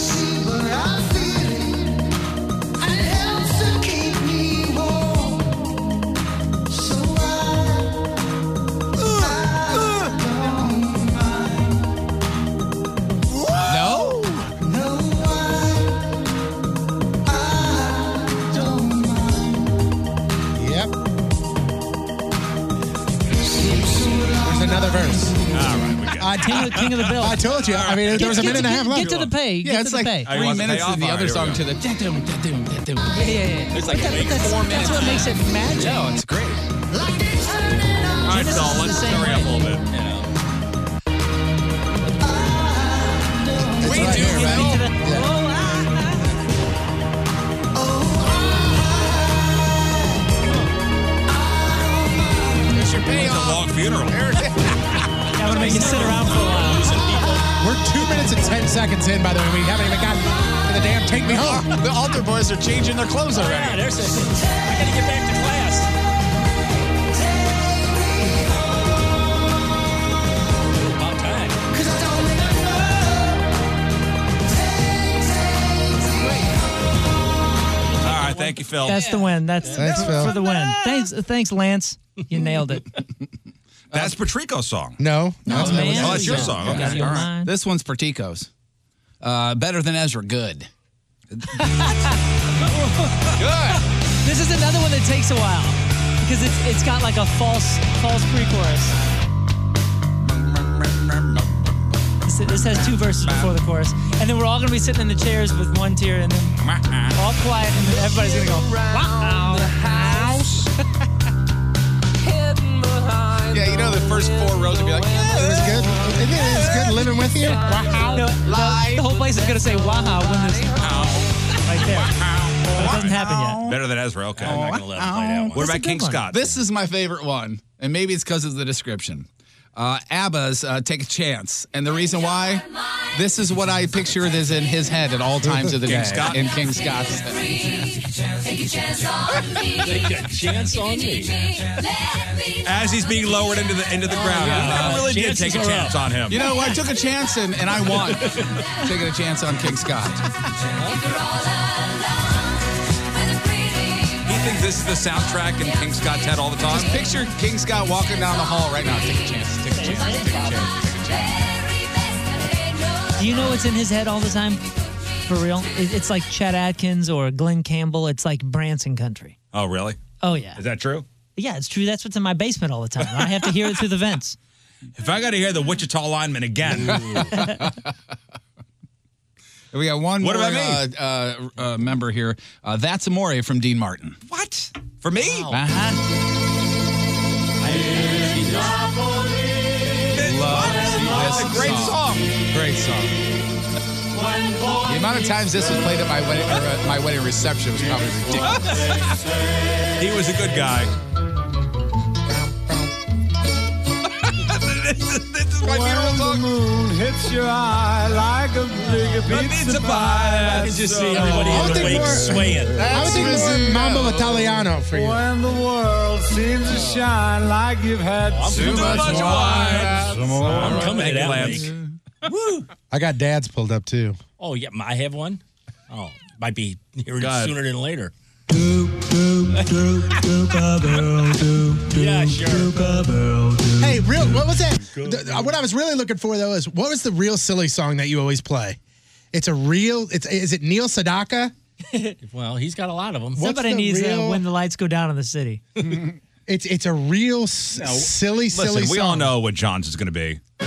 No?
Yep. There's another verse. All
right, we
got King, of, King of the Bill. I told you. I mean,
Get-
there was a
get
minute
to-
and a half
get-
left.
get to the pay,
Yeah,
get
it's
to the
like
pay. Three minutes is the other song to the. Yeah,
yeah, yeah.
There's like
But
eight-
that's,
four
that's what makes it magic.
No, it's great.
All right,
Genesis
Phil,
is
let's
the same
hurry up a little bit. You know.
We do, Phil.
It's your payoff. a long funeral.
That would make it sit around for a while. We're two minutes and ten seconds in, by the way. We haven't even gotten to the damn take me home. the altar boys are changing their clothes already.
Yeah, there's a. I gotta get back to class. About time.
All right, thank you, Phil.
That's the win. That's
Thanks, Phil.
for the win. Thanks, thanks, Lance. You nailed it.
That's Patrico's song.
No,
No,
that was- Oh, that's your song. Okay, all right.
This one's Pertico's. Uh, better than Ezra. Good.
Good. This is another one that takes a while because it's it's got like a false false pre-chorus. This, this has two verses before the chorus, and then we're all gonna be sitting in the chairs with one tear, and then all quiet, and then everybody's gonna go. Wow.
house. Hidden behind
Yeah, you know the first four rows would be like, yeah,
it was good. It was good living with you.
Wow. No, the, the whole place is gonna say wow when this right there. But it doesn't happen yet.
Better than Ezra. Okay, I'm not gonna let him play that one. What about King Scott?
Oh, This is my favorite one, and maybe it's because of the description. Uh, ABBA's uh, "Take a Chance," and the reason why, this is what I picture is in his head at all times of the
King
day.
Scott?
In King Scott's.
Take a chance on me.
Take a chance on me.
Let me
As he's being lowered into the into the ground,
Oh, yeah.
I really did
Chances
take a
are
chance
up.
on him.
You know, I took a chance and, and I won. Taking a chance on King Scott.
You think this is the soundtrack in King Scott's head all the time?
Just picture King Scott walking down the hall right now. Take a chance. Take a chance. Take a chance. Take a chance.
Do you know what's in his head all the time? For real? It, it's like Chad Atkins or Glenn Campbell. It's like Branson country.
Oh, really?
Oh, yeah.
Is that true?
Yeah, it's true. That's what's in my basement all the time. I have to hear it through the vents.
If I got to hear the Wichita lineman again,
We got one
What
more
about me?
Uh, uh, uh, member here. Uh, that's Amore from Dean Martin.
what? For me?
Uh-huh.
That's
a great song. Great song. The amount of times this was played at my wedding, or at my wedding reception was probably ridiculous.
he was a good guy. this is
my funeral song. The moon hits your eye like a big pizza
I
pie.
can just see everybody in the wake swaying.
I would think this is Mambo Italiano for you.
When the world seems to shine like you've had too, much, wine.
I'm
coming to that
Woo.
I got dads pulled up too.
Oh yeah, I have one. Oh, might be here
God.
sooner than later.
yeah,
sure.
Hey, real. What was that? The- uh, what I was really looking for though is what was the real silly song that you always play? It's a real. It's is it Neil Sedaka?
Well, he's got a lot of them.
Somebody needs to
real-
when the lights go down in the city.
It's it's a real s- silly
Listen,
silly
we
song.
all know what John's is going to be.
oh,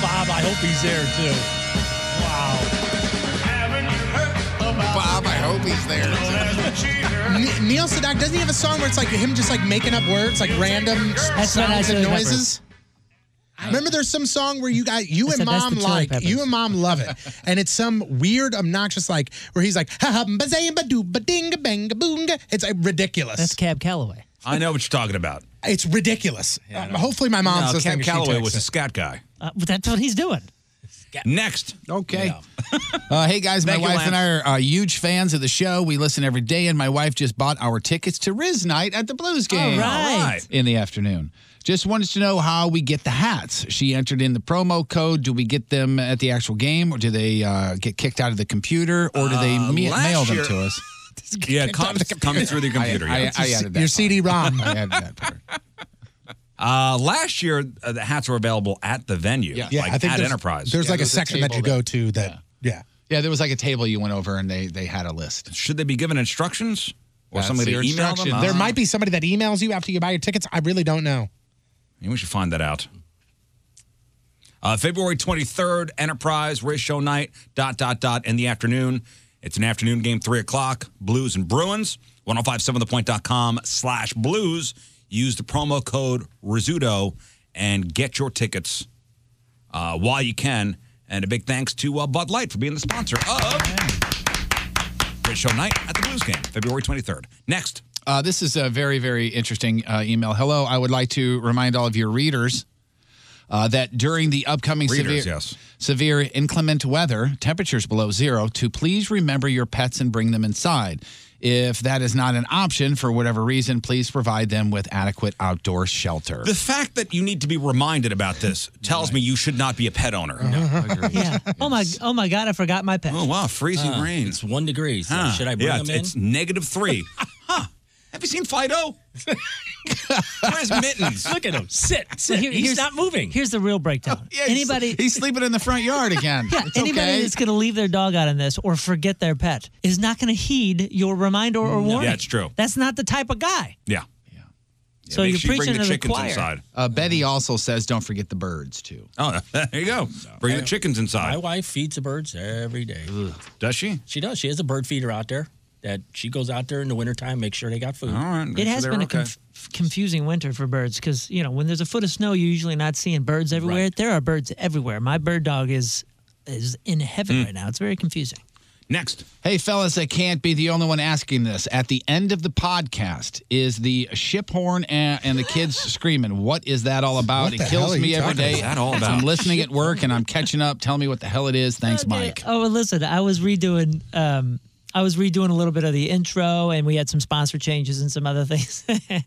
Bob, I hope he's there too.
Bob, I hope he's there.
Ne- Neil Sedaka doesn't he have a song where it's like him just like making up words like random s-
That's not
sounds and
Chili Peppers.
noises? Remember, there's some song where you got you
I
and
said, that's
mom
the Chili
like
Peppers.
you and mom love it, and it's some weird obnoxious like where he's like ha ha ba zay ba doo ba ding a bang a boonga. It's uh, ridiculous. That's
Cab Calloway.
I know what you're talking about.
It's ridiculous. Uh, hopefully, my mom's
no,
listening.
Cam
she
Calloway
takes
was a
it.
scat guy.
Uh, but that's what he's doing.
Next.
Okay. Uh, hey guys, my
Thank you,
wife and I
Lance.
are uh, huge fans of the show. We listen every day, and my wife just bought our tickets to Riz Night at the Blues game
All right. All right.
in the afternoon. Just wanted to know how we get the hats. She entered in the promo code. Do we get them at the actual game, or do they uh, get kicked out of the computer, or do they
Uh,
me-
last
mail them
year-
to us?
Yeah, it comes, comes through the computer.
I,
yeah.
I, I added that.
Your CD-ROM.
I added that. part.
Uh, last year, uh, the hats were available at the venue,
Yeah,
like
I think
at
there's-
Enterprise.
There's like a section that you go to that. Yeah.
Yeah, there was like a table you went over, and they they had a list.
Should they be given instructions? Or somebody to email them?
There
Ah.
might be somebody that emails you after you buy your tickets. I really don't know.
Maybe we should find that out. Uh, February 23rd, Enterprise Race Show Night, dot, dot, dot, in the afternoon. It's an afternoon game, 3 o'clock, Blues and Bruins, 1057thepoint.com slash blues. Use the promo code Rizzuto and get your tickets uh, while you can. And a big thanks to uh, Bud Light for being the sponsor of Race Show Night at the Blues game, February 23rd. Next.
Uh, this is a very, very interesting uh, email. Hello, I would like to remind all of your readers uh, that during the upcoming
Readers,
severe,
yes.
severe inclement weather, temperatures below zero, to please remember your pets and bring them inside. If that is not an option for whatever reason, please provide them with adequate outdoor shelter.
The fact that you need to be reminded about this tells me you should not be a pet owner.
yeah. Oh my. Oh my God! I forgot my pet.
Oh wow, freezing
Ah,
rain.
It's one degree. so
Huh.
should I bring
yeah,
them
it's-
in?
It's negative three. Have you seen Fido? Where's mittens?
Look at him. Sit.
So
sit.
here-
He's
here's-
not moving.
Here's the real breakdown.
Yeah, he's-
anybody?
He's sleeping in the front yard again.
Yeah,
It's
anybody
okay.
that's going to leave their dog out in this or forget their pet is not going to heed your reminder or warning.
Yeah, it's true.
That's not the type of guy.
Yeah.
So you're preaching to the choir.
Uh, Betty also says, "Don't forget the birds too."
Oh, there you go. Bring the chickens inside.
My wife feeds the birds every day.
Does she?
She does. She has a bird feeder out there that she goes out there in the wintertime, make sure they got food.
It has been a conf- confusing winter for birds because you know when there's a foot of snow, you're usually not seeing birds everywhere. There are birds everywhere. My bird dog is is in heaven right now. It's very confusing.
Next.
Hey, fellas, I can't be the only one asking this. At the end of the podcast, is the ship horn and, and the kids screaming? What is that all about?
What
It
the hell
kills
are you
me every
talking-
day.
is that all about?
I'm listening at work and I'm catching up. Tell me what the hell it is. Thanks, Mike.
Oh, well, listen, I was redoing. Um, I was redoing a little bit of the intro, and we had some sponsor changes and some other things. I,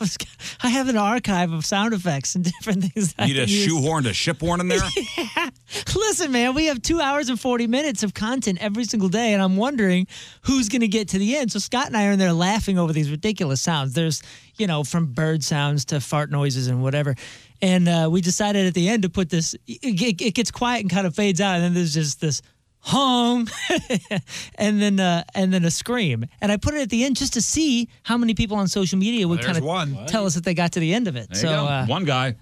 was, I have an archive of sound effects and different things. that I
You just
can use.
shoehorned a ship horn in there?
Listen, man, we have two hours and 40 minutes of content every single day, and I'm wondering who's going to get to the end. So Scott and I are in there laughing over these ridiculous sounds. There's, you know, from bird sounds to fart noises and whatever. And uh, we decided at the end to put this, it, it- it gets quiet and kind of fades out, and then there's just this hung and then uh, and then a scream and i put it at the end just to see how many people on social media would
There's
kind of
one.
tell us that they got to the end of it
There
so
you go.
uh,
One guy.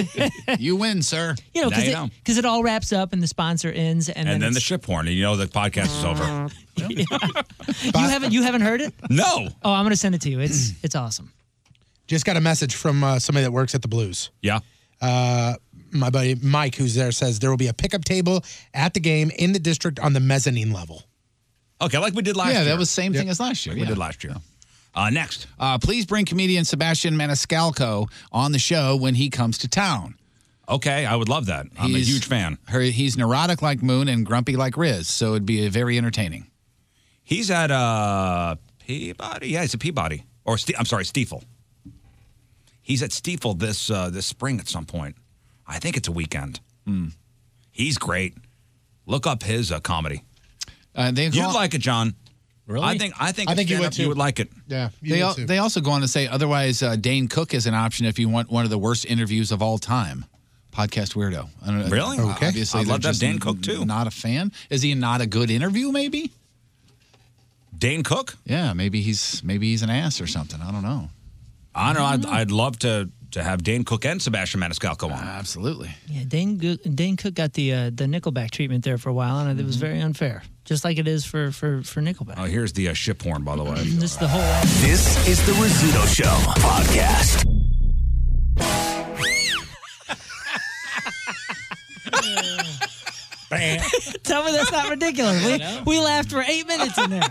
you win, sir.
you know,
Now
because
you
it,
know.
'cause it all wraps up and the sponsor ends, and,
And,
then,
then the
it's-
ship horn, and you know the podcast is over.
you haven't you haven't heard it.
No.
Oh, I'm gonna send it to you. It's it's awesome.
Just got a message from uh, somebody that works at the Blues.
Yeah.
Uh, my buddy Mike, who's there, says there will be a pickup table at the game in the district on the mezzanine level.
Okay, like we did last
yeah,
year.
that was same thing as last year.
Like
yeah.
we did last year. Uh, next.
Uh, please bring comedian Sebastian Maniscalco on the show when he comes to town.
Okay, I would love that. I'm a
He's-
huge fan.
Her, he's neurotic like Moon and grumpy like Riz, so it'd be very entertaining.
He's at uh, Peabody. Yeah, he's at Peabody. Or Ste- I'm sorry, Stiefel. He's at Stiefel this uh, this spring at some point. I think it's a weekend. He's great. Look up his uh, comedy.
Uh, they
You'd like it, John. Really? I think I think,
I
a
think you would,
stand-up,
too.
you would like it.
Yeah.
They, al- they also go on to say, otherwise, uh, Dane Cook is an option if you want one of the worst interviews of all time. Podcast weirdo. I don't know.
Really?
Uh,
Okay.
Obviously,
I'd love to
they're
have
just
Dan Cook, too.
Not a fan. Is he not a good interview? Maybe.
Dane Cook?
Yeah. Maybe he's maybe he's an ass or something. I don't know.
I don't know. I'd, I'd love to to have Dane Cook and Sebastian Maniscalco on.
Ah, Absolutely.
Yeah, Dane Go- Dane Cook got the uh, the Nickelback treatment there for a while, and it
Mm-hmm.
was very unfair, just like it is for for for Nickelback.
Oh, here's the uh, ship horn, by the way.
This is the whole.
This is the Rizzuto Show podcast.
Tell me that's not ridiculous.
I
We,
know.
we laughed for eight minutes in there.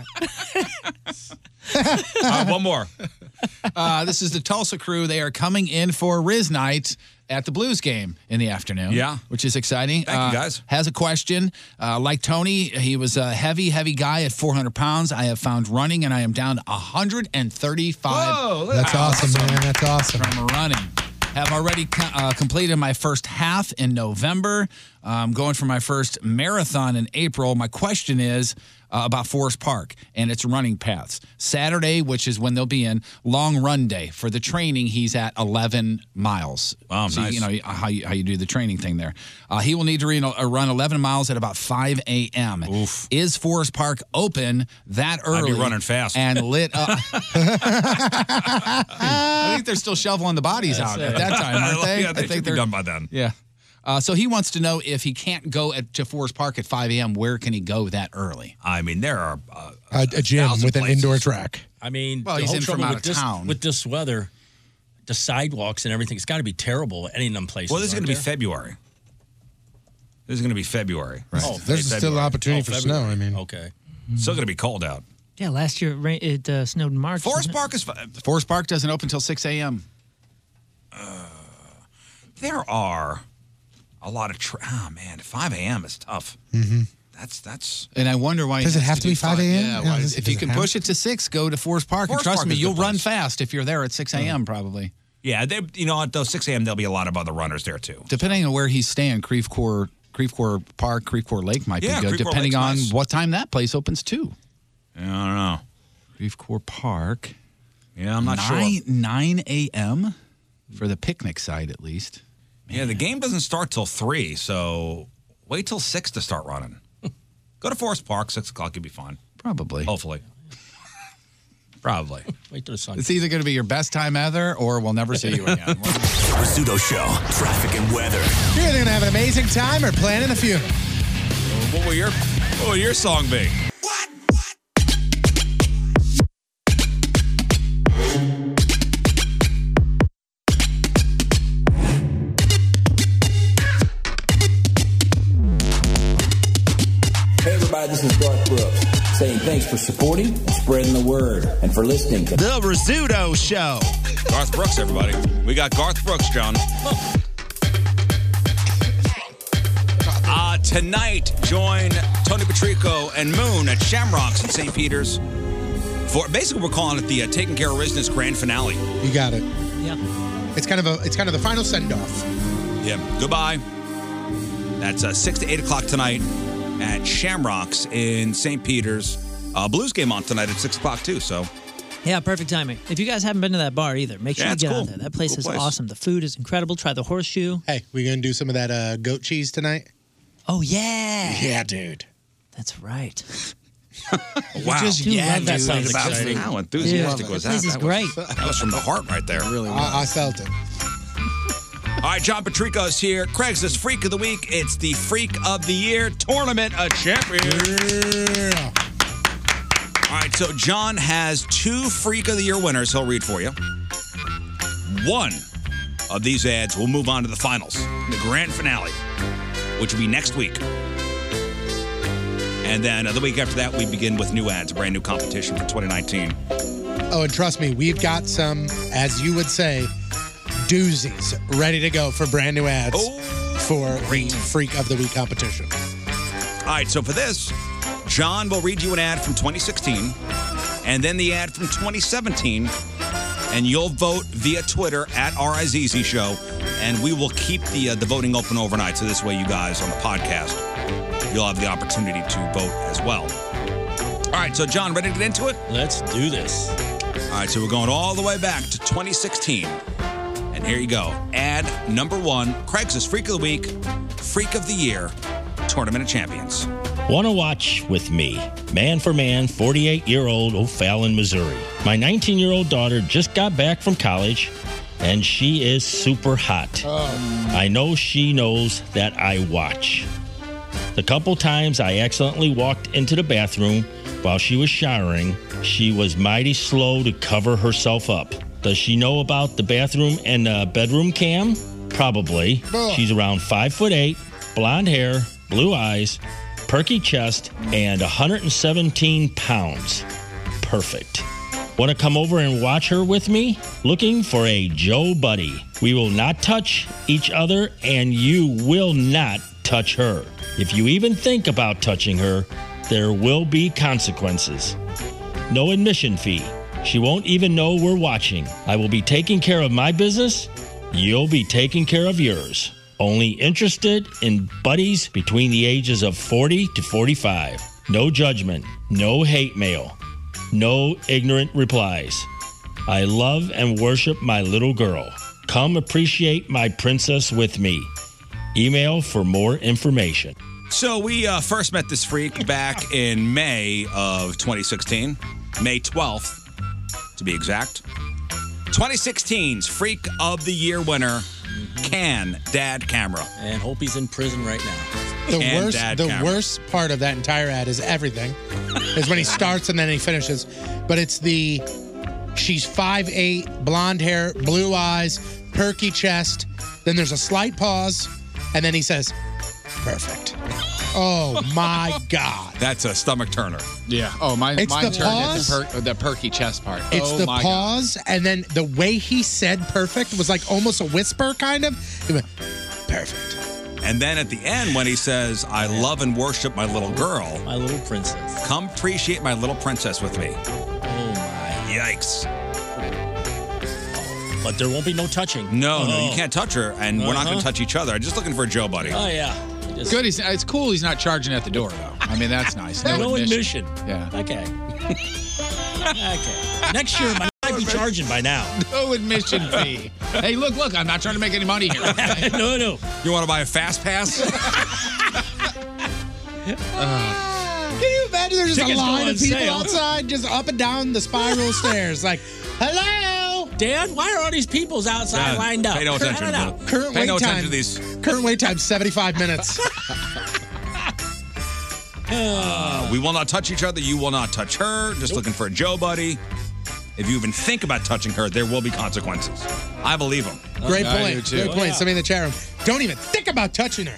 one more.
uh, this is the Tulsa crew. They are coming in for Riz night at the Blues game in the afternoon.
Yeah.
which is exciting.
Thank you,
Uh,
guys.
Has a question. Uh, like Tony, he was a heavy, heavy guy at 400 pounds. I have found running, and I am down 135.
Whoa, look That's at that. awesome, man. That's awesome.
From running. Have already co- uh, completed my first half in November. I'm going for my first marathon in April. My question is uh, about Forest Park and its running paths. Saturday, which is when they'll be in, long run day for the training. He's at 11 miles. Wow,
nice.
You know, you- how you, how you do the training thing there. Uh, he will need to re- uh, run 11 miles at about 5 a.m. Is Forest Park open that
I'd
early?
be running fast.
And lit up. I think they're still shoveling the bodies
That's
out
it.
at that time, aren't they?
Yeah, they
I
should
think
be
they're
done by then.
Yeah. Uh, so he wants to know if he can't go at, to Forest Park at 5 a.m. Where can he go that early?
I mean, there are. Uh,
A, a gym with an indoor track.
I mean,
Well,
the
he's
whole
in from
trouble
out
with
of
this,
town.
With this weather, the sidewalks and everything, it's got to be terrible at any of them places.
Well, this is going
aren't
to
there?
be February. This is going to be February.
Right.
Oh,
There's
late
still
February.
opportunity
Oh,
for
February.
snow. I mean,
okay.
Still going to be cold out.
Yeah, last year it, rain, it uh, snowed in March. Forest
Park is
Forest Park doesn't open until 6 a.m.
Uh, There are a lot of. Tra- oh man, 5 a.m. is tough. That's that's.
Mm-hmm. And I wonder why. he
Does it
has
have to
do
be 5 a.m.?
Yeah,
Yeah,
why-
does-
if
does
you
it
can
have
push it to 6, go to Forest Park.
Forest
and trust
Park
me,
is a
you'll
good
run fast if you're there at 6 a.m. probably.
Yeah, they. You know what though, 6 a.m. There'll be a lot of other runners there too.
Depending on where he's staying, Creve Coeur, Creve Coeur Park, Creve Coeur Lake might
Yeah,
be good,
Creve Coeur
depending
Lake's
on
nice.
what time that place opens, too.
I don't know.
Creve Coeur Park.
Yeah, I'm not
nine,
sure.
9 a.m. for the picnic side, at least.
Yeah, the game doesn't start till three, so wait till six to start running. Go to Forest Park, six o'clock, you'll be fine.
Probably.
Hopefully. Probably.
Wait till the sun.
It's either going to be your best time ever or we'll never see you again.
Rizzuto Show, traffic and weather.
You're either going to have an amazing time or planning a funeral.
What will your What will your song be?
Hey everybody, this is Garth Brooks saying thanks for supporting and spreading the word and for listening to
The Rizzuto Show. Garth Brooks, everybody. We got Garth Brooks, John. Uh, tonight, join Tony Patrico and Moon at Shamrocks in St. Peter's. For basically, we're calling it the uh, Taking Care of Business Grand Finale.
You got it.
Yeah.
It's kind of a it's kind of the final send off.
Yeah. Goodbye. That's uh, 6 to 8 o'clock tonight at Shamrocks in St. Peter's. Uh, blues game on tonight at 6 o'clock, too. So,
Yeah, perfect timing. If you guys haven't been to that bar either, make sure
Yeah,
you
it's
get
cool.
out there. That place
Cool
is
place.
awesome. The food is incredible. Try the horseshoe.
Hey, we gonna do some of that uh, goat cheese tonight?
Oh yeah.
Yeah, dude.
That's right.
wow.
just Dude, yeah, love that dude. sounds
About
exciting.
How enthusiastic
Yeah.
was
This
that?
place is
That was- that was from the heart right there. Really
I, I felt it.
All right, John Patrico's here. Craig's this Freak of the Week. It's the Freak of the Year Tournament of Champions. All right, so John has two Freak of the Year winners he'll read for you. One of these ads will move on to the finals, the grand finale, which will be next week. And then uh, the week after that, we begin with new ads, a brand new competition for 2019.
Oh, and trust me, we've got some, as you would say, doozies ready to go for brand new ads for the Freak of the Week competition.
All right, so for this, John will read you an ad from 2016 and then the ad from 2017, and you'll vote via Twitter at RIZZ Show, and we will keep the, uh, the voting open overnight. So this way, you guys on the podcast, you'll have the opportunity to vote as well. All right, so John, ready to get into it? Let's do this. All right, so we're going all the way back to 2016. And here you go. Ad number one Craigslist Freak of the Week, Freak of the Year, Tournament of Champions.
Want to watch with me? Man for Man, 48 year old O'Fallon, Missouri. My 19 year old daughter just got back from college and she is super hot. I know she knows that I watch. The couple times I accidentally walked into the bathroom while she was showering, she was mighty slow to cover herself up. Does she know about the bathroom and uh, bedroom cam? Probably. She's around five foot eight, blonde hair, blue eyes, perky chest, and 117 pounds. Perfect. Want to come over and watch her with me? Looking for a Joe buddy. We will not touch each other, and you will not touch her. If you even think about touching her, there will be consequences. No admission fee. She won't even know we're watching. I will be taking care of my business. You'll be taking care of yours. Only interested in buddies between the ages of 40 to 45. No judgment, no hate mail, no ignorant replies. I love and worship my little girl. Come appreciate my princess with me. Email for more information.
So we uh, first met this freak back in May of 2016, May 12th to be exact. 2016's Freak of the Year winner, Can Dad Camera.
And hope he's in prison right now.
The worst, the worst part of that entire ad is everything, is when he starts and then he finishes. But it's the she's five eight, blonde hair, blue eyes, perky chest. Then there's a slight pause, and then he says, "Perfect." Oh my God!
That's a stomach turner.
Yeah. Oh, my,
It's
mine
the
turned
pause?
into per- uh, the perky chest part.
It's
oh,
the
my God.
pause, and then the way he said "perfect" was like almost a whisper, kind of. He went, Perfect.
And then at the end, when he says, I love and worship my little girl,
my little princess,
come appreciate my little princess with me.
Oh my!
Yikes!
But there won't be no touching.
No, no,
Oh.
you can't touch her, and we're not going
Uh-huh.
to touch each other. I'm just looking for a Joe buddy.
Oh yeah.
Good. He's, it's cool. He's not charging at the door though. I mean, that's nice. No,
No
admission. Yeah.
Okay. okay. Next year, I might be charging by now.
No admission fee. hey, look, look. I'm not trying to make any money here.
no, no.
You want to buy a fast pass?
Uh,
Can you imagine there's just a
Tickets go
line
on
of people
sale.
outside, just up and down the spiral stairs? Like, hello,
Dad. Why are all these people's outside
Yeah,
lined up?
pay no
Turn
attention
it
to
up.
them. Current Pay no wait attention time. to
these.
current wait time seventy-five minutes.
Uh, we will not touch each other. You will not touch her. Just looking for a Joe buddy. If you even think about touching her, there will be consequences. I believe him.
Oh, Great point. Great point. Somebody in the chat room. Don't even think about touching her.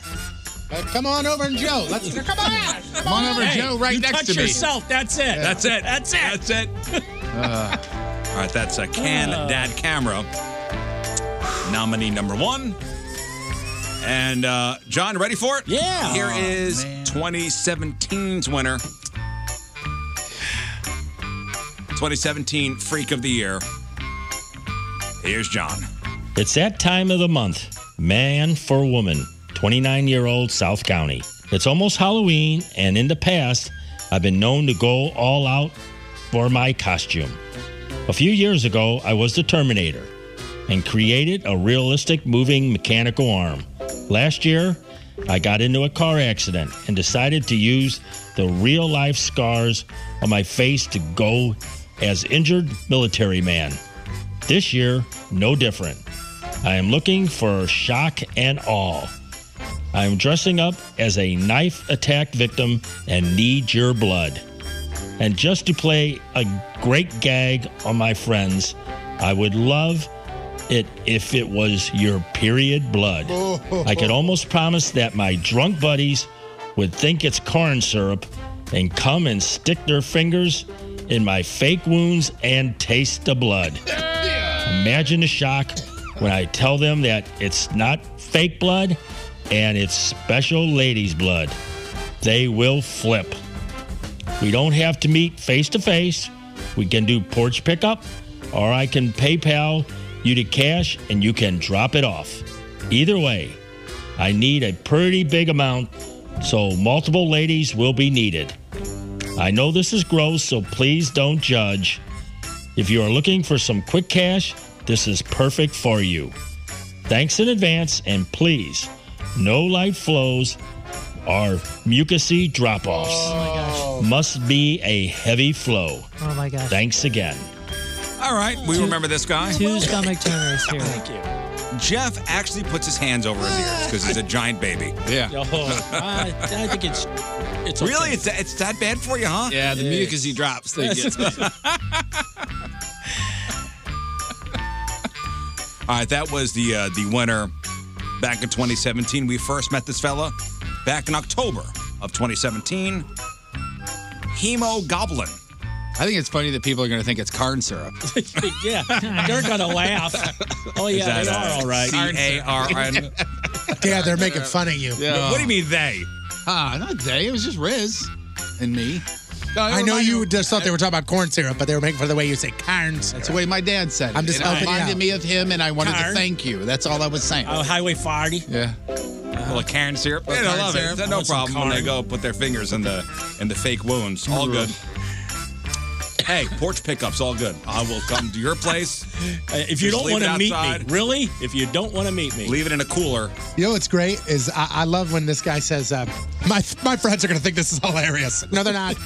Like, come on over and Joe. Let's come on. out. Come
Come on over,
out.
Joe, right
You
next
touch
to me.
yourself.
That's it.
That's it.
That's it.
That's it.
Uh.
All right, that's a Can
Uh.
Dad Camera nominee number one. And uh, John, ready for it?
Yeah. Oh,
Here
Aw,
is 2017's winner. 2017 Freak of the Year. Here's John.
It's that time of the month, man for woman, 29 year old South County. It's almost Halloween, and in the past, I've been known to go all out for my costume. A few years ago, I was the Terminator and created a realistic moving mechanical arm. Last year, I got into a car accident and decided to use the real life scars on my face to go as injured military man. This year, no different. I am looking for shock and awe. I am dressing up as a knife attack victim and need your blood. And just to play a great gag on my friends, I would love it if it was your period blood. I could almost promise that my drunk buddies would think it's corn syrup and come and stick their fingers in my fake wounds and taste the blood. Imagine the shock when I tell them that it's not fake blood and it's special ladies' blood. They will flip. We don't have to meet face to face. We can do porch pickup, or I can PayPal you to cash and you can drop it off. Either way, I need a pretty big amount, so multiple ladies will be needed. I know this is gross, so please don't judge. If you are looking for some quick cash, this is perfect for you. Thanks in advance, and please, no light flows or mucousy drop offs. Must be a heavy flow.
Oh my gosh.
Thanks again.
All right, we remember this guy.
Two stomach turners here.
Thank you.
Jeff actually puts his hands over his ears because he's a giant baby. Yeah.
I, I think it's it's okay.
Really? It's, that- it's that bad for you, huh?
Yeah, the mucus he drops. They get.
All right, that was the uh, the winner back in 2017. We first met this fella back in October of 2017. Hemo Goblin.
I think it's funny that people are going to think it's corn syrup.
yeah, they're gonna laugh. Oh yeah,
Is that
they
a
are all right.
C-A-R-N.
Yeah, they're making fun of you.
Yeah.
What do you mean they?
Ah, not they. It was just Riz and me.
I know you just thought they were talking about corn syrup, but they were making fun of the way you say corn syrup. That's the way
my dad said.
I'm just
it
helping you
reminded
out.
me of him, and I wanted to thank you. That's all I was saying.
Oh, Highway 40.
Yeah.
Well, a Karen syrup.
Well,
They don't
Karen
love
syrup.
it.
I
No
want some
problem when they
Karen.
go put their fingers in the in the fake wounds. All good. Hey, porch pickups, all good. I will come to your place.
If you
Just
don't
leave
want
it
to meet me,
outside.
really? If you don't want to meet me,
leave it in a cooler.
You know what's great is I, I love when this guy says, uh, "My my friends are going to think this is hilarious." No, they're not.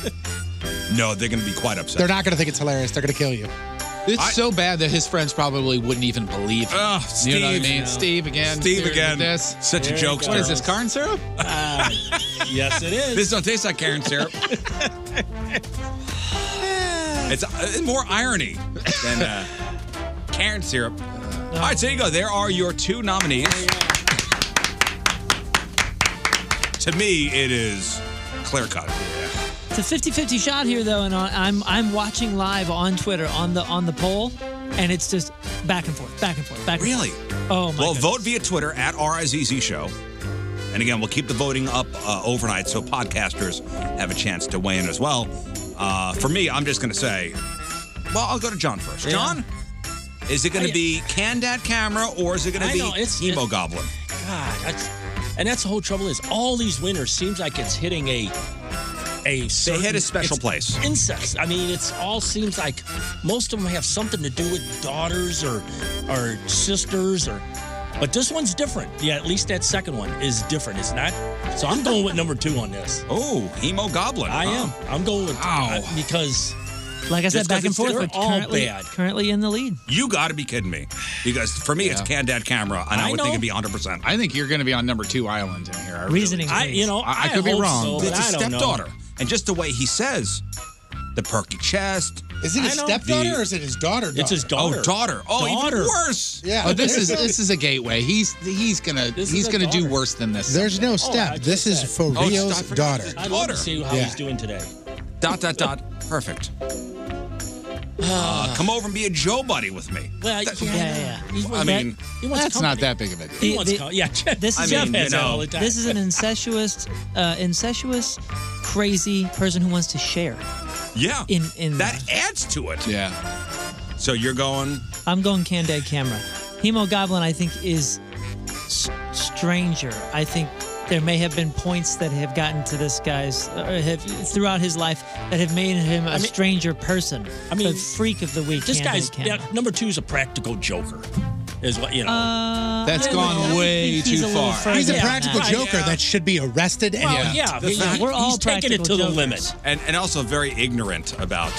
No, they're going to be quite upset.
they're not going to think it's hilarious. They're going to kill you.
It's so bad that his friends probably wouldn't even believe him.
Oh,
You know what I mean?
Steve. Yeah.
Steve again.
Steve
Here,
again.
This.
Such a
Here
jokester.
it What is this, corn syrup?
yes, it is.
This don't taste like Karen syrup. it's uh, more irony than uh, Karen syrup.
Uh,
All right, so there you go. There are your two nominees. To me, it is clear cut.
It's a 50-50 shot here, though, and I'm I'm watching live on Twitter on the on the poll, and it's just back and forth, back and forth, back.
Really?
And forth. Oh my.
well, vote via Twitter at RIZZ Show. And again, we'll keep the voting up uh, overnight so podcasters have a chance to weigh in as well. Uh, for me, I'm just going to say, well, I'll go to John first. John, is it going to be Can Dad Camera or is it going
I
to be
know, it's-
Emo
it's-
Goblin?
God, that's, and that's the whole trouble is all these winners seems like it's hitting a a certain,
hit a special
it's
place.
Incest. I mean, it's all seems like most of them have something to do with daughters or or sisters or. But this one's different. Yeah, at least that second one is different. It's not. So I'm going with number two on this.
Oh, Emo Goblin.
I
huh?
am. I'm going with uh, because.
Like I
just
said, back
'cause
and
it's
forth,
they're
but
all
currently
bad.
currently in the lead.
You got to be kidding me. Because for me, it's Can Dad Camera, and I,
I
would think
know.
it'd be 100%.
I think you're going to be on number two island in here. I really
Reasoning
do.
I- you know,
I, I
I
could be
hope
wrong.
so,
but
It's
I
a
don't know.
stepdaughter. And just the way he says, the perky chest.
Is it his stepdaughter or is it his daughter?
It's his
daughter?
Oh, daughter. Oh, even worse.
Yeah.
Oh, this is this is a gateway. He's he's gonna he's
a
gonna do
daughter. Oh,
worse than this.
There's no step. this is
Oh,
Forio's
I forgot
daughter.
his I'd love to daughter.
see how
Yeah.
he's doing today.
Dot, dot, dot. Perfect. Uh, come over and be a Joe buddy with me.
Well, yeah, yeah, yeah. He's-
I mean,
he wants
that's
company.
not that big of a deal.
He
The-
wants
the-
co- yeah,
This is
I mean, you know,
This is an incestuous, uh, incestuous, crazy person who wants to share.
yeah.
In in
that adds to it. Yeah. So you're going.
I'm going Candid camera. Hemo Goblin, I think, is s- stranger. I think there may have been points that have gotten to this guy's or have, throughout his life that have made him a
I mean-
stranger person.
I mean,
the freak of the week.
This
Candid
guy's
camera.
yeah, number two is a practical joker, is what you know.
Uh,
That's I don't gone know. I way think he's too a little far. further
He's a
down
practical
that.
joker that should be arrested. and
Well, yeah,
The
yeah,
fact-
we're all He's taking it to the practical limit. jokers.
And, and also very ignorant about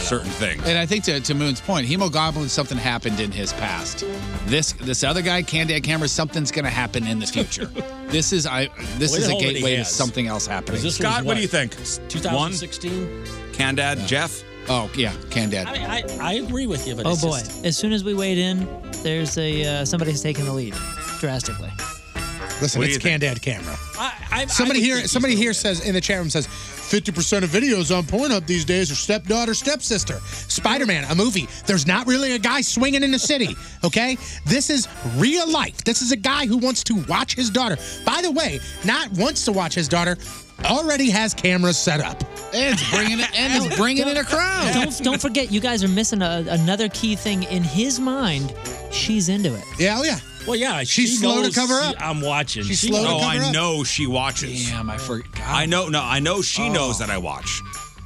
certain things.
And I think to, to Moon's point, hemoglobin something happened in his past. This this other guy, Candad Camera, something's going to happen in the future. this is I this
Well,
is
it
a
already
gateway to
has.
something else happening.
Is this Scott, was what what? do you think?
2016.
Candad, Jeff.
Oh yeah, Candad.
I, mean, I I agree with you, but
Oh
it's
boy!
just-
As soon as we wade in, there's a uh, somebody's taking the lead drastically.
Listen,
What do
it's
you think?
Candad camera.
I,
somebody here, somebody here says in the chat room says, 50% of videos on Pornhub these days are stepdaughter, stepsister. Spider-Man, a movie. There's not really a guy swinging in the city. Okay, this is real life. This is a guy who wants to watch his daughter. By the way, not wants to watch his daughter, already has cameras set up.
It's bringing it, and it's bringing in a crowd.
Don't don't forget, you guys are missing a, another key thing in his mind. She's into it.
Yeah, oh yeah.
Well, yeah,
She's
she
slow to
knows
cover
she-
up.
I'm watching.
She's
She
slow to
knows.
oh, I know she watches. Damn,
I forgot.
I know. No, I know she
Oh.
knows that I watch.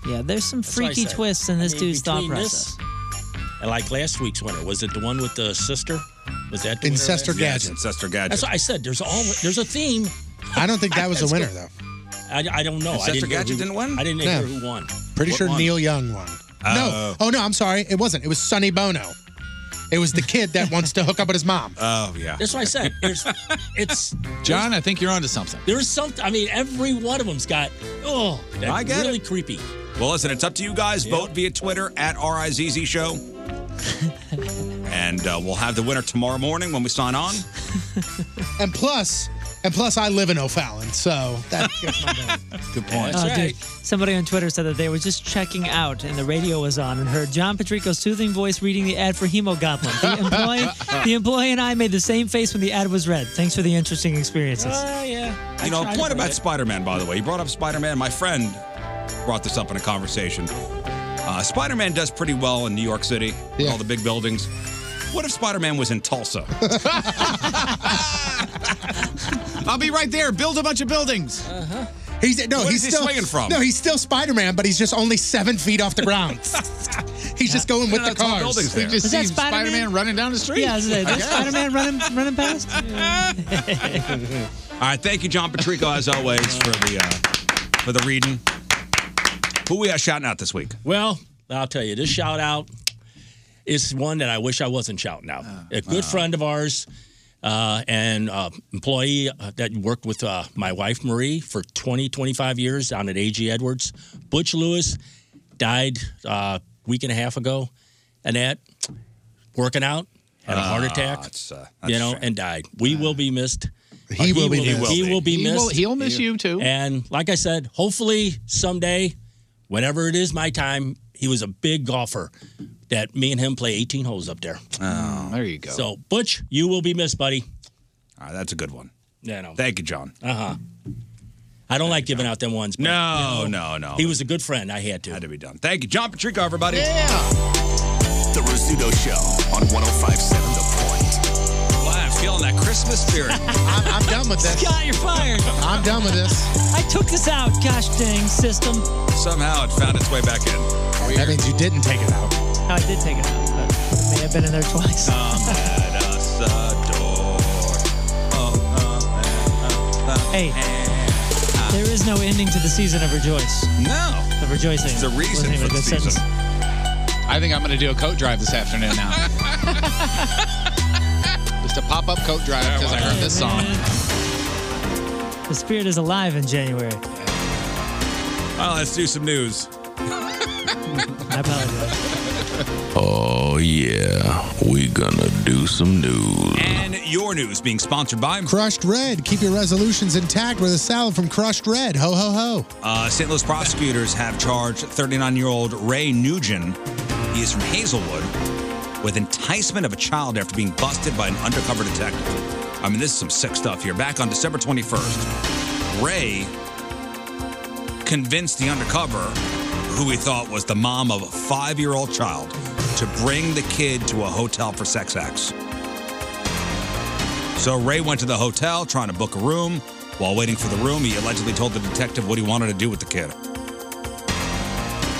Yeah, there's some
That's what I
freaky
said.
twists in this
I mean,
dude's thought
between this
process.
and like last week's winner, was it the one with the sister? Was that the winner
Incestor
last-
Gadget.
Yes, Incestor Gadget.
That's what I said. There's all there's a theme.
I don't think that was the
That's
winner
good.
though.
I, I don't know. I
Incestor
didn't hear
Gadget
who-
didn't win?
I didn't
No.
hear who won.
Pretty
What
sure
won?
Neil Young won.
Oh.
no. Oh no, I'm sorry. It wasn't. It was Sonny Bono. It was the kid that wants to hook up with his mom.
Oh yeah.
That's what I said. There's, it's
John, I think you're onto something.
there's something. I mean, every one of them's got oh, that's
I get
really creepy.
Well, listen, it's up to you guys. Vote via Twitter at RIZZ Show. and uh, we'll have the winner tomorrow morning when we sign on.
And plus, and plus, I live in O'Fallon, so that gives my vote.
Good
Oh, dude. Somebody on Twitter said that they were just checking out and the radio was on and heard John Patrico's soothing voice reading the ad for Hemogoblin. The employee, the employee and I made the same face when the ad was read. Thanks for the
Uh,
interesting experiences.
yeah.
You know, a point about Spider Man, by the way. You brought up Spider Man. My friend brought this up in a conversation. Uh, Spider Man does pretty well in New York City, with all the big buildings. What if Spider Man was in Tulsa?
I'll be right there. Build a bunch of buildings.
Uh-huh. He's no,
What
he's
is he
still
swinging from?
No, he's still Spider-Man, but he's just only seven feet off the ground. he's just going with
No,
the
it's all
cars.
buildings there.
Just
Is that
see
Spider-Man? running down the street?
Yeah, I was gonna say,
I
that's
guess.
Spider-Man running running past.
All right, thank you, John Patrico, as always, for the uh, for the reading. Who we are shouting out this week?
Well, I'll tell you, this shout out is one that I wish I wasn't shouting out.
Ah,
a good friend of ours uh, and uh, employee uh, that worked with uh, my wife, Marie, for 20, 25 years down at A.G. Edwards. Butch Lewis died a uh, week and a half ago. Annette, working out, had a heart
Ah,
attack,
it's, uh,
you know, and died. We will be missed. Uh,
He will be missed.
He will be
He
missed.
will- he'll miss you,
too. And like I said, hopefully someday whenever it is my time, he was a big golfer that me and him play 18 holes up there.
Oh, there you go.
So, Butch, you will be missed, buddy.
All right, Ah, that's a good one.
Yeah, no.
Thank you, John.
Uh huh. I don't like giving out them ones. But,
No, no, no.
He was a good friend. I had to. Had
to be done. Thank you, John Patrico, everybody.
The Rizzuto Show on 1057 The Point.
Well, I'm feeling that Christmas spirit.
I'm, I'm done with this.
Scott, you're fired.
I'm done with this.
I took this out. Gosh dang system.
Somehow it found its way back in.
That means you didn't take it out.
Oh, I did take it out, but it may have been in there twice.
Let us adore. Oh, uh, uh, uh,
Hey, there is no ending to the season of Rejoice.
No.
The rejoicing. There's a reason for the season.
I think I'm going to do a coat drive this afternoon now. Just a pop up coat drive because I heard this song.
The spirit is alive in January.
Well, let's do some news.
I apologize.
Oh, yeah. We gonna do some news.
And your news being sponsored by
Crushed Red. Keep your resolutions intact with a salad from Crushed Red. Ho ho ho.
Uh, St. Louis prosecutors have charged 39 year old Ray Nugent, he is from Hazelwood, with enticement of a child after being busted by an undercover detective. I mean, this is some sick stuff here. Back on December 21st, Ray convinced the undercover, who he thought was the mom of a five year old child, to bring the kid to a hotel for sex acts. So Ray went to the hotel trying to book a room. While waiting for the room, he allegedly told the detective what he wanted to do with the kid.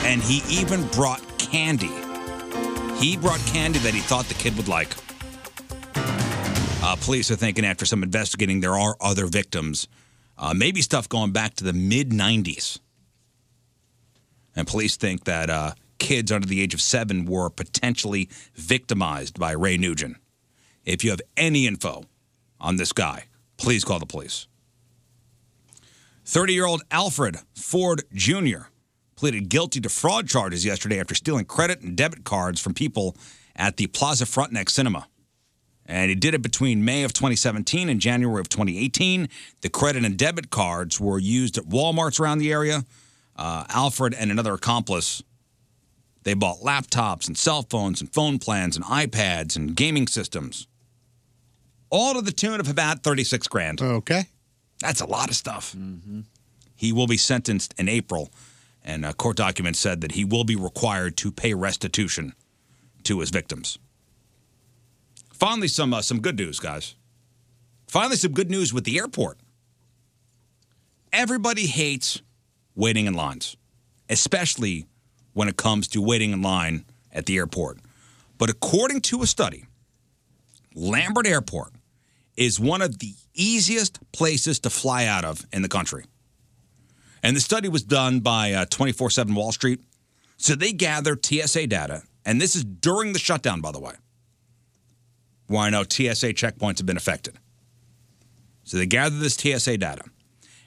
And he even brought candy. He brought candy that he thought the kid would like. Uh, police are thinking after some investigating, there are other victims. Uh, maybe stuff going back to the mid 90s. And police think that uh, kids under the age of seven were potentially victimized by Ray Nugent. If you have any info on this guy, please call the police. 30 year old Alfred Ford Jr. pleaded guilty to fraud charges yesterday after stealing credit and debit cards from people at the Plaza Frontenac Cinema. And he did it between May of 2017 and January of 2018. The credit and debit cards were used at Walmarts around the area. Uh, Alfred and another accomplice they bought laptops and cell phones and phone plans and iPads and gaming systems. All to the tune of about 36 grand.
Okay.
That's a lot of stuff. He will be sentenced in April, and a court document said that he will be required to pay restitution to his victims. Finally, some, uh, some good news, guys. Finally, some good news with the airport. Everybody hates waiting in lines, especially when it comes to waiting in line at the airport. But according to a study, Lambert Airport is one of the easiest places to fly out of in the country. And the study was done by 24 7 Wall Street. So they gathered TSA data, and this is during the shutdown, by the way, where I know TSA checkpoints have been affected. So they gathered this TSA data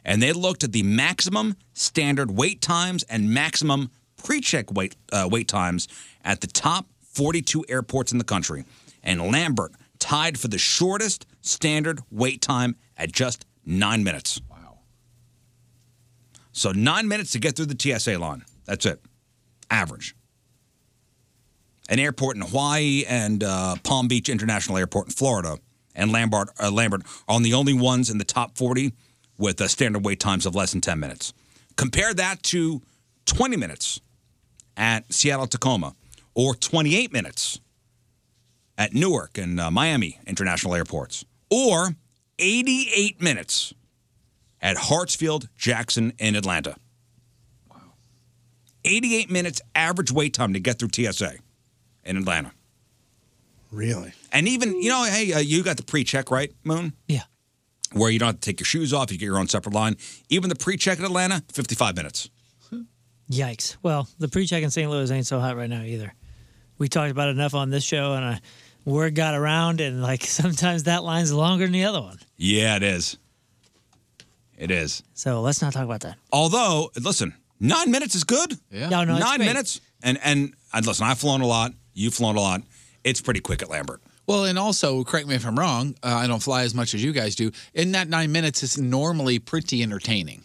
and they looked at the maximum standard wait times and maximum pre-check wait uh, wait times at the top 42 airports in the country, and Lambert tied for the shortest standard wait time at just nine minutes. Wow! So nine minutes to get through the TSA line. That's it, average. An airport in Hawaii and uh, Palm Beach International Airport in Florida and Lambert uh, Lambert are the only ones in the top 40 with uh, standard wait times of less than 10 minutes. Compare that to 20 minutes at Seattle Tacoma or 28 minutes at Newark and uh, Miami International Airports or 88 minutes at Hartsfield, Jackson, and Atlanta. Wow. 88 minutes average wait time to get through TSA in Atlanta.
Really?
And even, you know, hey, uh, you got the pre check, right, Moon?
Yeah.
Where you don't have to take your shoes off, you get your own separate line. Even the pre check in Atlanta, 55 minutes.
Yikes. Well, the pre check in St. Louis ain't so hot right now either. We talked about it enough on this show, and I, word got around, and like sometimes that line's longer than the other one.
Yeah, it is. It is.
So let's not talk about that.
Although, listen, nine minutes is good.
Yeah. No, no, it's
nine
great.
minutes. And and and listen, I've flown a lot. You've flown a lot. It's pretty quick at Lambert.
Well, and also, correct me if I'm wrong, uh, I don't fly as much as you guys do. In that nine minutes, it's normally pretty entertaining.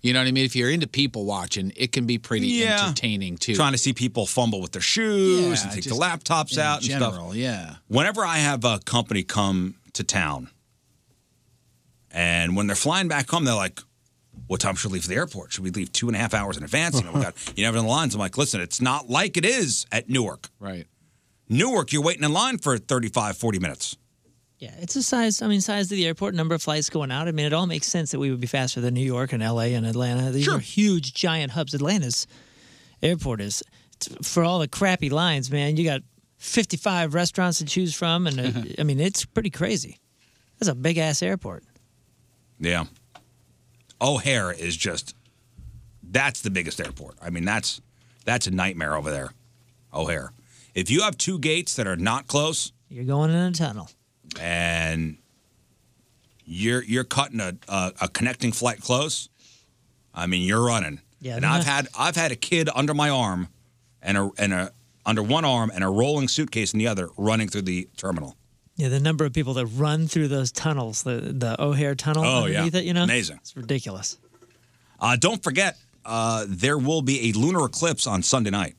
You know what I mean? If you're into people watching, it can be pretty
Yeah.
entertaining too.
Trying to see people fumble with their shoes
Yeah,
and take
just
the laptops
in
out and
general,
stuff.
yeah.
Whenever I have a company come to town, and when they're flying back home, they're like, "What time should we leave for the airport? Should we leave two and a half hours in advance?" You know, we got you never in the lines. I'm like, "Listen, it's not like it is at Newark.
Right?
Newark, you're waiting in line for 35, 40 minutes.
Yeah, it's a size. I mean, size of the airport, number of flights going out. I mean, it all makes sense that we would be faster than New York and L.A. and Atlanta. These are huge, giant hubs. Atlanta's airport is it's- for all the crappy lines, man. You got fifty-five restaurants to choose from, and uh, I mean, it's pretty crazy. That's a big ass airport.
Yeah. O'Hare is just that's the biggest airport. I mean, that's that's a nightmare over there. O'Hare. If you have two gates that are not close
You're going in a tunnel.
and you're you're cutting a, a, a connecting flight close, I mean you're running.
Yeah,
and
they're
I've
not-
had I've had a kid under my arm and a and a under one arm and a rolling suitcase in the other running through the terminal.
Yeah, the number of people that run through those tunnels, the the O'Hare tunnel
Oh, yeah.
underneath it, you know,
Amazing.
It's ridiculous.
Uh, don't forget, uh, there will be a lunar eclipse on Sunday night.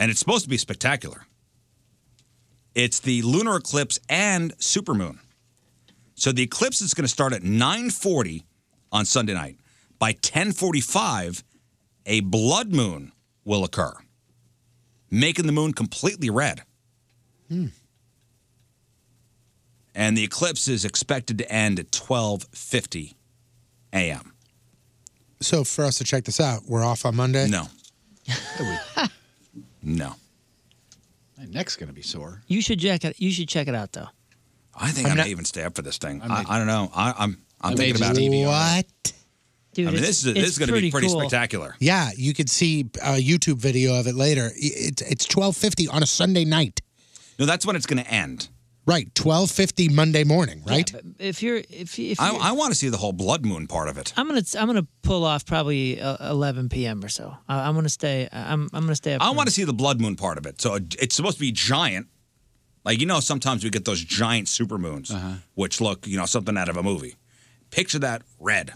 And it's supposed to be spectacular. It's the lunar eclipse and supermoon. So the eclipse is going to start at 9:40 on Sunday night. By 10:45, a blood moon will occur, making the moon completely red. And the eclipse is expected to end at 12:50 a.m.
So for us to check this out, we're off on Monday.
No. No.
My neck's gonna be sore.
You should check it. You should check it out though.
I think
I'm
I may
not-
even stay up for this thing. I, I don't know. I, I'm I'm
I may
thinking
just
about
DVR it.
I mean, this is this is going to be pretty spectacular.
Yeah, you could see a YouTube video of it later. It, it's twelve fifty on a Sunday night,
No, that's when it's going to end.
right? Twelve fifty Monday morning, right?
If you're if you- if
I,
you're-
I want to see the whole blood moon part of it.
I'm gonna I'm gonna pull off probably uh, 11 p.m. or so. I, I'm gonna stay. I'm I'm gonna stay up.
I want to see the blood moon part of it. So it- it's supposed to be giant. Like you know, sometimes we get those giant supermoons,
Uh-huh.
which look you know something out of a movie. Picture that red.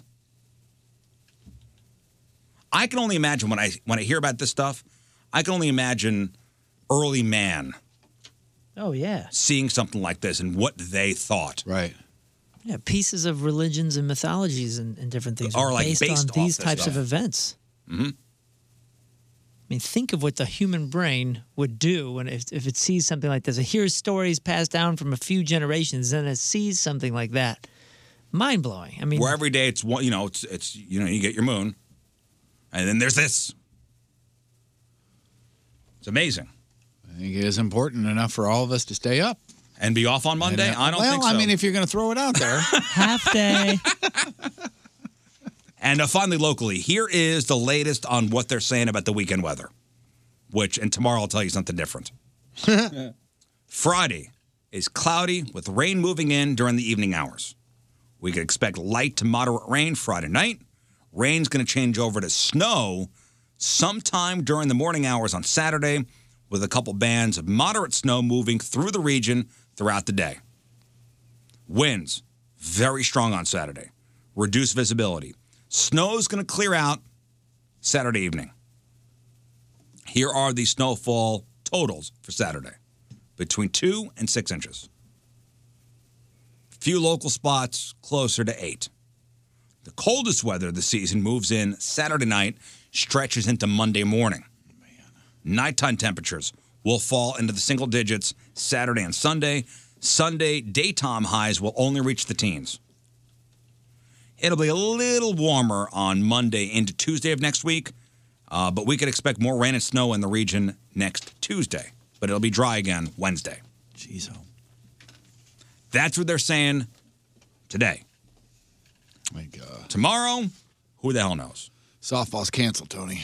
I can only imagine when I when I hear about this stuff. I can only imagine early man
oh yeah,
seeing something like this and what they thought.
Right.
yeah. Pieces of religions and mythologies and, and different things
Are, like, based off
on these
this
types
stuff.
of events.
Mm-hmm.
I mean, think of what the human brain would do when if, if it sees something like this. It hears stories passed down from a few generations, and it sees something like that. Mind blowing. I mean,
where every day it's one, you know, it's it's you know, you get your moon, and then there's this. It's amazing.
I think it is important enough for all of us to stay up uh,
and be off on Monday. I don't
well,
think
I
so.
mean, if you're gonna throw it out there,
half day.
And uh, finally, locally, here is the latest on what they're saying about the weekend weather, which and tomorrow I'll tell you something different. Friday is cloudy with rain moving in during the evening hours. We could expect light to moderate rain Friday night. Rain's going to change over to snow sometime during the morning hours on Saturday, with a couple bands of moderate snow moving through the region throughout the day. Winds very strong on Saturday, reduced visibility. Snow's going to clear out Saturday evening. Here are the snowfall totals for Saturday between two and six inches. Few local spots closer to eight. The coldest weather of the season moves in Saturday night, stretches into Monday morning. Nighttime temperatures will fall into the single digits Saturday and Sunday. Sunday daytime highs will only reach the teens. It'll be a little warmer on Monday into Tuesday of next week, uh, but we could expect more rain and snow in the region next Tuesday. But it'll be dry again Wednesday. Jeez, oh. That's what they're saying today. My God. Tomorrow, who the hell knows? Softball's canceled, Tony.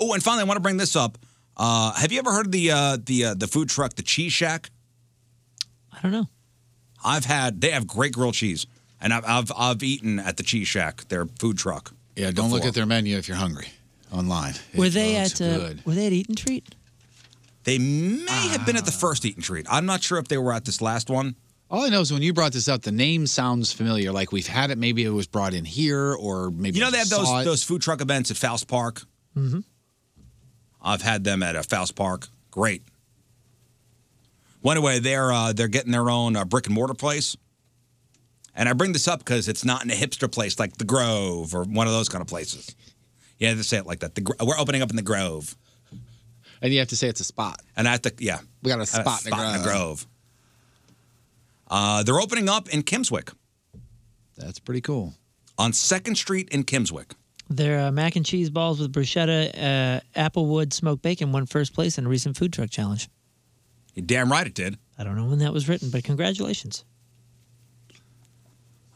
oh, and finally, I want to bring this up. Uh, have you ever heard of the uh, the uh, the food truck, the Cheese Shack? I
don't know.
I've had. They have great grilled cheese, and I've I've, I've eaten at the Cheese Shack, their food truck.
Yeah, don't look
before.
at their menu if you're hungry online.
Were
It
they
looks
at uh,
good.
Were they at Eat and Treat?
They may have been at the first Eat and Treat. I'm not sure if they were at this last one.
All I know is when you brought this up, the name sounds familiar. Like we've had it. Maybe it was brought in here, or maybe
you know
I
they have
just
those
saw it.
those food truck events at Faust Park.
Mhm.
I've had them at uh, Faust Park. Great. Well, anyway, they're uh, they're getting their own uh, brick and mortar place, and I bring this up because it's not in a hipster place like the Grove or one of those kind of places. You have to say it like that. The, Gro- we're opening up in the Grove, and you have to say it's a spot. And I have to, yeah,
We got a
Uh,
spot in the
in the
Grove.
Grove. Uh, they're opening up in Kimswick. That's pretty cool. On Second Street in Kimswick.
Their uh, mac and cheese balls with bruschetta, uh, applewood smoked bacon won first place in a recent food truck challenge.
You're damn right it did.
I don't know when that was written, but congratulations.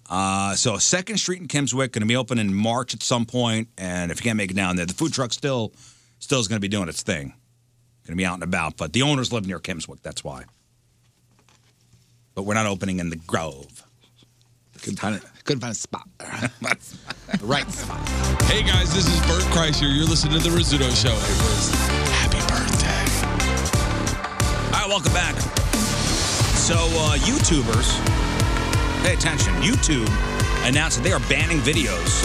Uh, so Second Street in Kimswick going to be open in March at some point, and if you can't make it down there, the food truck still still is going to be doing its thing, going to be out and about. But the owners live near Kimswick, that's why. But we're not opening in the Grove. Couldn't find a, couldn't find a spot. right spot.
Hey guys, this is Bert Kreischer. You're listening to the Rizzuto Show. Happy birthday.
All right, welcome back. So uh, YouTubers, pay attention. YouTube announced that they are banning videos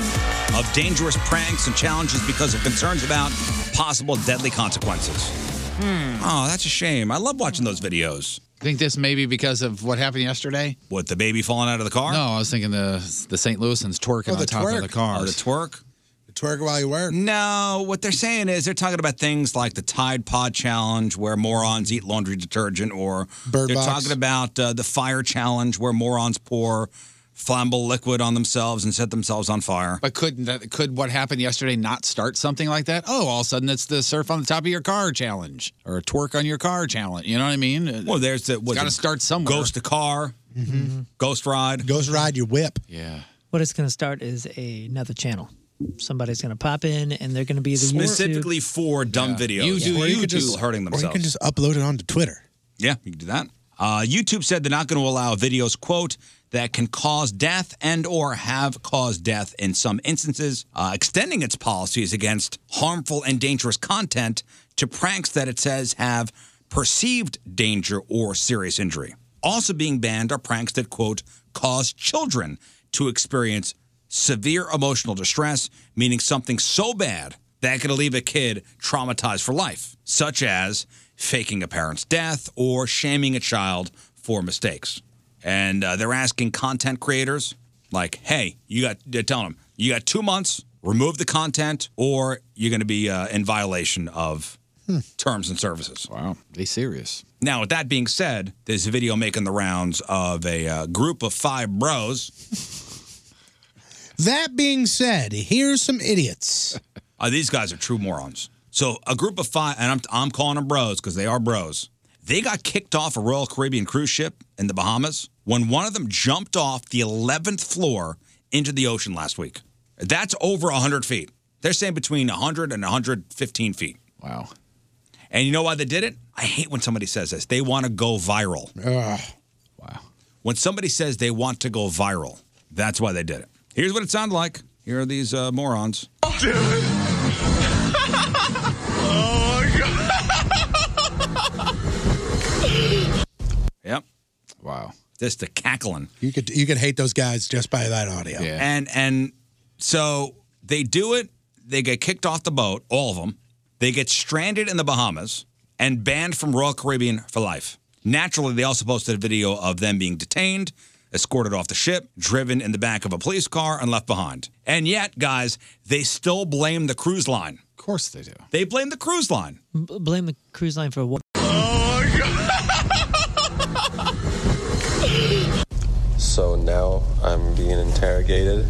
of dangerous pranks and challenges because of concerns about possible deadly consequences. Oh, that's a shame. I love watching those videos.
Think this may be because of what happened yesterday?
What the baby falling out of the car?
No, I was thinking the the St. Louisans twerking
Oh, the
on top
twerk.
of the car.
Oh, the twerk. Twerk while you work. No, what they're saying is they're talking about things like the Tide Pod Challenge, where morons eat laundry detergent, or
Bird
they're
Box.
talking about uh, the Fire Challenge, where morons pour flammable liquid on themselves and set themselves on fire.
But could that could what happened yesterday not start something like that? Oh, all of a sudden it's the surf on the top of your car challenge or a twerk on your car challenge. You know what I mean?
Well, there's the
got to start somewhere.
Ghost a car,
Mm-hmm.
ghost ride,
ghost ride your whip.
Yeah.
What it's going to start is a, another channel. Somebody's going to pop in, and they're going to be the
specifically for dumb videos.
Or
where
could
YouTube
just-
hurting themselves.
Or you can just upload it onto Twitter.
Yeah, you can do that. Uh, YouTube said they're not going to allow videos, quote, that can cause death and or have caused death in some instances, uh, extending its policies against harmful and dangerous content to pranks that it says have perceived danger or serious injury. Also being banned are pranks that, quote, cause children to experience severe emotional distress, meaning something so bad that could leave a kid traumatized for life, such as faking a parent's death or shaming a child for mistakes. And uh, they're asking content creators, like, hey, you got, they're telling them, you got two months, remove the content, or you're going to be uh, in violation of terms and services.
Hmm. Wow, they serious.
Now, with that being said, there's a video making the rounds of a uh, group of five bros.
That being said, here's some idiots.
Uh, these guys are true morons. So a group of five, and I'm, I'm calling them bros because they are bros. They got kicked off a Royal Caribbean cruise ship in the Bahamas when one of them jumped off the 11th floor into the ocean last week. That's over 100 feet. They're saying between 100 and 115 feet.
Wow.
And you know why they did it? I hate when somebody says this. They want to go viral.
Ugh.
When somebody says they want to go viral, that's why they did it. Here's what it sounded like. Here are these uh, morons.
oh my god.
Yep. Wow. Just the cackling.
You could you could hate those guys just by that audio.
And and so they do it. They get kicked off the boat, all of them. They get stranded in the Bahamas and banned from Royal Caribbean for life. Naturally, they also posted a video of them being detained, escorted off the ship, driven in the back of a police car, and left behind. And yet, guys, they still blame the cruise line. Of
course they do.
They blame the cruise line.
B- blame the cruise line for what?
So now I'm being interrogated,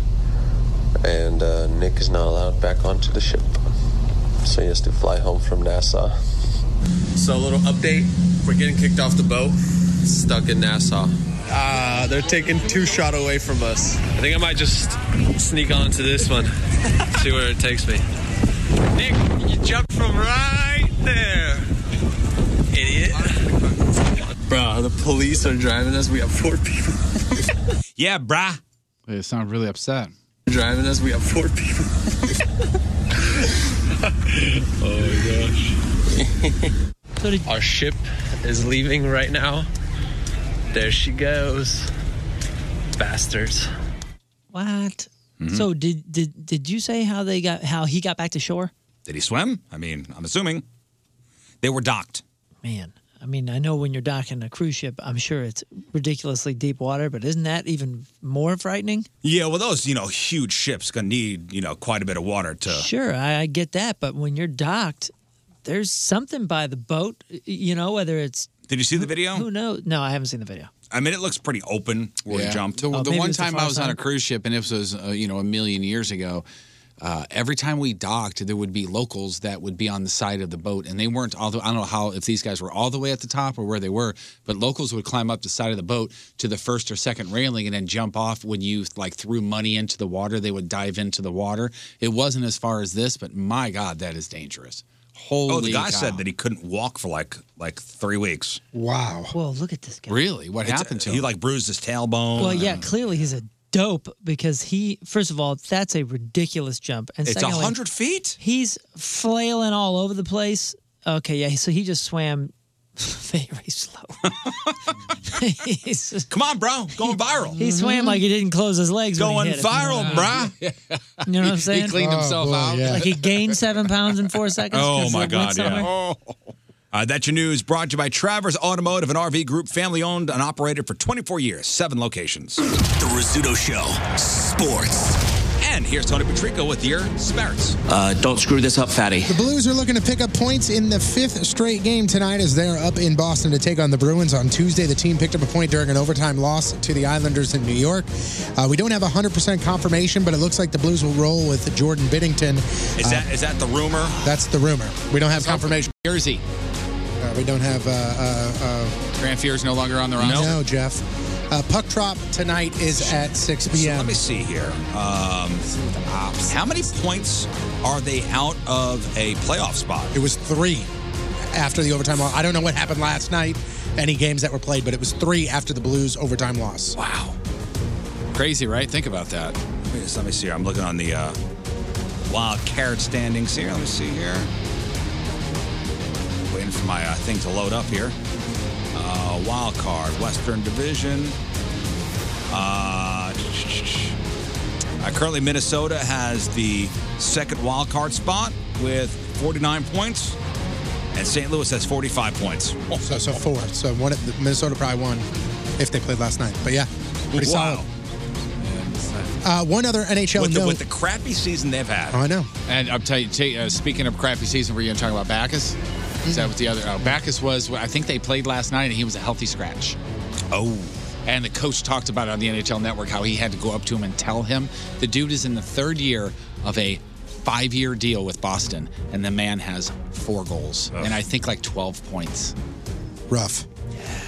and uh, Nick is not allowed back onto the ship. So he has to fly home from Nassau.
So a little update: we're getting kicked off the boat, stuck in Nassau. Ah, they're taking two shot away from us. I think I might just sneak onto this one, see where it takes me. Nick, you jumped from right there, idiot. Bro, the police are driving us. We have four people
Yeah, brah.
They sound really upset.
driving us. We have four people.
oh gosh. Our ship is leaving right now. There she goes. Bastards.
What?
Mhm.
So did did did you say how they got how he got back to shore?
Did he swim? I mean, I'm assuming they were docked.
Man, I mean, I know when you're docking a cruise ship, I'm sure it's ridiculously deep water, but isn't that even more frightening?
Yeah, well, those you know huge ships gonna need you know quite a bit of water to.
Sure, I, I get that, but when you're docked, there's something by the boat, y- you know, whether it's
Did you see the video?
who knows. No, I haven't seen the video.
I mean, it looks pretty open where he jumped.
The, the one time I was on a cruise ship, and this was uh, you know a million years ago. Uh, every time we docked, there would be locals that would be on the side of the boat, and they weren't all the. I don't know how if these guys were all the way at the top or where they were, but locals would climb up the side of the boat to the first or second railing and then jump off. When you like threw money into the water, they would dive into the water. It wasn't as far as this, but my God, that is dangerous. Holy
oh, the guy
cow.
said that he couldn't walk for like like three weeks.
Wow.
Well, look at this guy.
Really? What
It's- uh,
happened to
He
him?
like bruised his tailbone.
Well, yeah, clearly he's a dope because he, first of all, that's a ridiculous jump, and
It's a
secondly,
hundred feet.
He's flailing all over the place. Okay, yeah, so he just swam very slow.
Come on, bro, going viral.
He swam like he didn't close his legs. when he
Going
hit it.
viral, bruh.
You know what I'm
He- he
saying?
cleaned Oh, himself boy, out. yeah.
Like he gained seven pounds in four seconds.
Oh
'cause
my
it went
God! Yeah.
somewhere.
Uh, that's your news. Brought to you by Travers Automotive, an RV group, family owned and operated for 24 years, seven locations.
The Rizzuto Show. Sports.
And here's Tony Patrico with your Sparrows.
Uh, don't screw this up, fatty.
The Blues are looking to pick up points in the fifth straight game tonight as they're up in Boston to take on the Bruins on Tuesday. The team picked up a point during an overtime loss to the Islanders in New York. Uh, we don't have 100% confirmation, but it looks like the Blues will roll with Jordan Biddington. Uh,
Is that is that the rumor?
That's the rumor. We don't have confirmation.
Jersey.
Uh, we don't have. Uh, uh, uh,
Grant Fear's no longer on the roster.
No, Jeff. Uh, puck drop tonight is at 6 p.m.
Let me see here. Um, how many points are they out of a playoff spot?
It was three after the overtime loss. I don't know what happened last night, any games that were played, but it was three after the Blues overtime loss.
Wow. Crazy, right? Think about that.
Let me, just- let me see here. I'm looking on the uh, wild card standings here. Let me see here. Waiting for my uh, thing to load up here. Uh, wild card, Western Division. Uh, uh, currently, Minnesota has the second wild card spot with 49 points, and St. Louis has 45 points.
So, so four. So one, Minnesota probably won if they played last night. But yeah, pretty
wow.
solid. Uh, one other NHL
With the,
note.
with the crappy season they've had.
oh, I know.
And I'm telling you, ta- uh, speaking of crappy season, were you going to talk about Backus? Is that what the other? Oh, Backus was. I think they played last night, and he was a healthy scratch.
Oh.
And the coach talked about it on the NHL Network how he had to go up to him and tell him the dude is in the third year of a five-year deal with Boston, and the man has four goals and I think like 12 points.
Rough.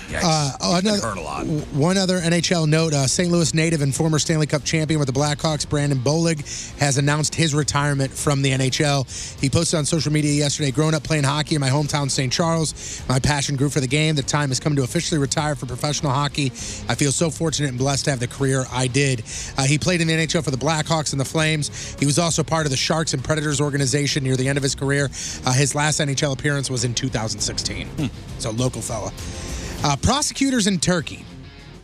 Yikes.
Uh, oh, another, w- One other NHL note: uh, St. Louis native and former Stanley Cup champion with the Blackhawks, Brandon Bolig, has announced his retirement from the NHL. He posted on social media yesterday: "Growing up playing hockey in my hometown, St. Charles, my passion grew for the game. The time has come to officially retire from professional hockey. I feel so fortunate and blessed to have the career I did." Uh, he played in the NHL for the Blackhawks and the Flames. He was also part of the Sharks and Predators organization near the end of his career. Uh, his last NHL appearance was in 2016. So local fella. Uh, prosecutors in Turkey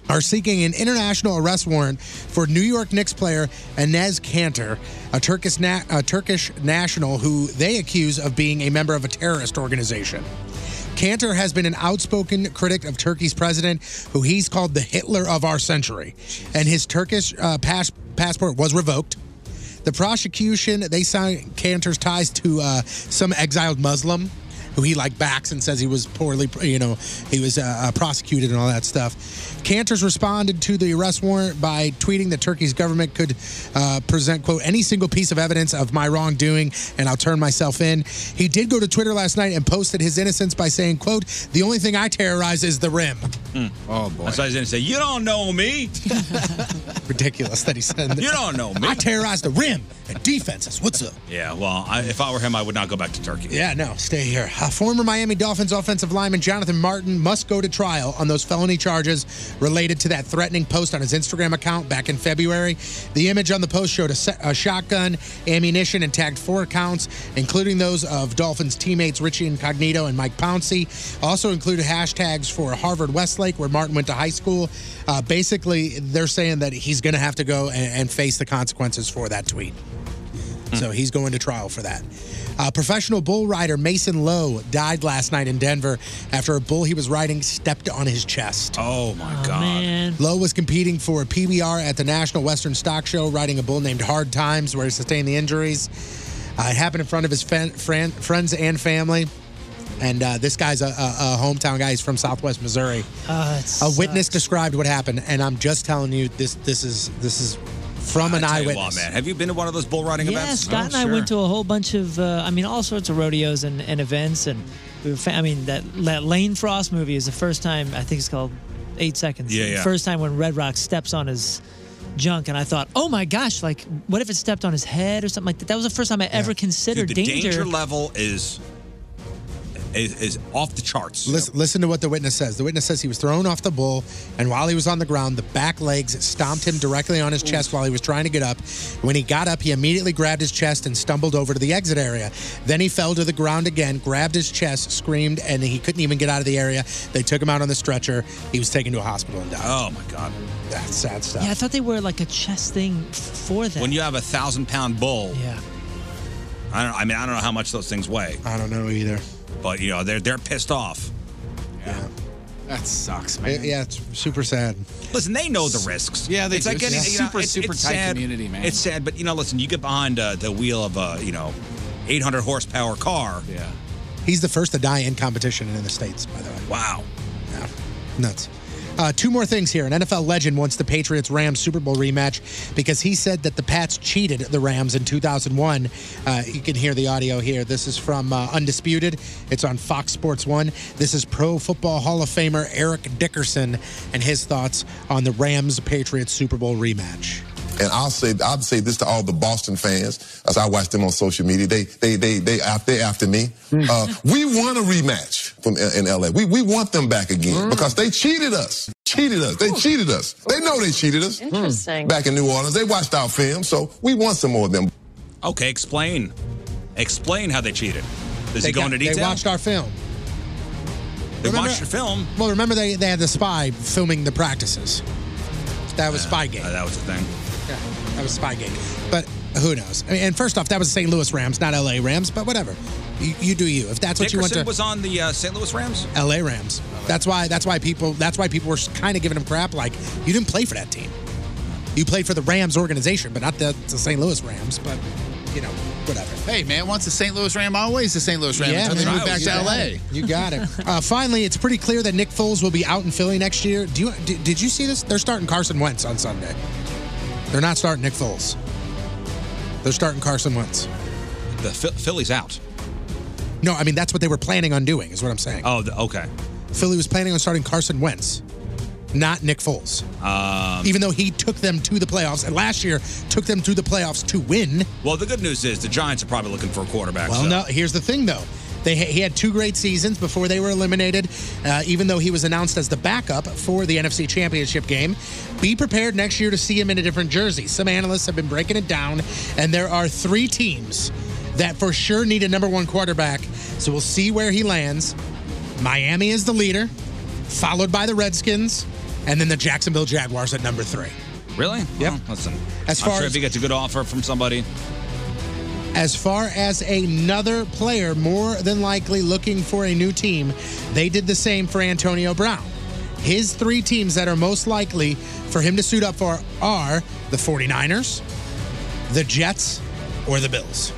are seeking an international arrest warrant for New York Knicks player Inez Cantor, a Turkish, na- a Turkish national who they accuse of being a member of a terrorist organization. Cantor has been an outspoken critic of Turkey's president, who he's called the Hitler of our century. And his Turkish uh, pass- passport was revoked. The prosecution, they signed Cantor's ties to uh, some exiled Muslim who he like backs and says he was poorly, you know, he was uh, uh, prosecuted and all that stuff. Cantor's responded to the arrest warrant by tweeting that Turkey's government could uh, present, quote, any single piece of evidence of my wrongdoing and I'll turn myself in. He did go to Twitter last night and posted his innocence by saying, quote, the only thing I terrorize is the rim.
Oh boy! That's why I was going to say you don't know me.
Ridiculous that he said that.
You don't know me.
I terrorize the rim and defenses. What's up?
Yeah, well, I, if I were him, I would not go back to Turkey.
Yeah, no, stay here. Uh, former Miami Dolphins offensive lineman Jonathan Martin must go to trial on those felony charges related to that threatening post on his Instagram account back in February. The image on the post showed a, se- a shotgun, ammunition, and tagged four accounts, including those of Dolphins teammates Richie Incognito and Mike Pouncey. Also included hashtags for Harvard Westlake, where Martin went to high school. Uh, basically, they're saying that he's going to have to go and, and face the consequences for that tweet.
Hmm.
So he's going to trial for that. Uh, professional bull rider Mason Lowe died last night in Denver after a bull he was riding stepped on his chest.
Oh my God.
Lowe was competing for a PBR at the National Western Stock Show, riding a bull named Hard Times, where he sustained the injuries. Uh, it happened in front of his fan, friend, friends and family. And uh, this guy's a, a, a hometown guy. He's from Southwest Missouri.
Uh,
a witness described what happened, and I'm just telling you this. This is this is from an
I tell you
eyewitness.
what, man. Have you been to one of those bull riding
yeah,
events? Oh,
Scott and I went to a whole bunch of, uh, I mean, all sorts of rodeos and, and events, and we were. Fa- I mean, that, that Lane Frost movie is the first time. I think it's called Eight Seconds.
Yeah, yeah.
First time when Red Rock steps on his junk, and I thought, oh my gosh, like, what if it stepped on his head or something like that? That was the first time I ever considered
Dude, the
danger.
danger. level is, is is off the charts.
Listen, listen to what the witness says. The witness says he was thrown off the bull, and while he was on the ground, the back legs stomped him directly on his chest while he was trying to get up. When he got up, he immediately grabbed his chest and stumbled over to the exit area. Then he fell to the ground again, grabbed his chest, screamed, and he couldn't even get out of the area. They took him out on the stretcher. He was taken to a hospital and died.
Oh my God.
That's sad stuff.
yeah, I thought they were like a chest thing f- for that.
When you have a thousand pound bull,
yeah.
I don't. I mean, I don't know how much those things weigh,
I don't know either.
but you know, they're they're pissed off.
That sucks,
It- yeah, it's super sad.
Listen, they know the risks.
Yeah, they
it's
do.
like any
It's a
you know,
super,
it's-
super
it's
tight
sad.
community, man.
It's sad, but you know, listen, you get behind uh, the wheel of a you know, 800 horsepower car.
Yeah.
He's the first to die in competition in the States, by the way.
Wow.
Nuts. Uh, two more things here. An NFL legend wants the Patriots Rams Super Bowl rematch because he said that the Pats cheated the Rams in 2001. Uh, you can hear the audio here. This is from uh, Undisputed. It's on Fox Sports 1. This is Pro Football Hall of Famer Eric Dickerson and his thoughts on the Rams Patriots Super Bowl rematch.
And I'll say I'll say this to all the Boston fans as I watch them on social media. They they they they out there after me.
Mm.
Uh, we want a rematch from L- in LA. We we want them back again
Mm.
because they cheated us. Cheated us. They cheated us. They know they cheated us.
Interesting.
Back in New Orleans, they watched our film, so we want some more of them.
Okay, explain. Explain how they cheated. Does
they
he go
got-
into detail?
They watched our film.
They watched your film.
Well, remember they, they had the spy filming the practices. That was Spygate.
Uh, that was the thing.
Yeah, that was Spygate. But who knows? I mean, and first off, that was St. Louis Rams, not L.A. Rams, but whatever. You, you do you. If that's what
Dickerson
you want to.
was on the uh, St. Louis Rams.
L.A. Rams. That's why. That's why people. That's why people were kind of giving him crap. Like you didn't play for that team. You played for the Rams organization, but not the, the St. Louis Rams. But you know, whatever.
Hey, man, once the St. Louis Ram, always the St. Louis Ram until they
man.
move back
You
to
got
L.A.
it. You got it. Uh, finally, it's pretty clear that Nick Foles will be out in Philly next year. Do you? Did, did you see this? They're starting Carson Wentz on Sunday. They're not starting Nick Foles. They're starting Carson Wentz.
The Phil- Philly's out.
No, I mean that's what they were planning on doing. Is what I'm saying.
Oh, the, okay.
Philly was planning on starting Carson Wentz, not Nick Foles.
Um,
Even though he took them to the playoffs and last year took them to the playoffs to win.
well, the good news is the Giants are probably looking for a quarterback.
Well,
so.
no. Here's the thing, though. They, he had two great seasons before they were eliminated, uh, even though he was announced as the backup for the NFC Championship game. Be prepared next year to see him in a different jersey. Some analysts have been breaking it down, and there are three teams that for sure need a number one quarterback. So we'll see where he lands. Miami is the leader, followed by the Redskins, and then the Jacksonville Jaguars at number three.
Really? Yeah. listen.
As
I'm
far
sure
as-
if he gets a good offer from somebody,
As far as another player more than likely looking for a new team, they did the same for Antonio Brown. His three teams that are most likely for him to suit up for are the 49ers, the Jets, or the Bills.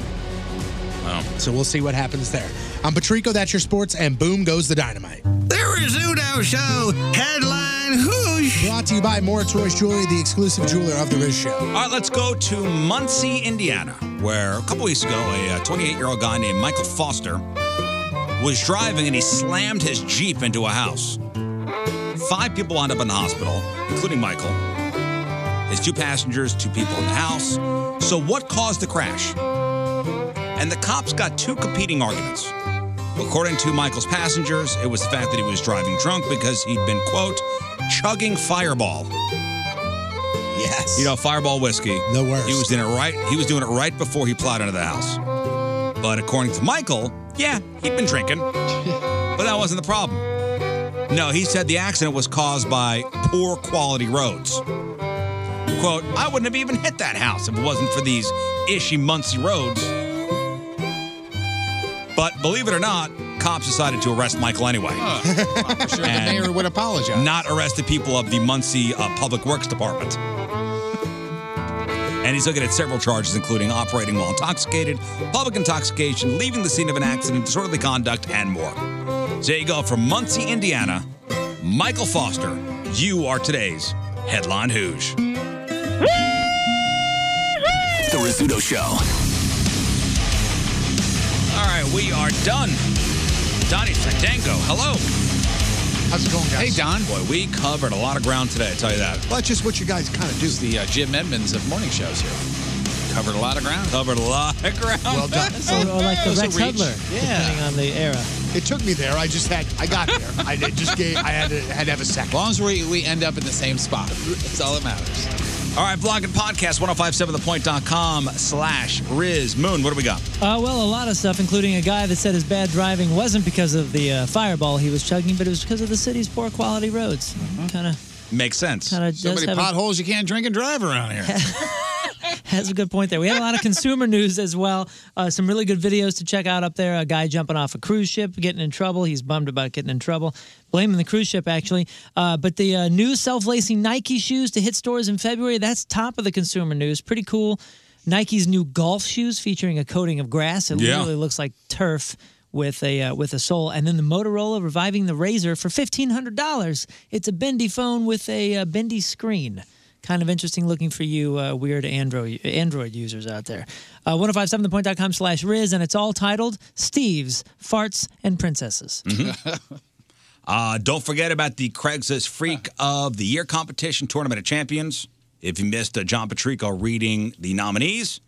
So we'll see what happens there. I'm Patrico, that's your sports, and boom goes the dynamite.
The Rizzuto Show headline whoosh.
Brought to you by Moritz Royce Jewelry, the exclusive jeweler of the Riz Show.
All right, let's go to Muncie, Indiana, where a couple weeks ago, a 28 year old guy named Michael Foster was driving and he slammed his Jeep into a house. Five people wound up in the hospital, including Michael, his two passengers, two people in the house. So, what caused the crash? And the cops got two competing arguments. According to Michael's passengers, it was the fact that he was driving drunk because he'd been, quote, chugging fireball.
Yes.
You know, fireball whiskey. The worst. He was in it right he was doing it right before he plowed into the house. But according to Michael, yeah, he'd been drinking. but that wasn't the problem. No, he said the accident was caused by poor quality roads. Quote, I wouldn't have even hit that house if it wasn't for these ishy Muncie roads. But believe it or not, cops decided to arrest Michael anyway.
Sure, the
And-
mayor would apologize.
Not arrested people of the Muncie uh, Public Works Department. And he's looking at several charges, including operating while intoxicated, public intoxication, leaving the scene of an accident, disorderly conduct, and more. So there you go from Muncie, Indiana, Michael Foster. You are today's headline Hooge.
The Rizzuto Show.
All right, we are done. Donnie Fandango, hello.
How's it going, guys? Hey, Don.
Boy, we covered a lot of ground today, I tell you that.
Well, that's just what you guys kind of do. It's the uh, Jim Edmonds of morning shows here. Covered a lot of ground.
Covered a lot of ground.
Well done.
Or,
uh,
or like the
Those are
Rex
reach.
Hudler,
Yeah.
depending on the era.
It took me there. I just had. I got there. I did- just gave. I had to, had to have a second.
As long as we, we end up in the same spot, that's all that matters.
All right, blog and podcast, 1057thepoint.com slash Riz Moon. What do we got?
Uh, well, a lot of stuff, including a guy that said his bad driving wasn't because of the uh, fireball he was chugging, but it was because of the city's poor quality roads.
Mm-hmm.
Kind of
Makes sense.
Kinda does
so many
have a-
potholes you can't drink and drive around here.
has a good point there. We had a lot of consumer news as well. Uh, some really good videos to check out up there. A guy jumping off a cruise ship, getting in trouble. He's bummed about getting in trouble, blaming the cruise ship actually. Uh, but the uh, new self-lacing Nike shoes to hit stores in February. That's top of the consumer news. Pretty cool. Nike's new golf shoes featuring a coating of grass. It
Yeah.
literally looks like turf. With a uh, with a sole, and then the Motorola reviving the Razor for fifteen hundred dollars. It's a bendy phone with a uh, bendy screen kind of interesting looking for you uh, weird Android Android users out there. Uh, 1057thepoint.com slash Riz, and it's all titled Steve's Farts and Princesses.
Uh, don't forget about the Craigslist Freak of the Year competition, Tournament of Champions. If you missed uh, John Patrico reading the nominees,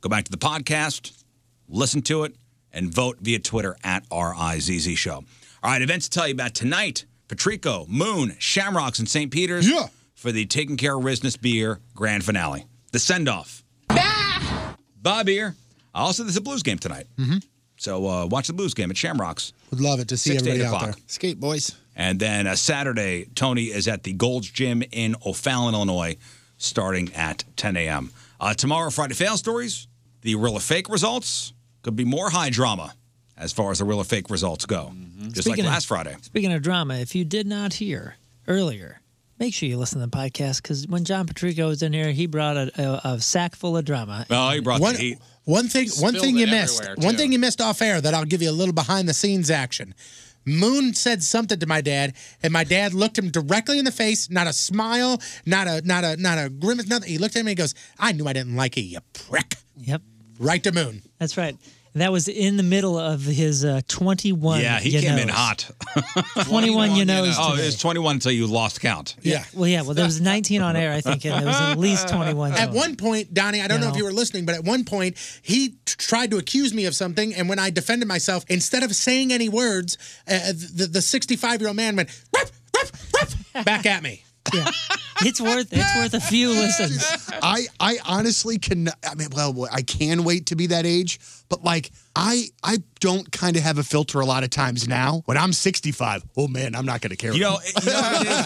go back to the podcast, listen to it, and vote via Twitter at RIZZ Show. All right, events to tell you about tonight Patrico, Moon, Shamrocks, and St. Peter's yeah. for the Taking Care of Business Beer grand finale. The send off. Bye, beer. Also, there's a Blues game tonight. Mm-hmm. So uh, watch the Blues game at Shamrocks.
Would love it to see
Six to
everybody
eight
out
o'clock.
there. Skate boys.
And then uh, Saturday, Tony is at the Gold's Gym in O'Fallon, Illinois, starting at 10 a.m. Uh, tomorrow, Friday Fail Stories, the real or fake results. Could be more high drama as far as the real or fake results go, just
Speaking of-
like last Friday.
Speaking of drama, if you did not hear earlier, make sure you listen to the podcast because when John Patrico was in here, he brought a, a, a sack full of drama.
Oh, he brought
One-
the heat.
One thing, one
Spilled
thing you
it
missed.
everywhere,
One
too.
thing you missed off air that I'll give you a little behind the scenes action. Moon said something to my dad, and my dad looked him directly in the face. Not a smile, not a not a not a grimace, nothing. He looked at me and goes, "I knew I didn't like you, you prick."
Yep.
Right to Moon.
That's right. That was in the middle of his uh, 21.
yeah, he
you
came in
knows.
hot.
21 you knows.
Oh,
today.
it was 21 until you lost count.
Yeah.
Well, yeah. Well, there was 19 on air, I think, and there was at least 21.
At one point, Donnie, I don't know if
No.
you were listening, but at one point, he t- tried to accuse me of something. And when I defended myself, instead of saying any words, uh, the 65 year old man went "Ruff, ruff, ruff," back at me.
Yeah. It's worth it's worth a few listens.
I I honestly can. I mean, well, I can wait to be that age, but like I I don't kind of have a filter a lot of times now. When I'm 65, oh man, I'm not going to care.
You know, eh, you know what it is?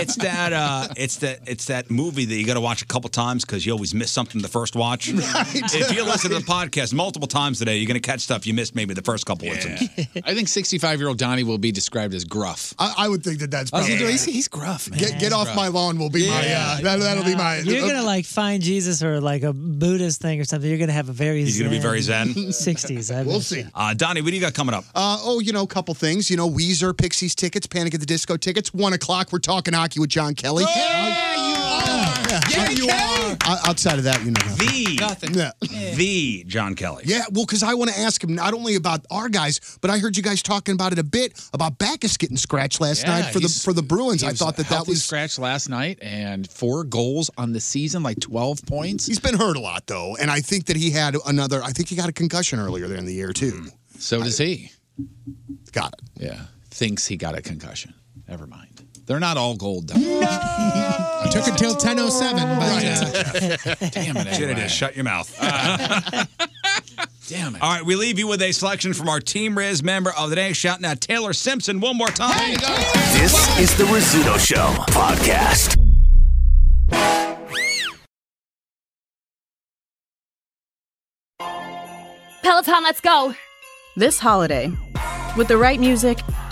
it's that uh, it's that it's that movie that you got to watch a couple times because you always miss something the first watch. If you listen to the podcast multiple times today, you're going to catch stuff you missed maybe the first couple listens.
I think 65 year old Donnie will be described as gruff.
I, I would think that that's
I was
probably.
gonna do- he's- he's gruff, man.
Get, get off
Gruff.
my lawn will be my.
Yeah.
Uh, that, that'll be my. uh,
You're gonna like find Jesus or like a Buddhist thing or something. You're gonna have a very
He's gonna be very zen.
Sixties.
We'll see.
Uh, Donnie, what do you got coming up?
Uh, oh, you know, a couple things. You know, Weezer, Pixies tickets, Panic at the Disco tickets. One o'clock, we're talking hockey with John
Oh,
Kelly. Yeah, you are. O- outside of that, you know nothing.
The
nothing. Yeah.
the John Kelly.
Yeah, well, because I want to ask him not only about our guys, but I heard you guys talking about it a bit about Backus getting scratched last
Yeah,
night for the
he's-
for the Bruins.
He
I
was
thought that that
healthy
was
scratched last night and four goals on the season, like 12 points.
He's been hurt a lot though, and I think that he had another. I think he got a concussion earlier there in the year too.
Hmm. So does he.
Got it.
Yeah. Thinks he got a concussion. Never mind. They're not all gold, though.
I took until 10:07, but uh,
damn it,
Shit, it is. Shut your mouth. Damn it. All right, we leave you with a selection from our Team Riz member of the day, shouting out Taylor Simpson one more time.
This is the Rizzuto Show podcast.
Peloton, let's go!
This holiday, with the right music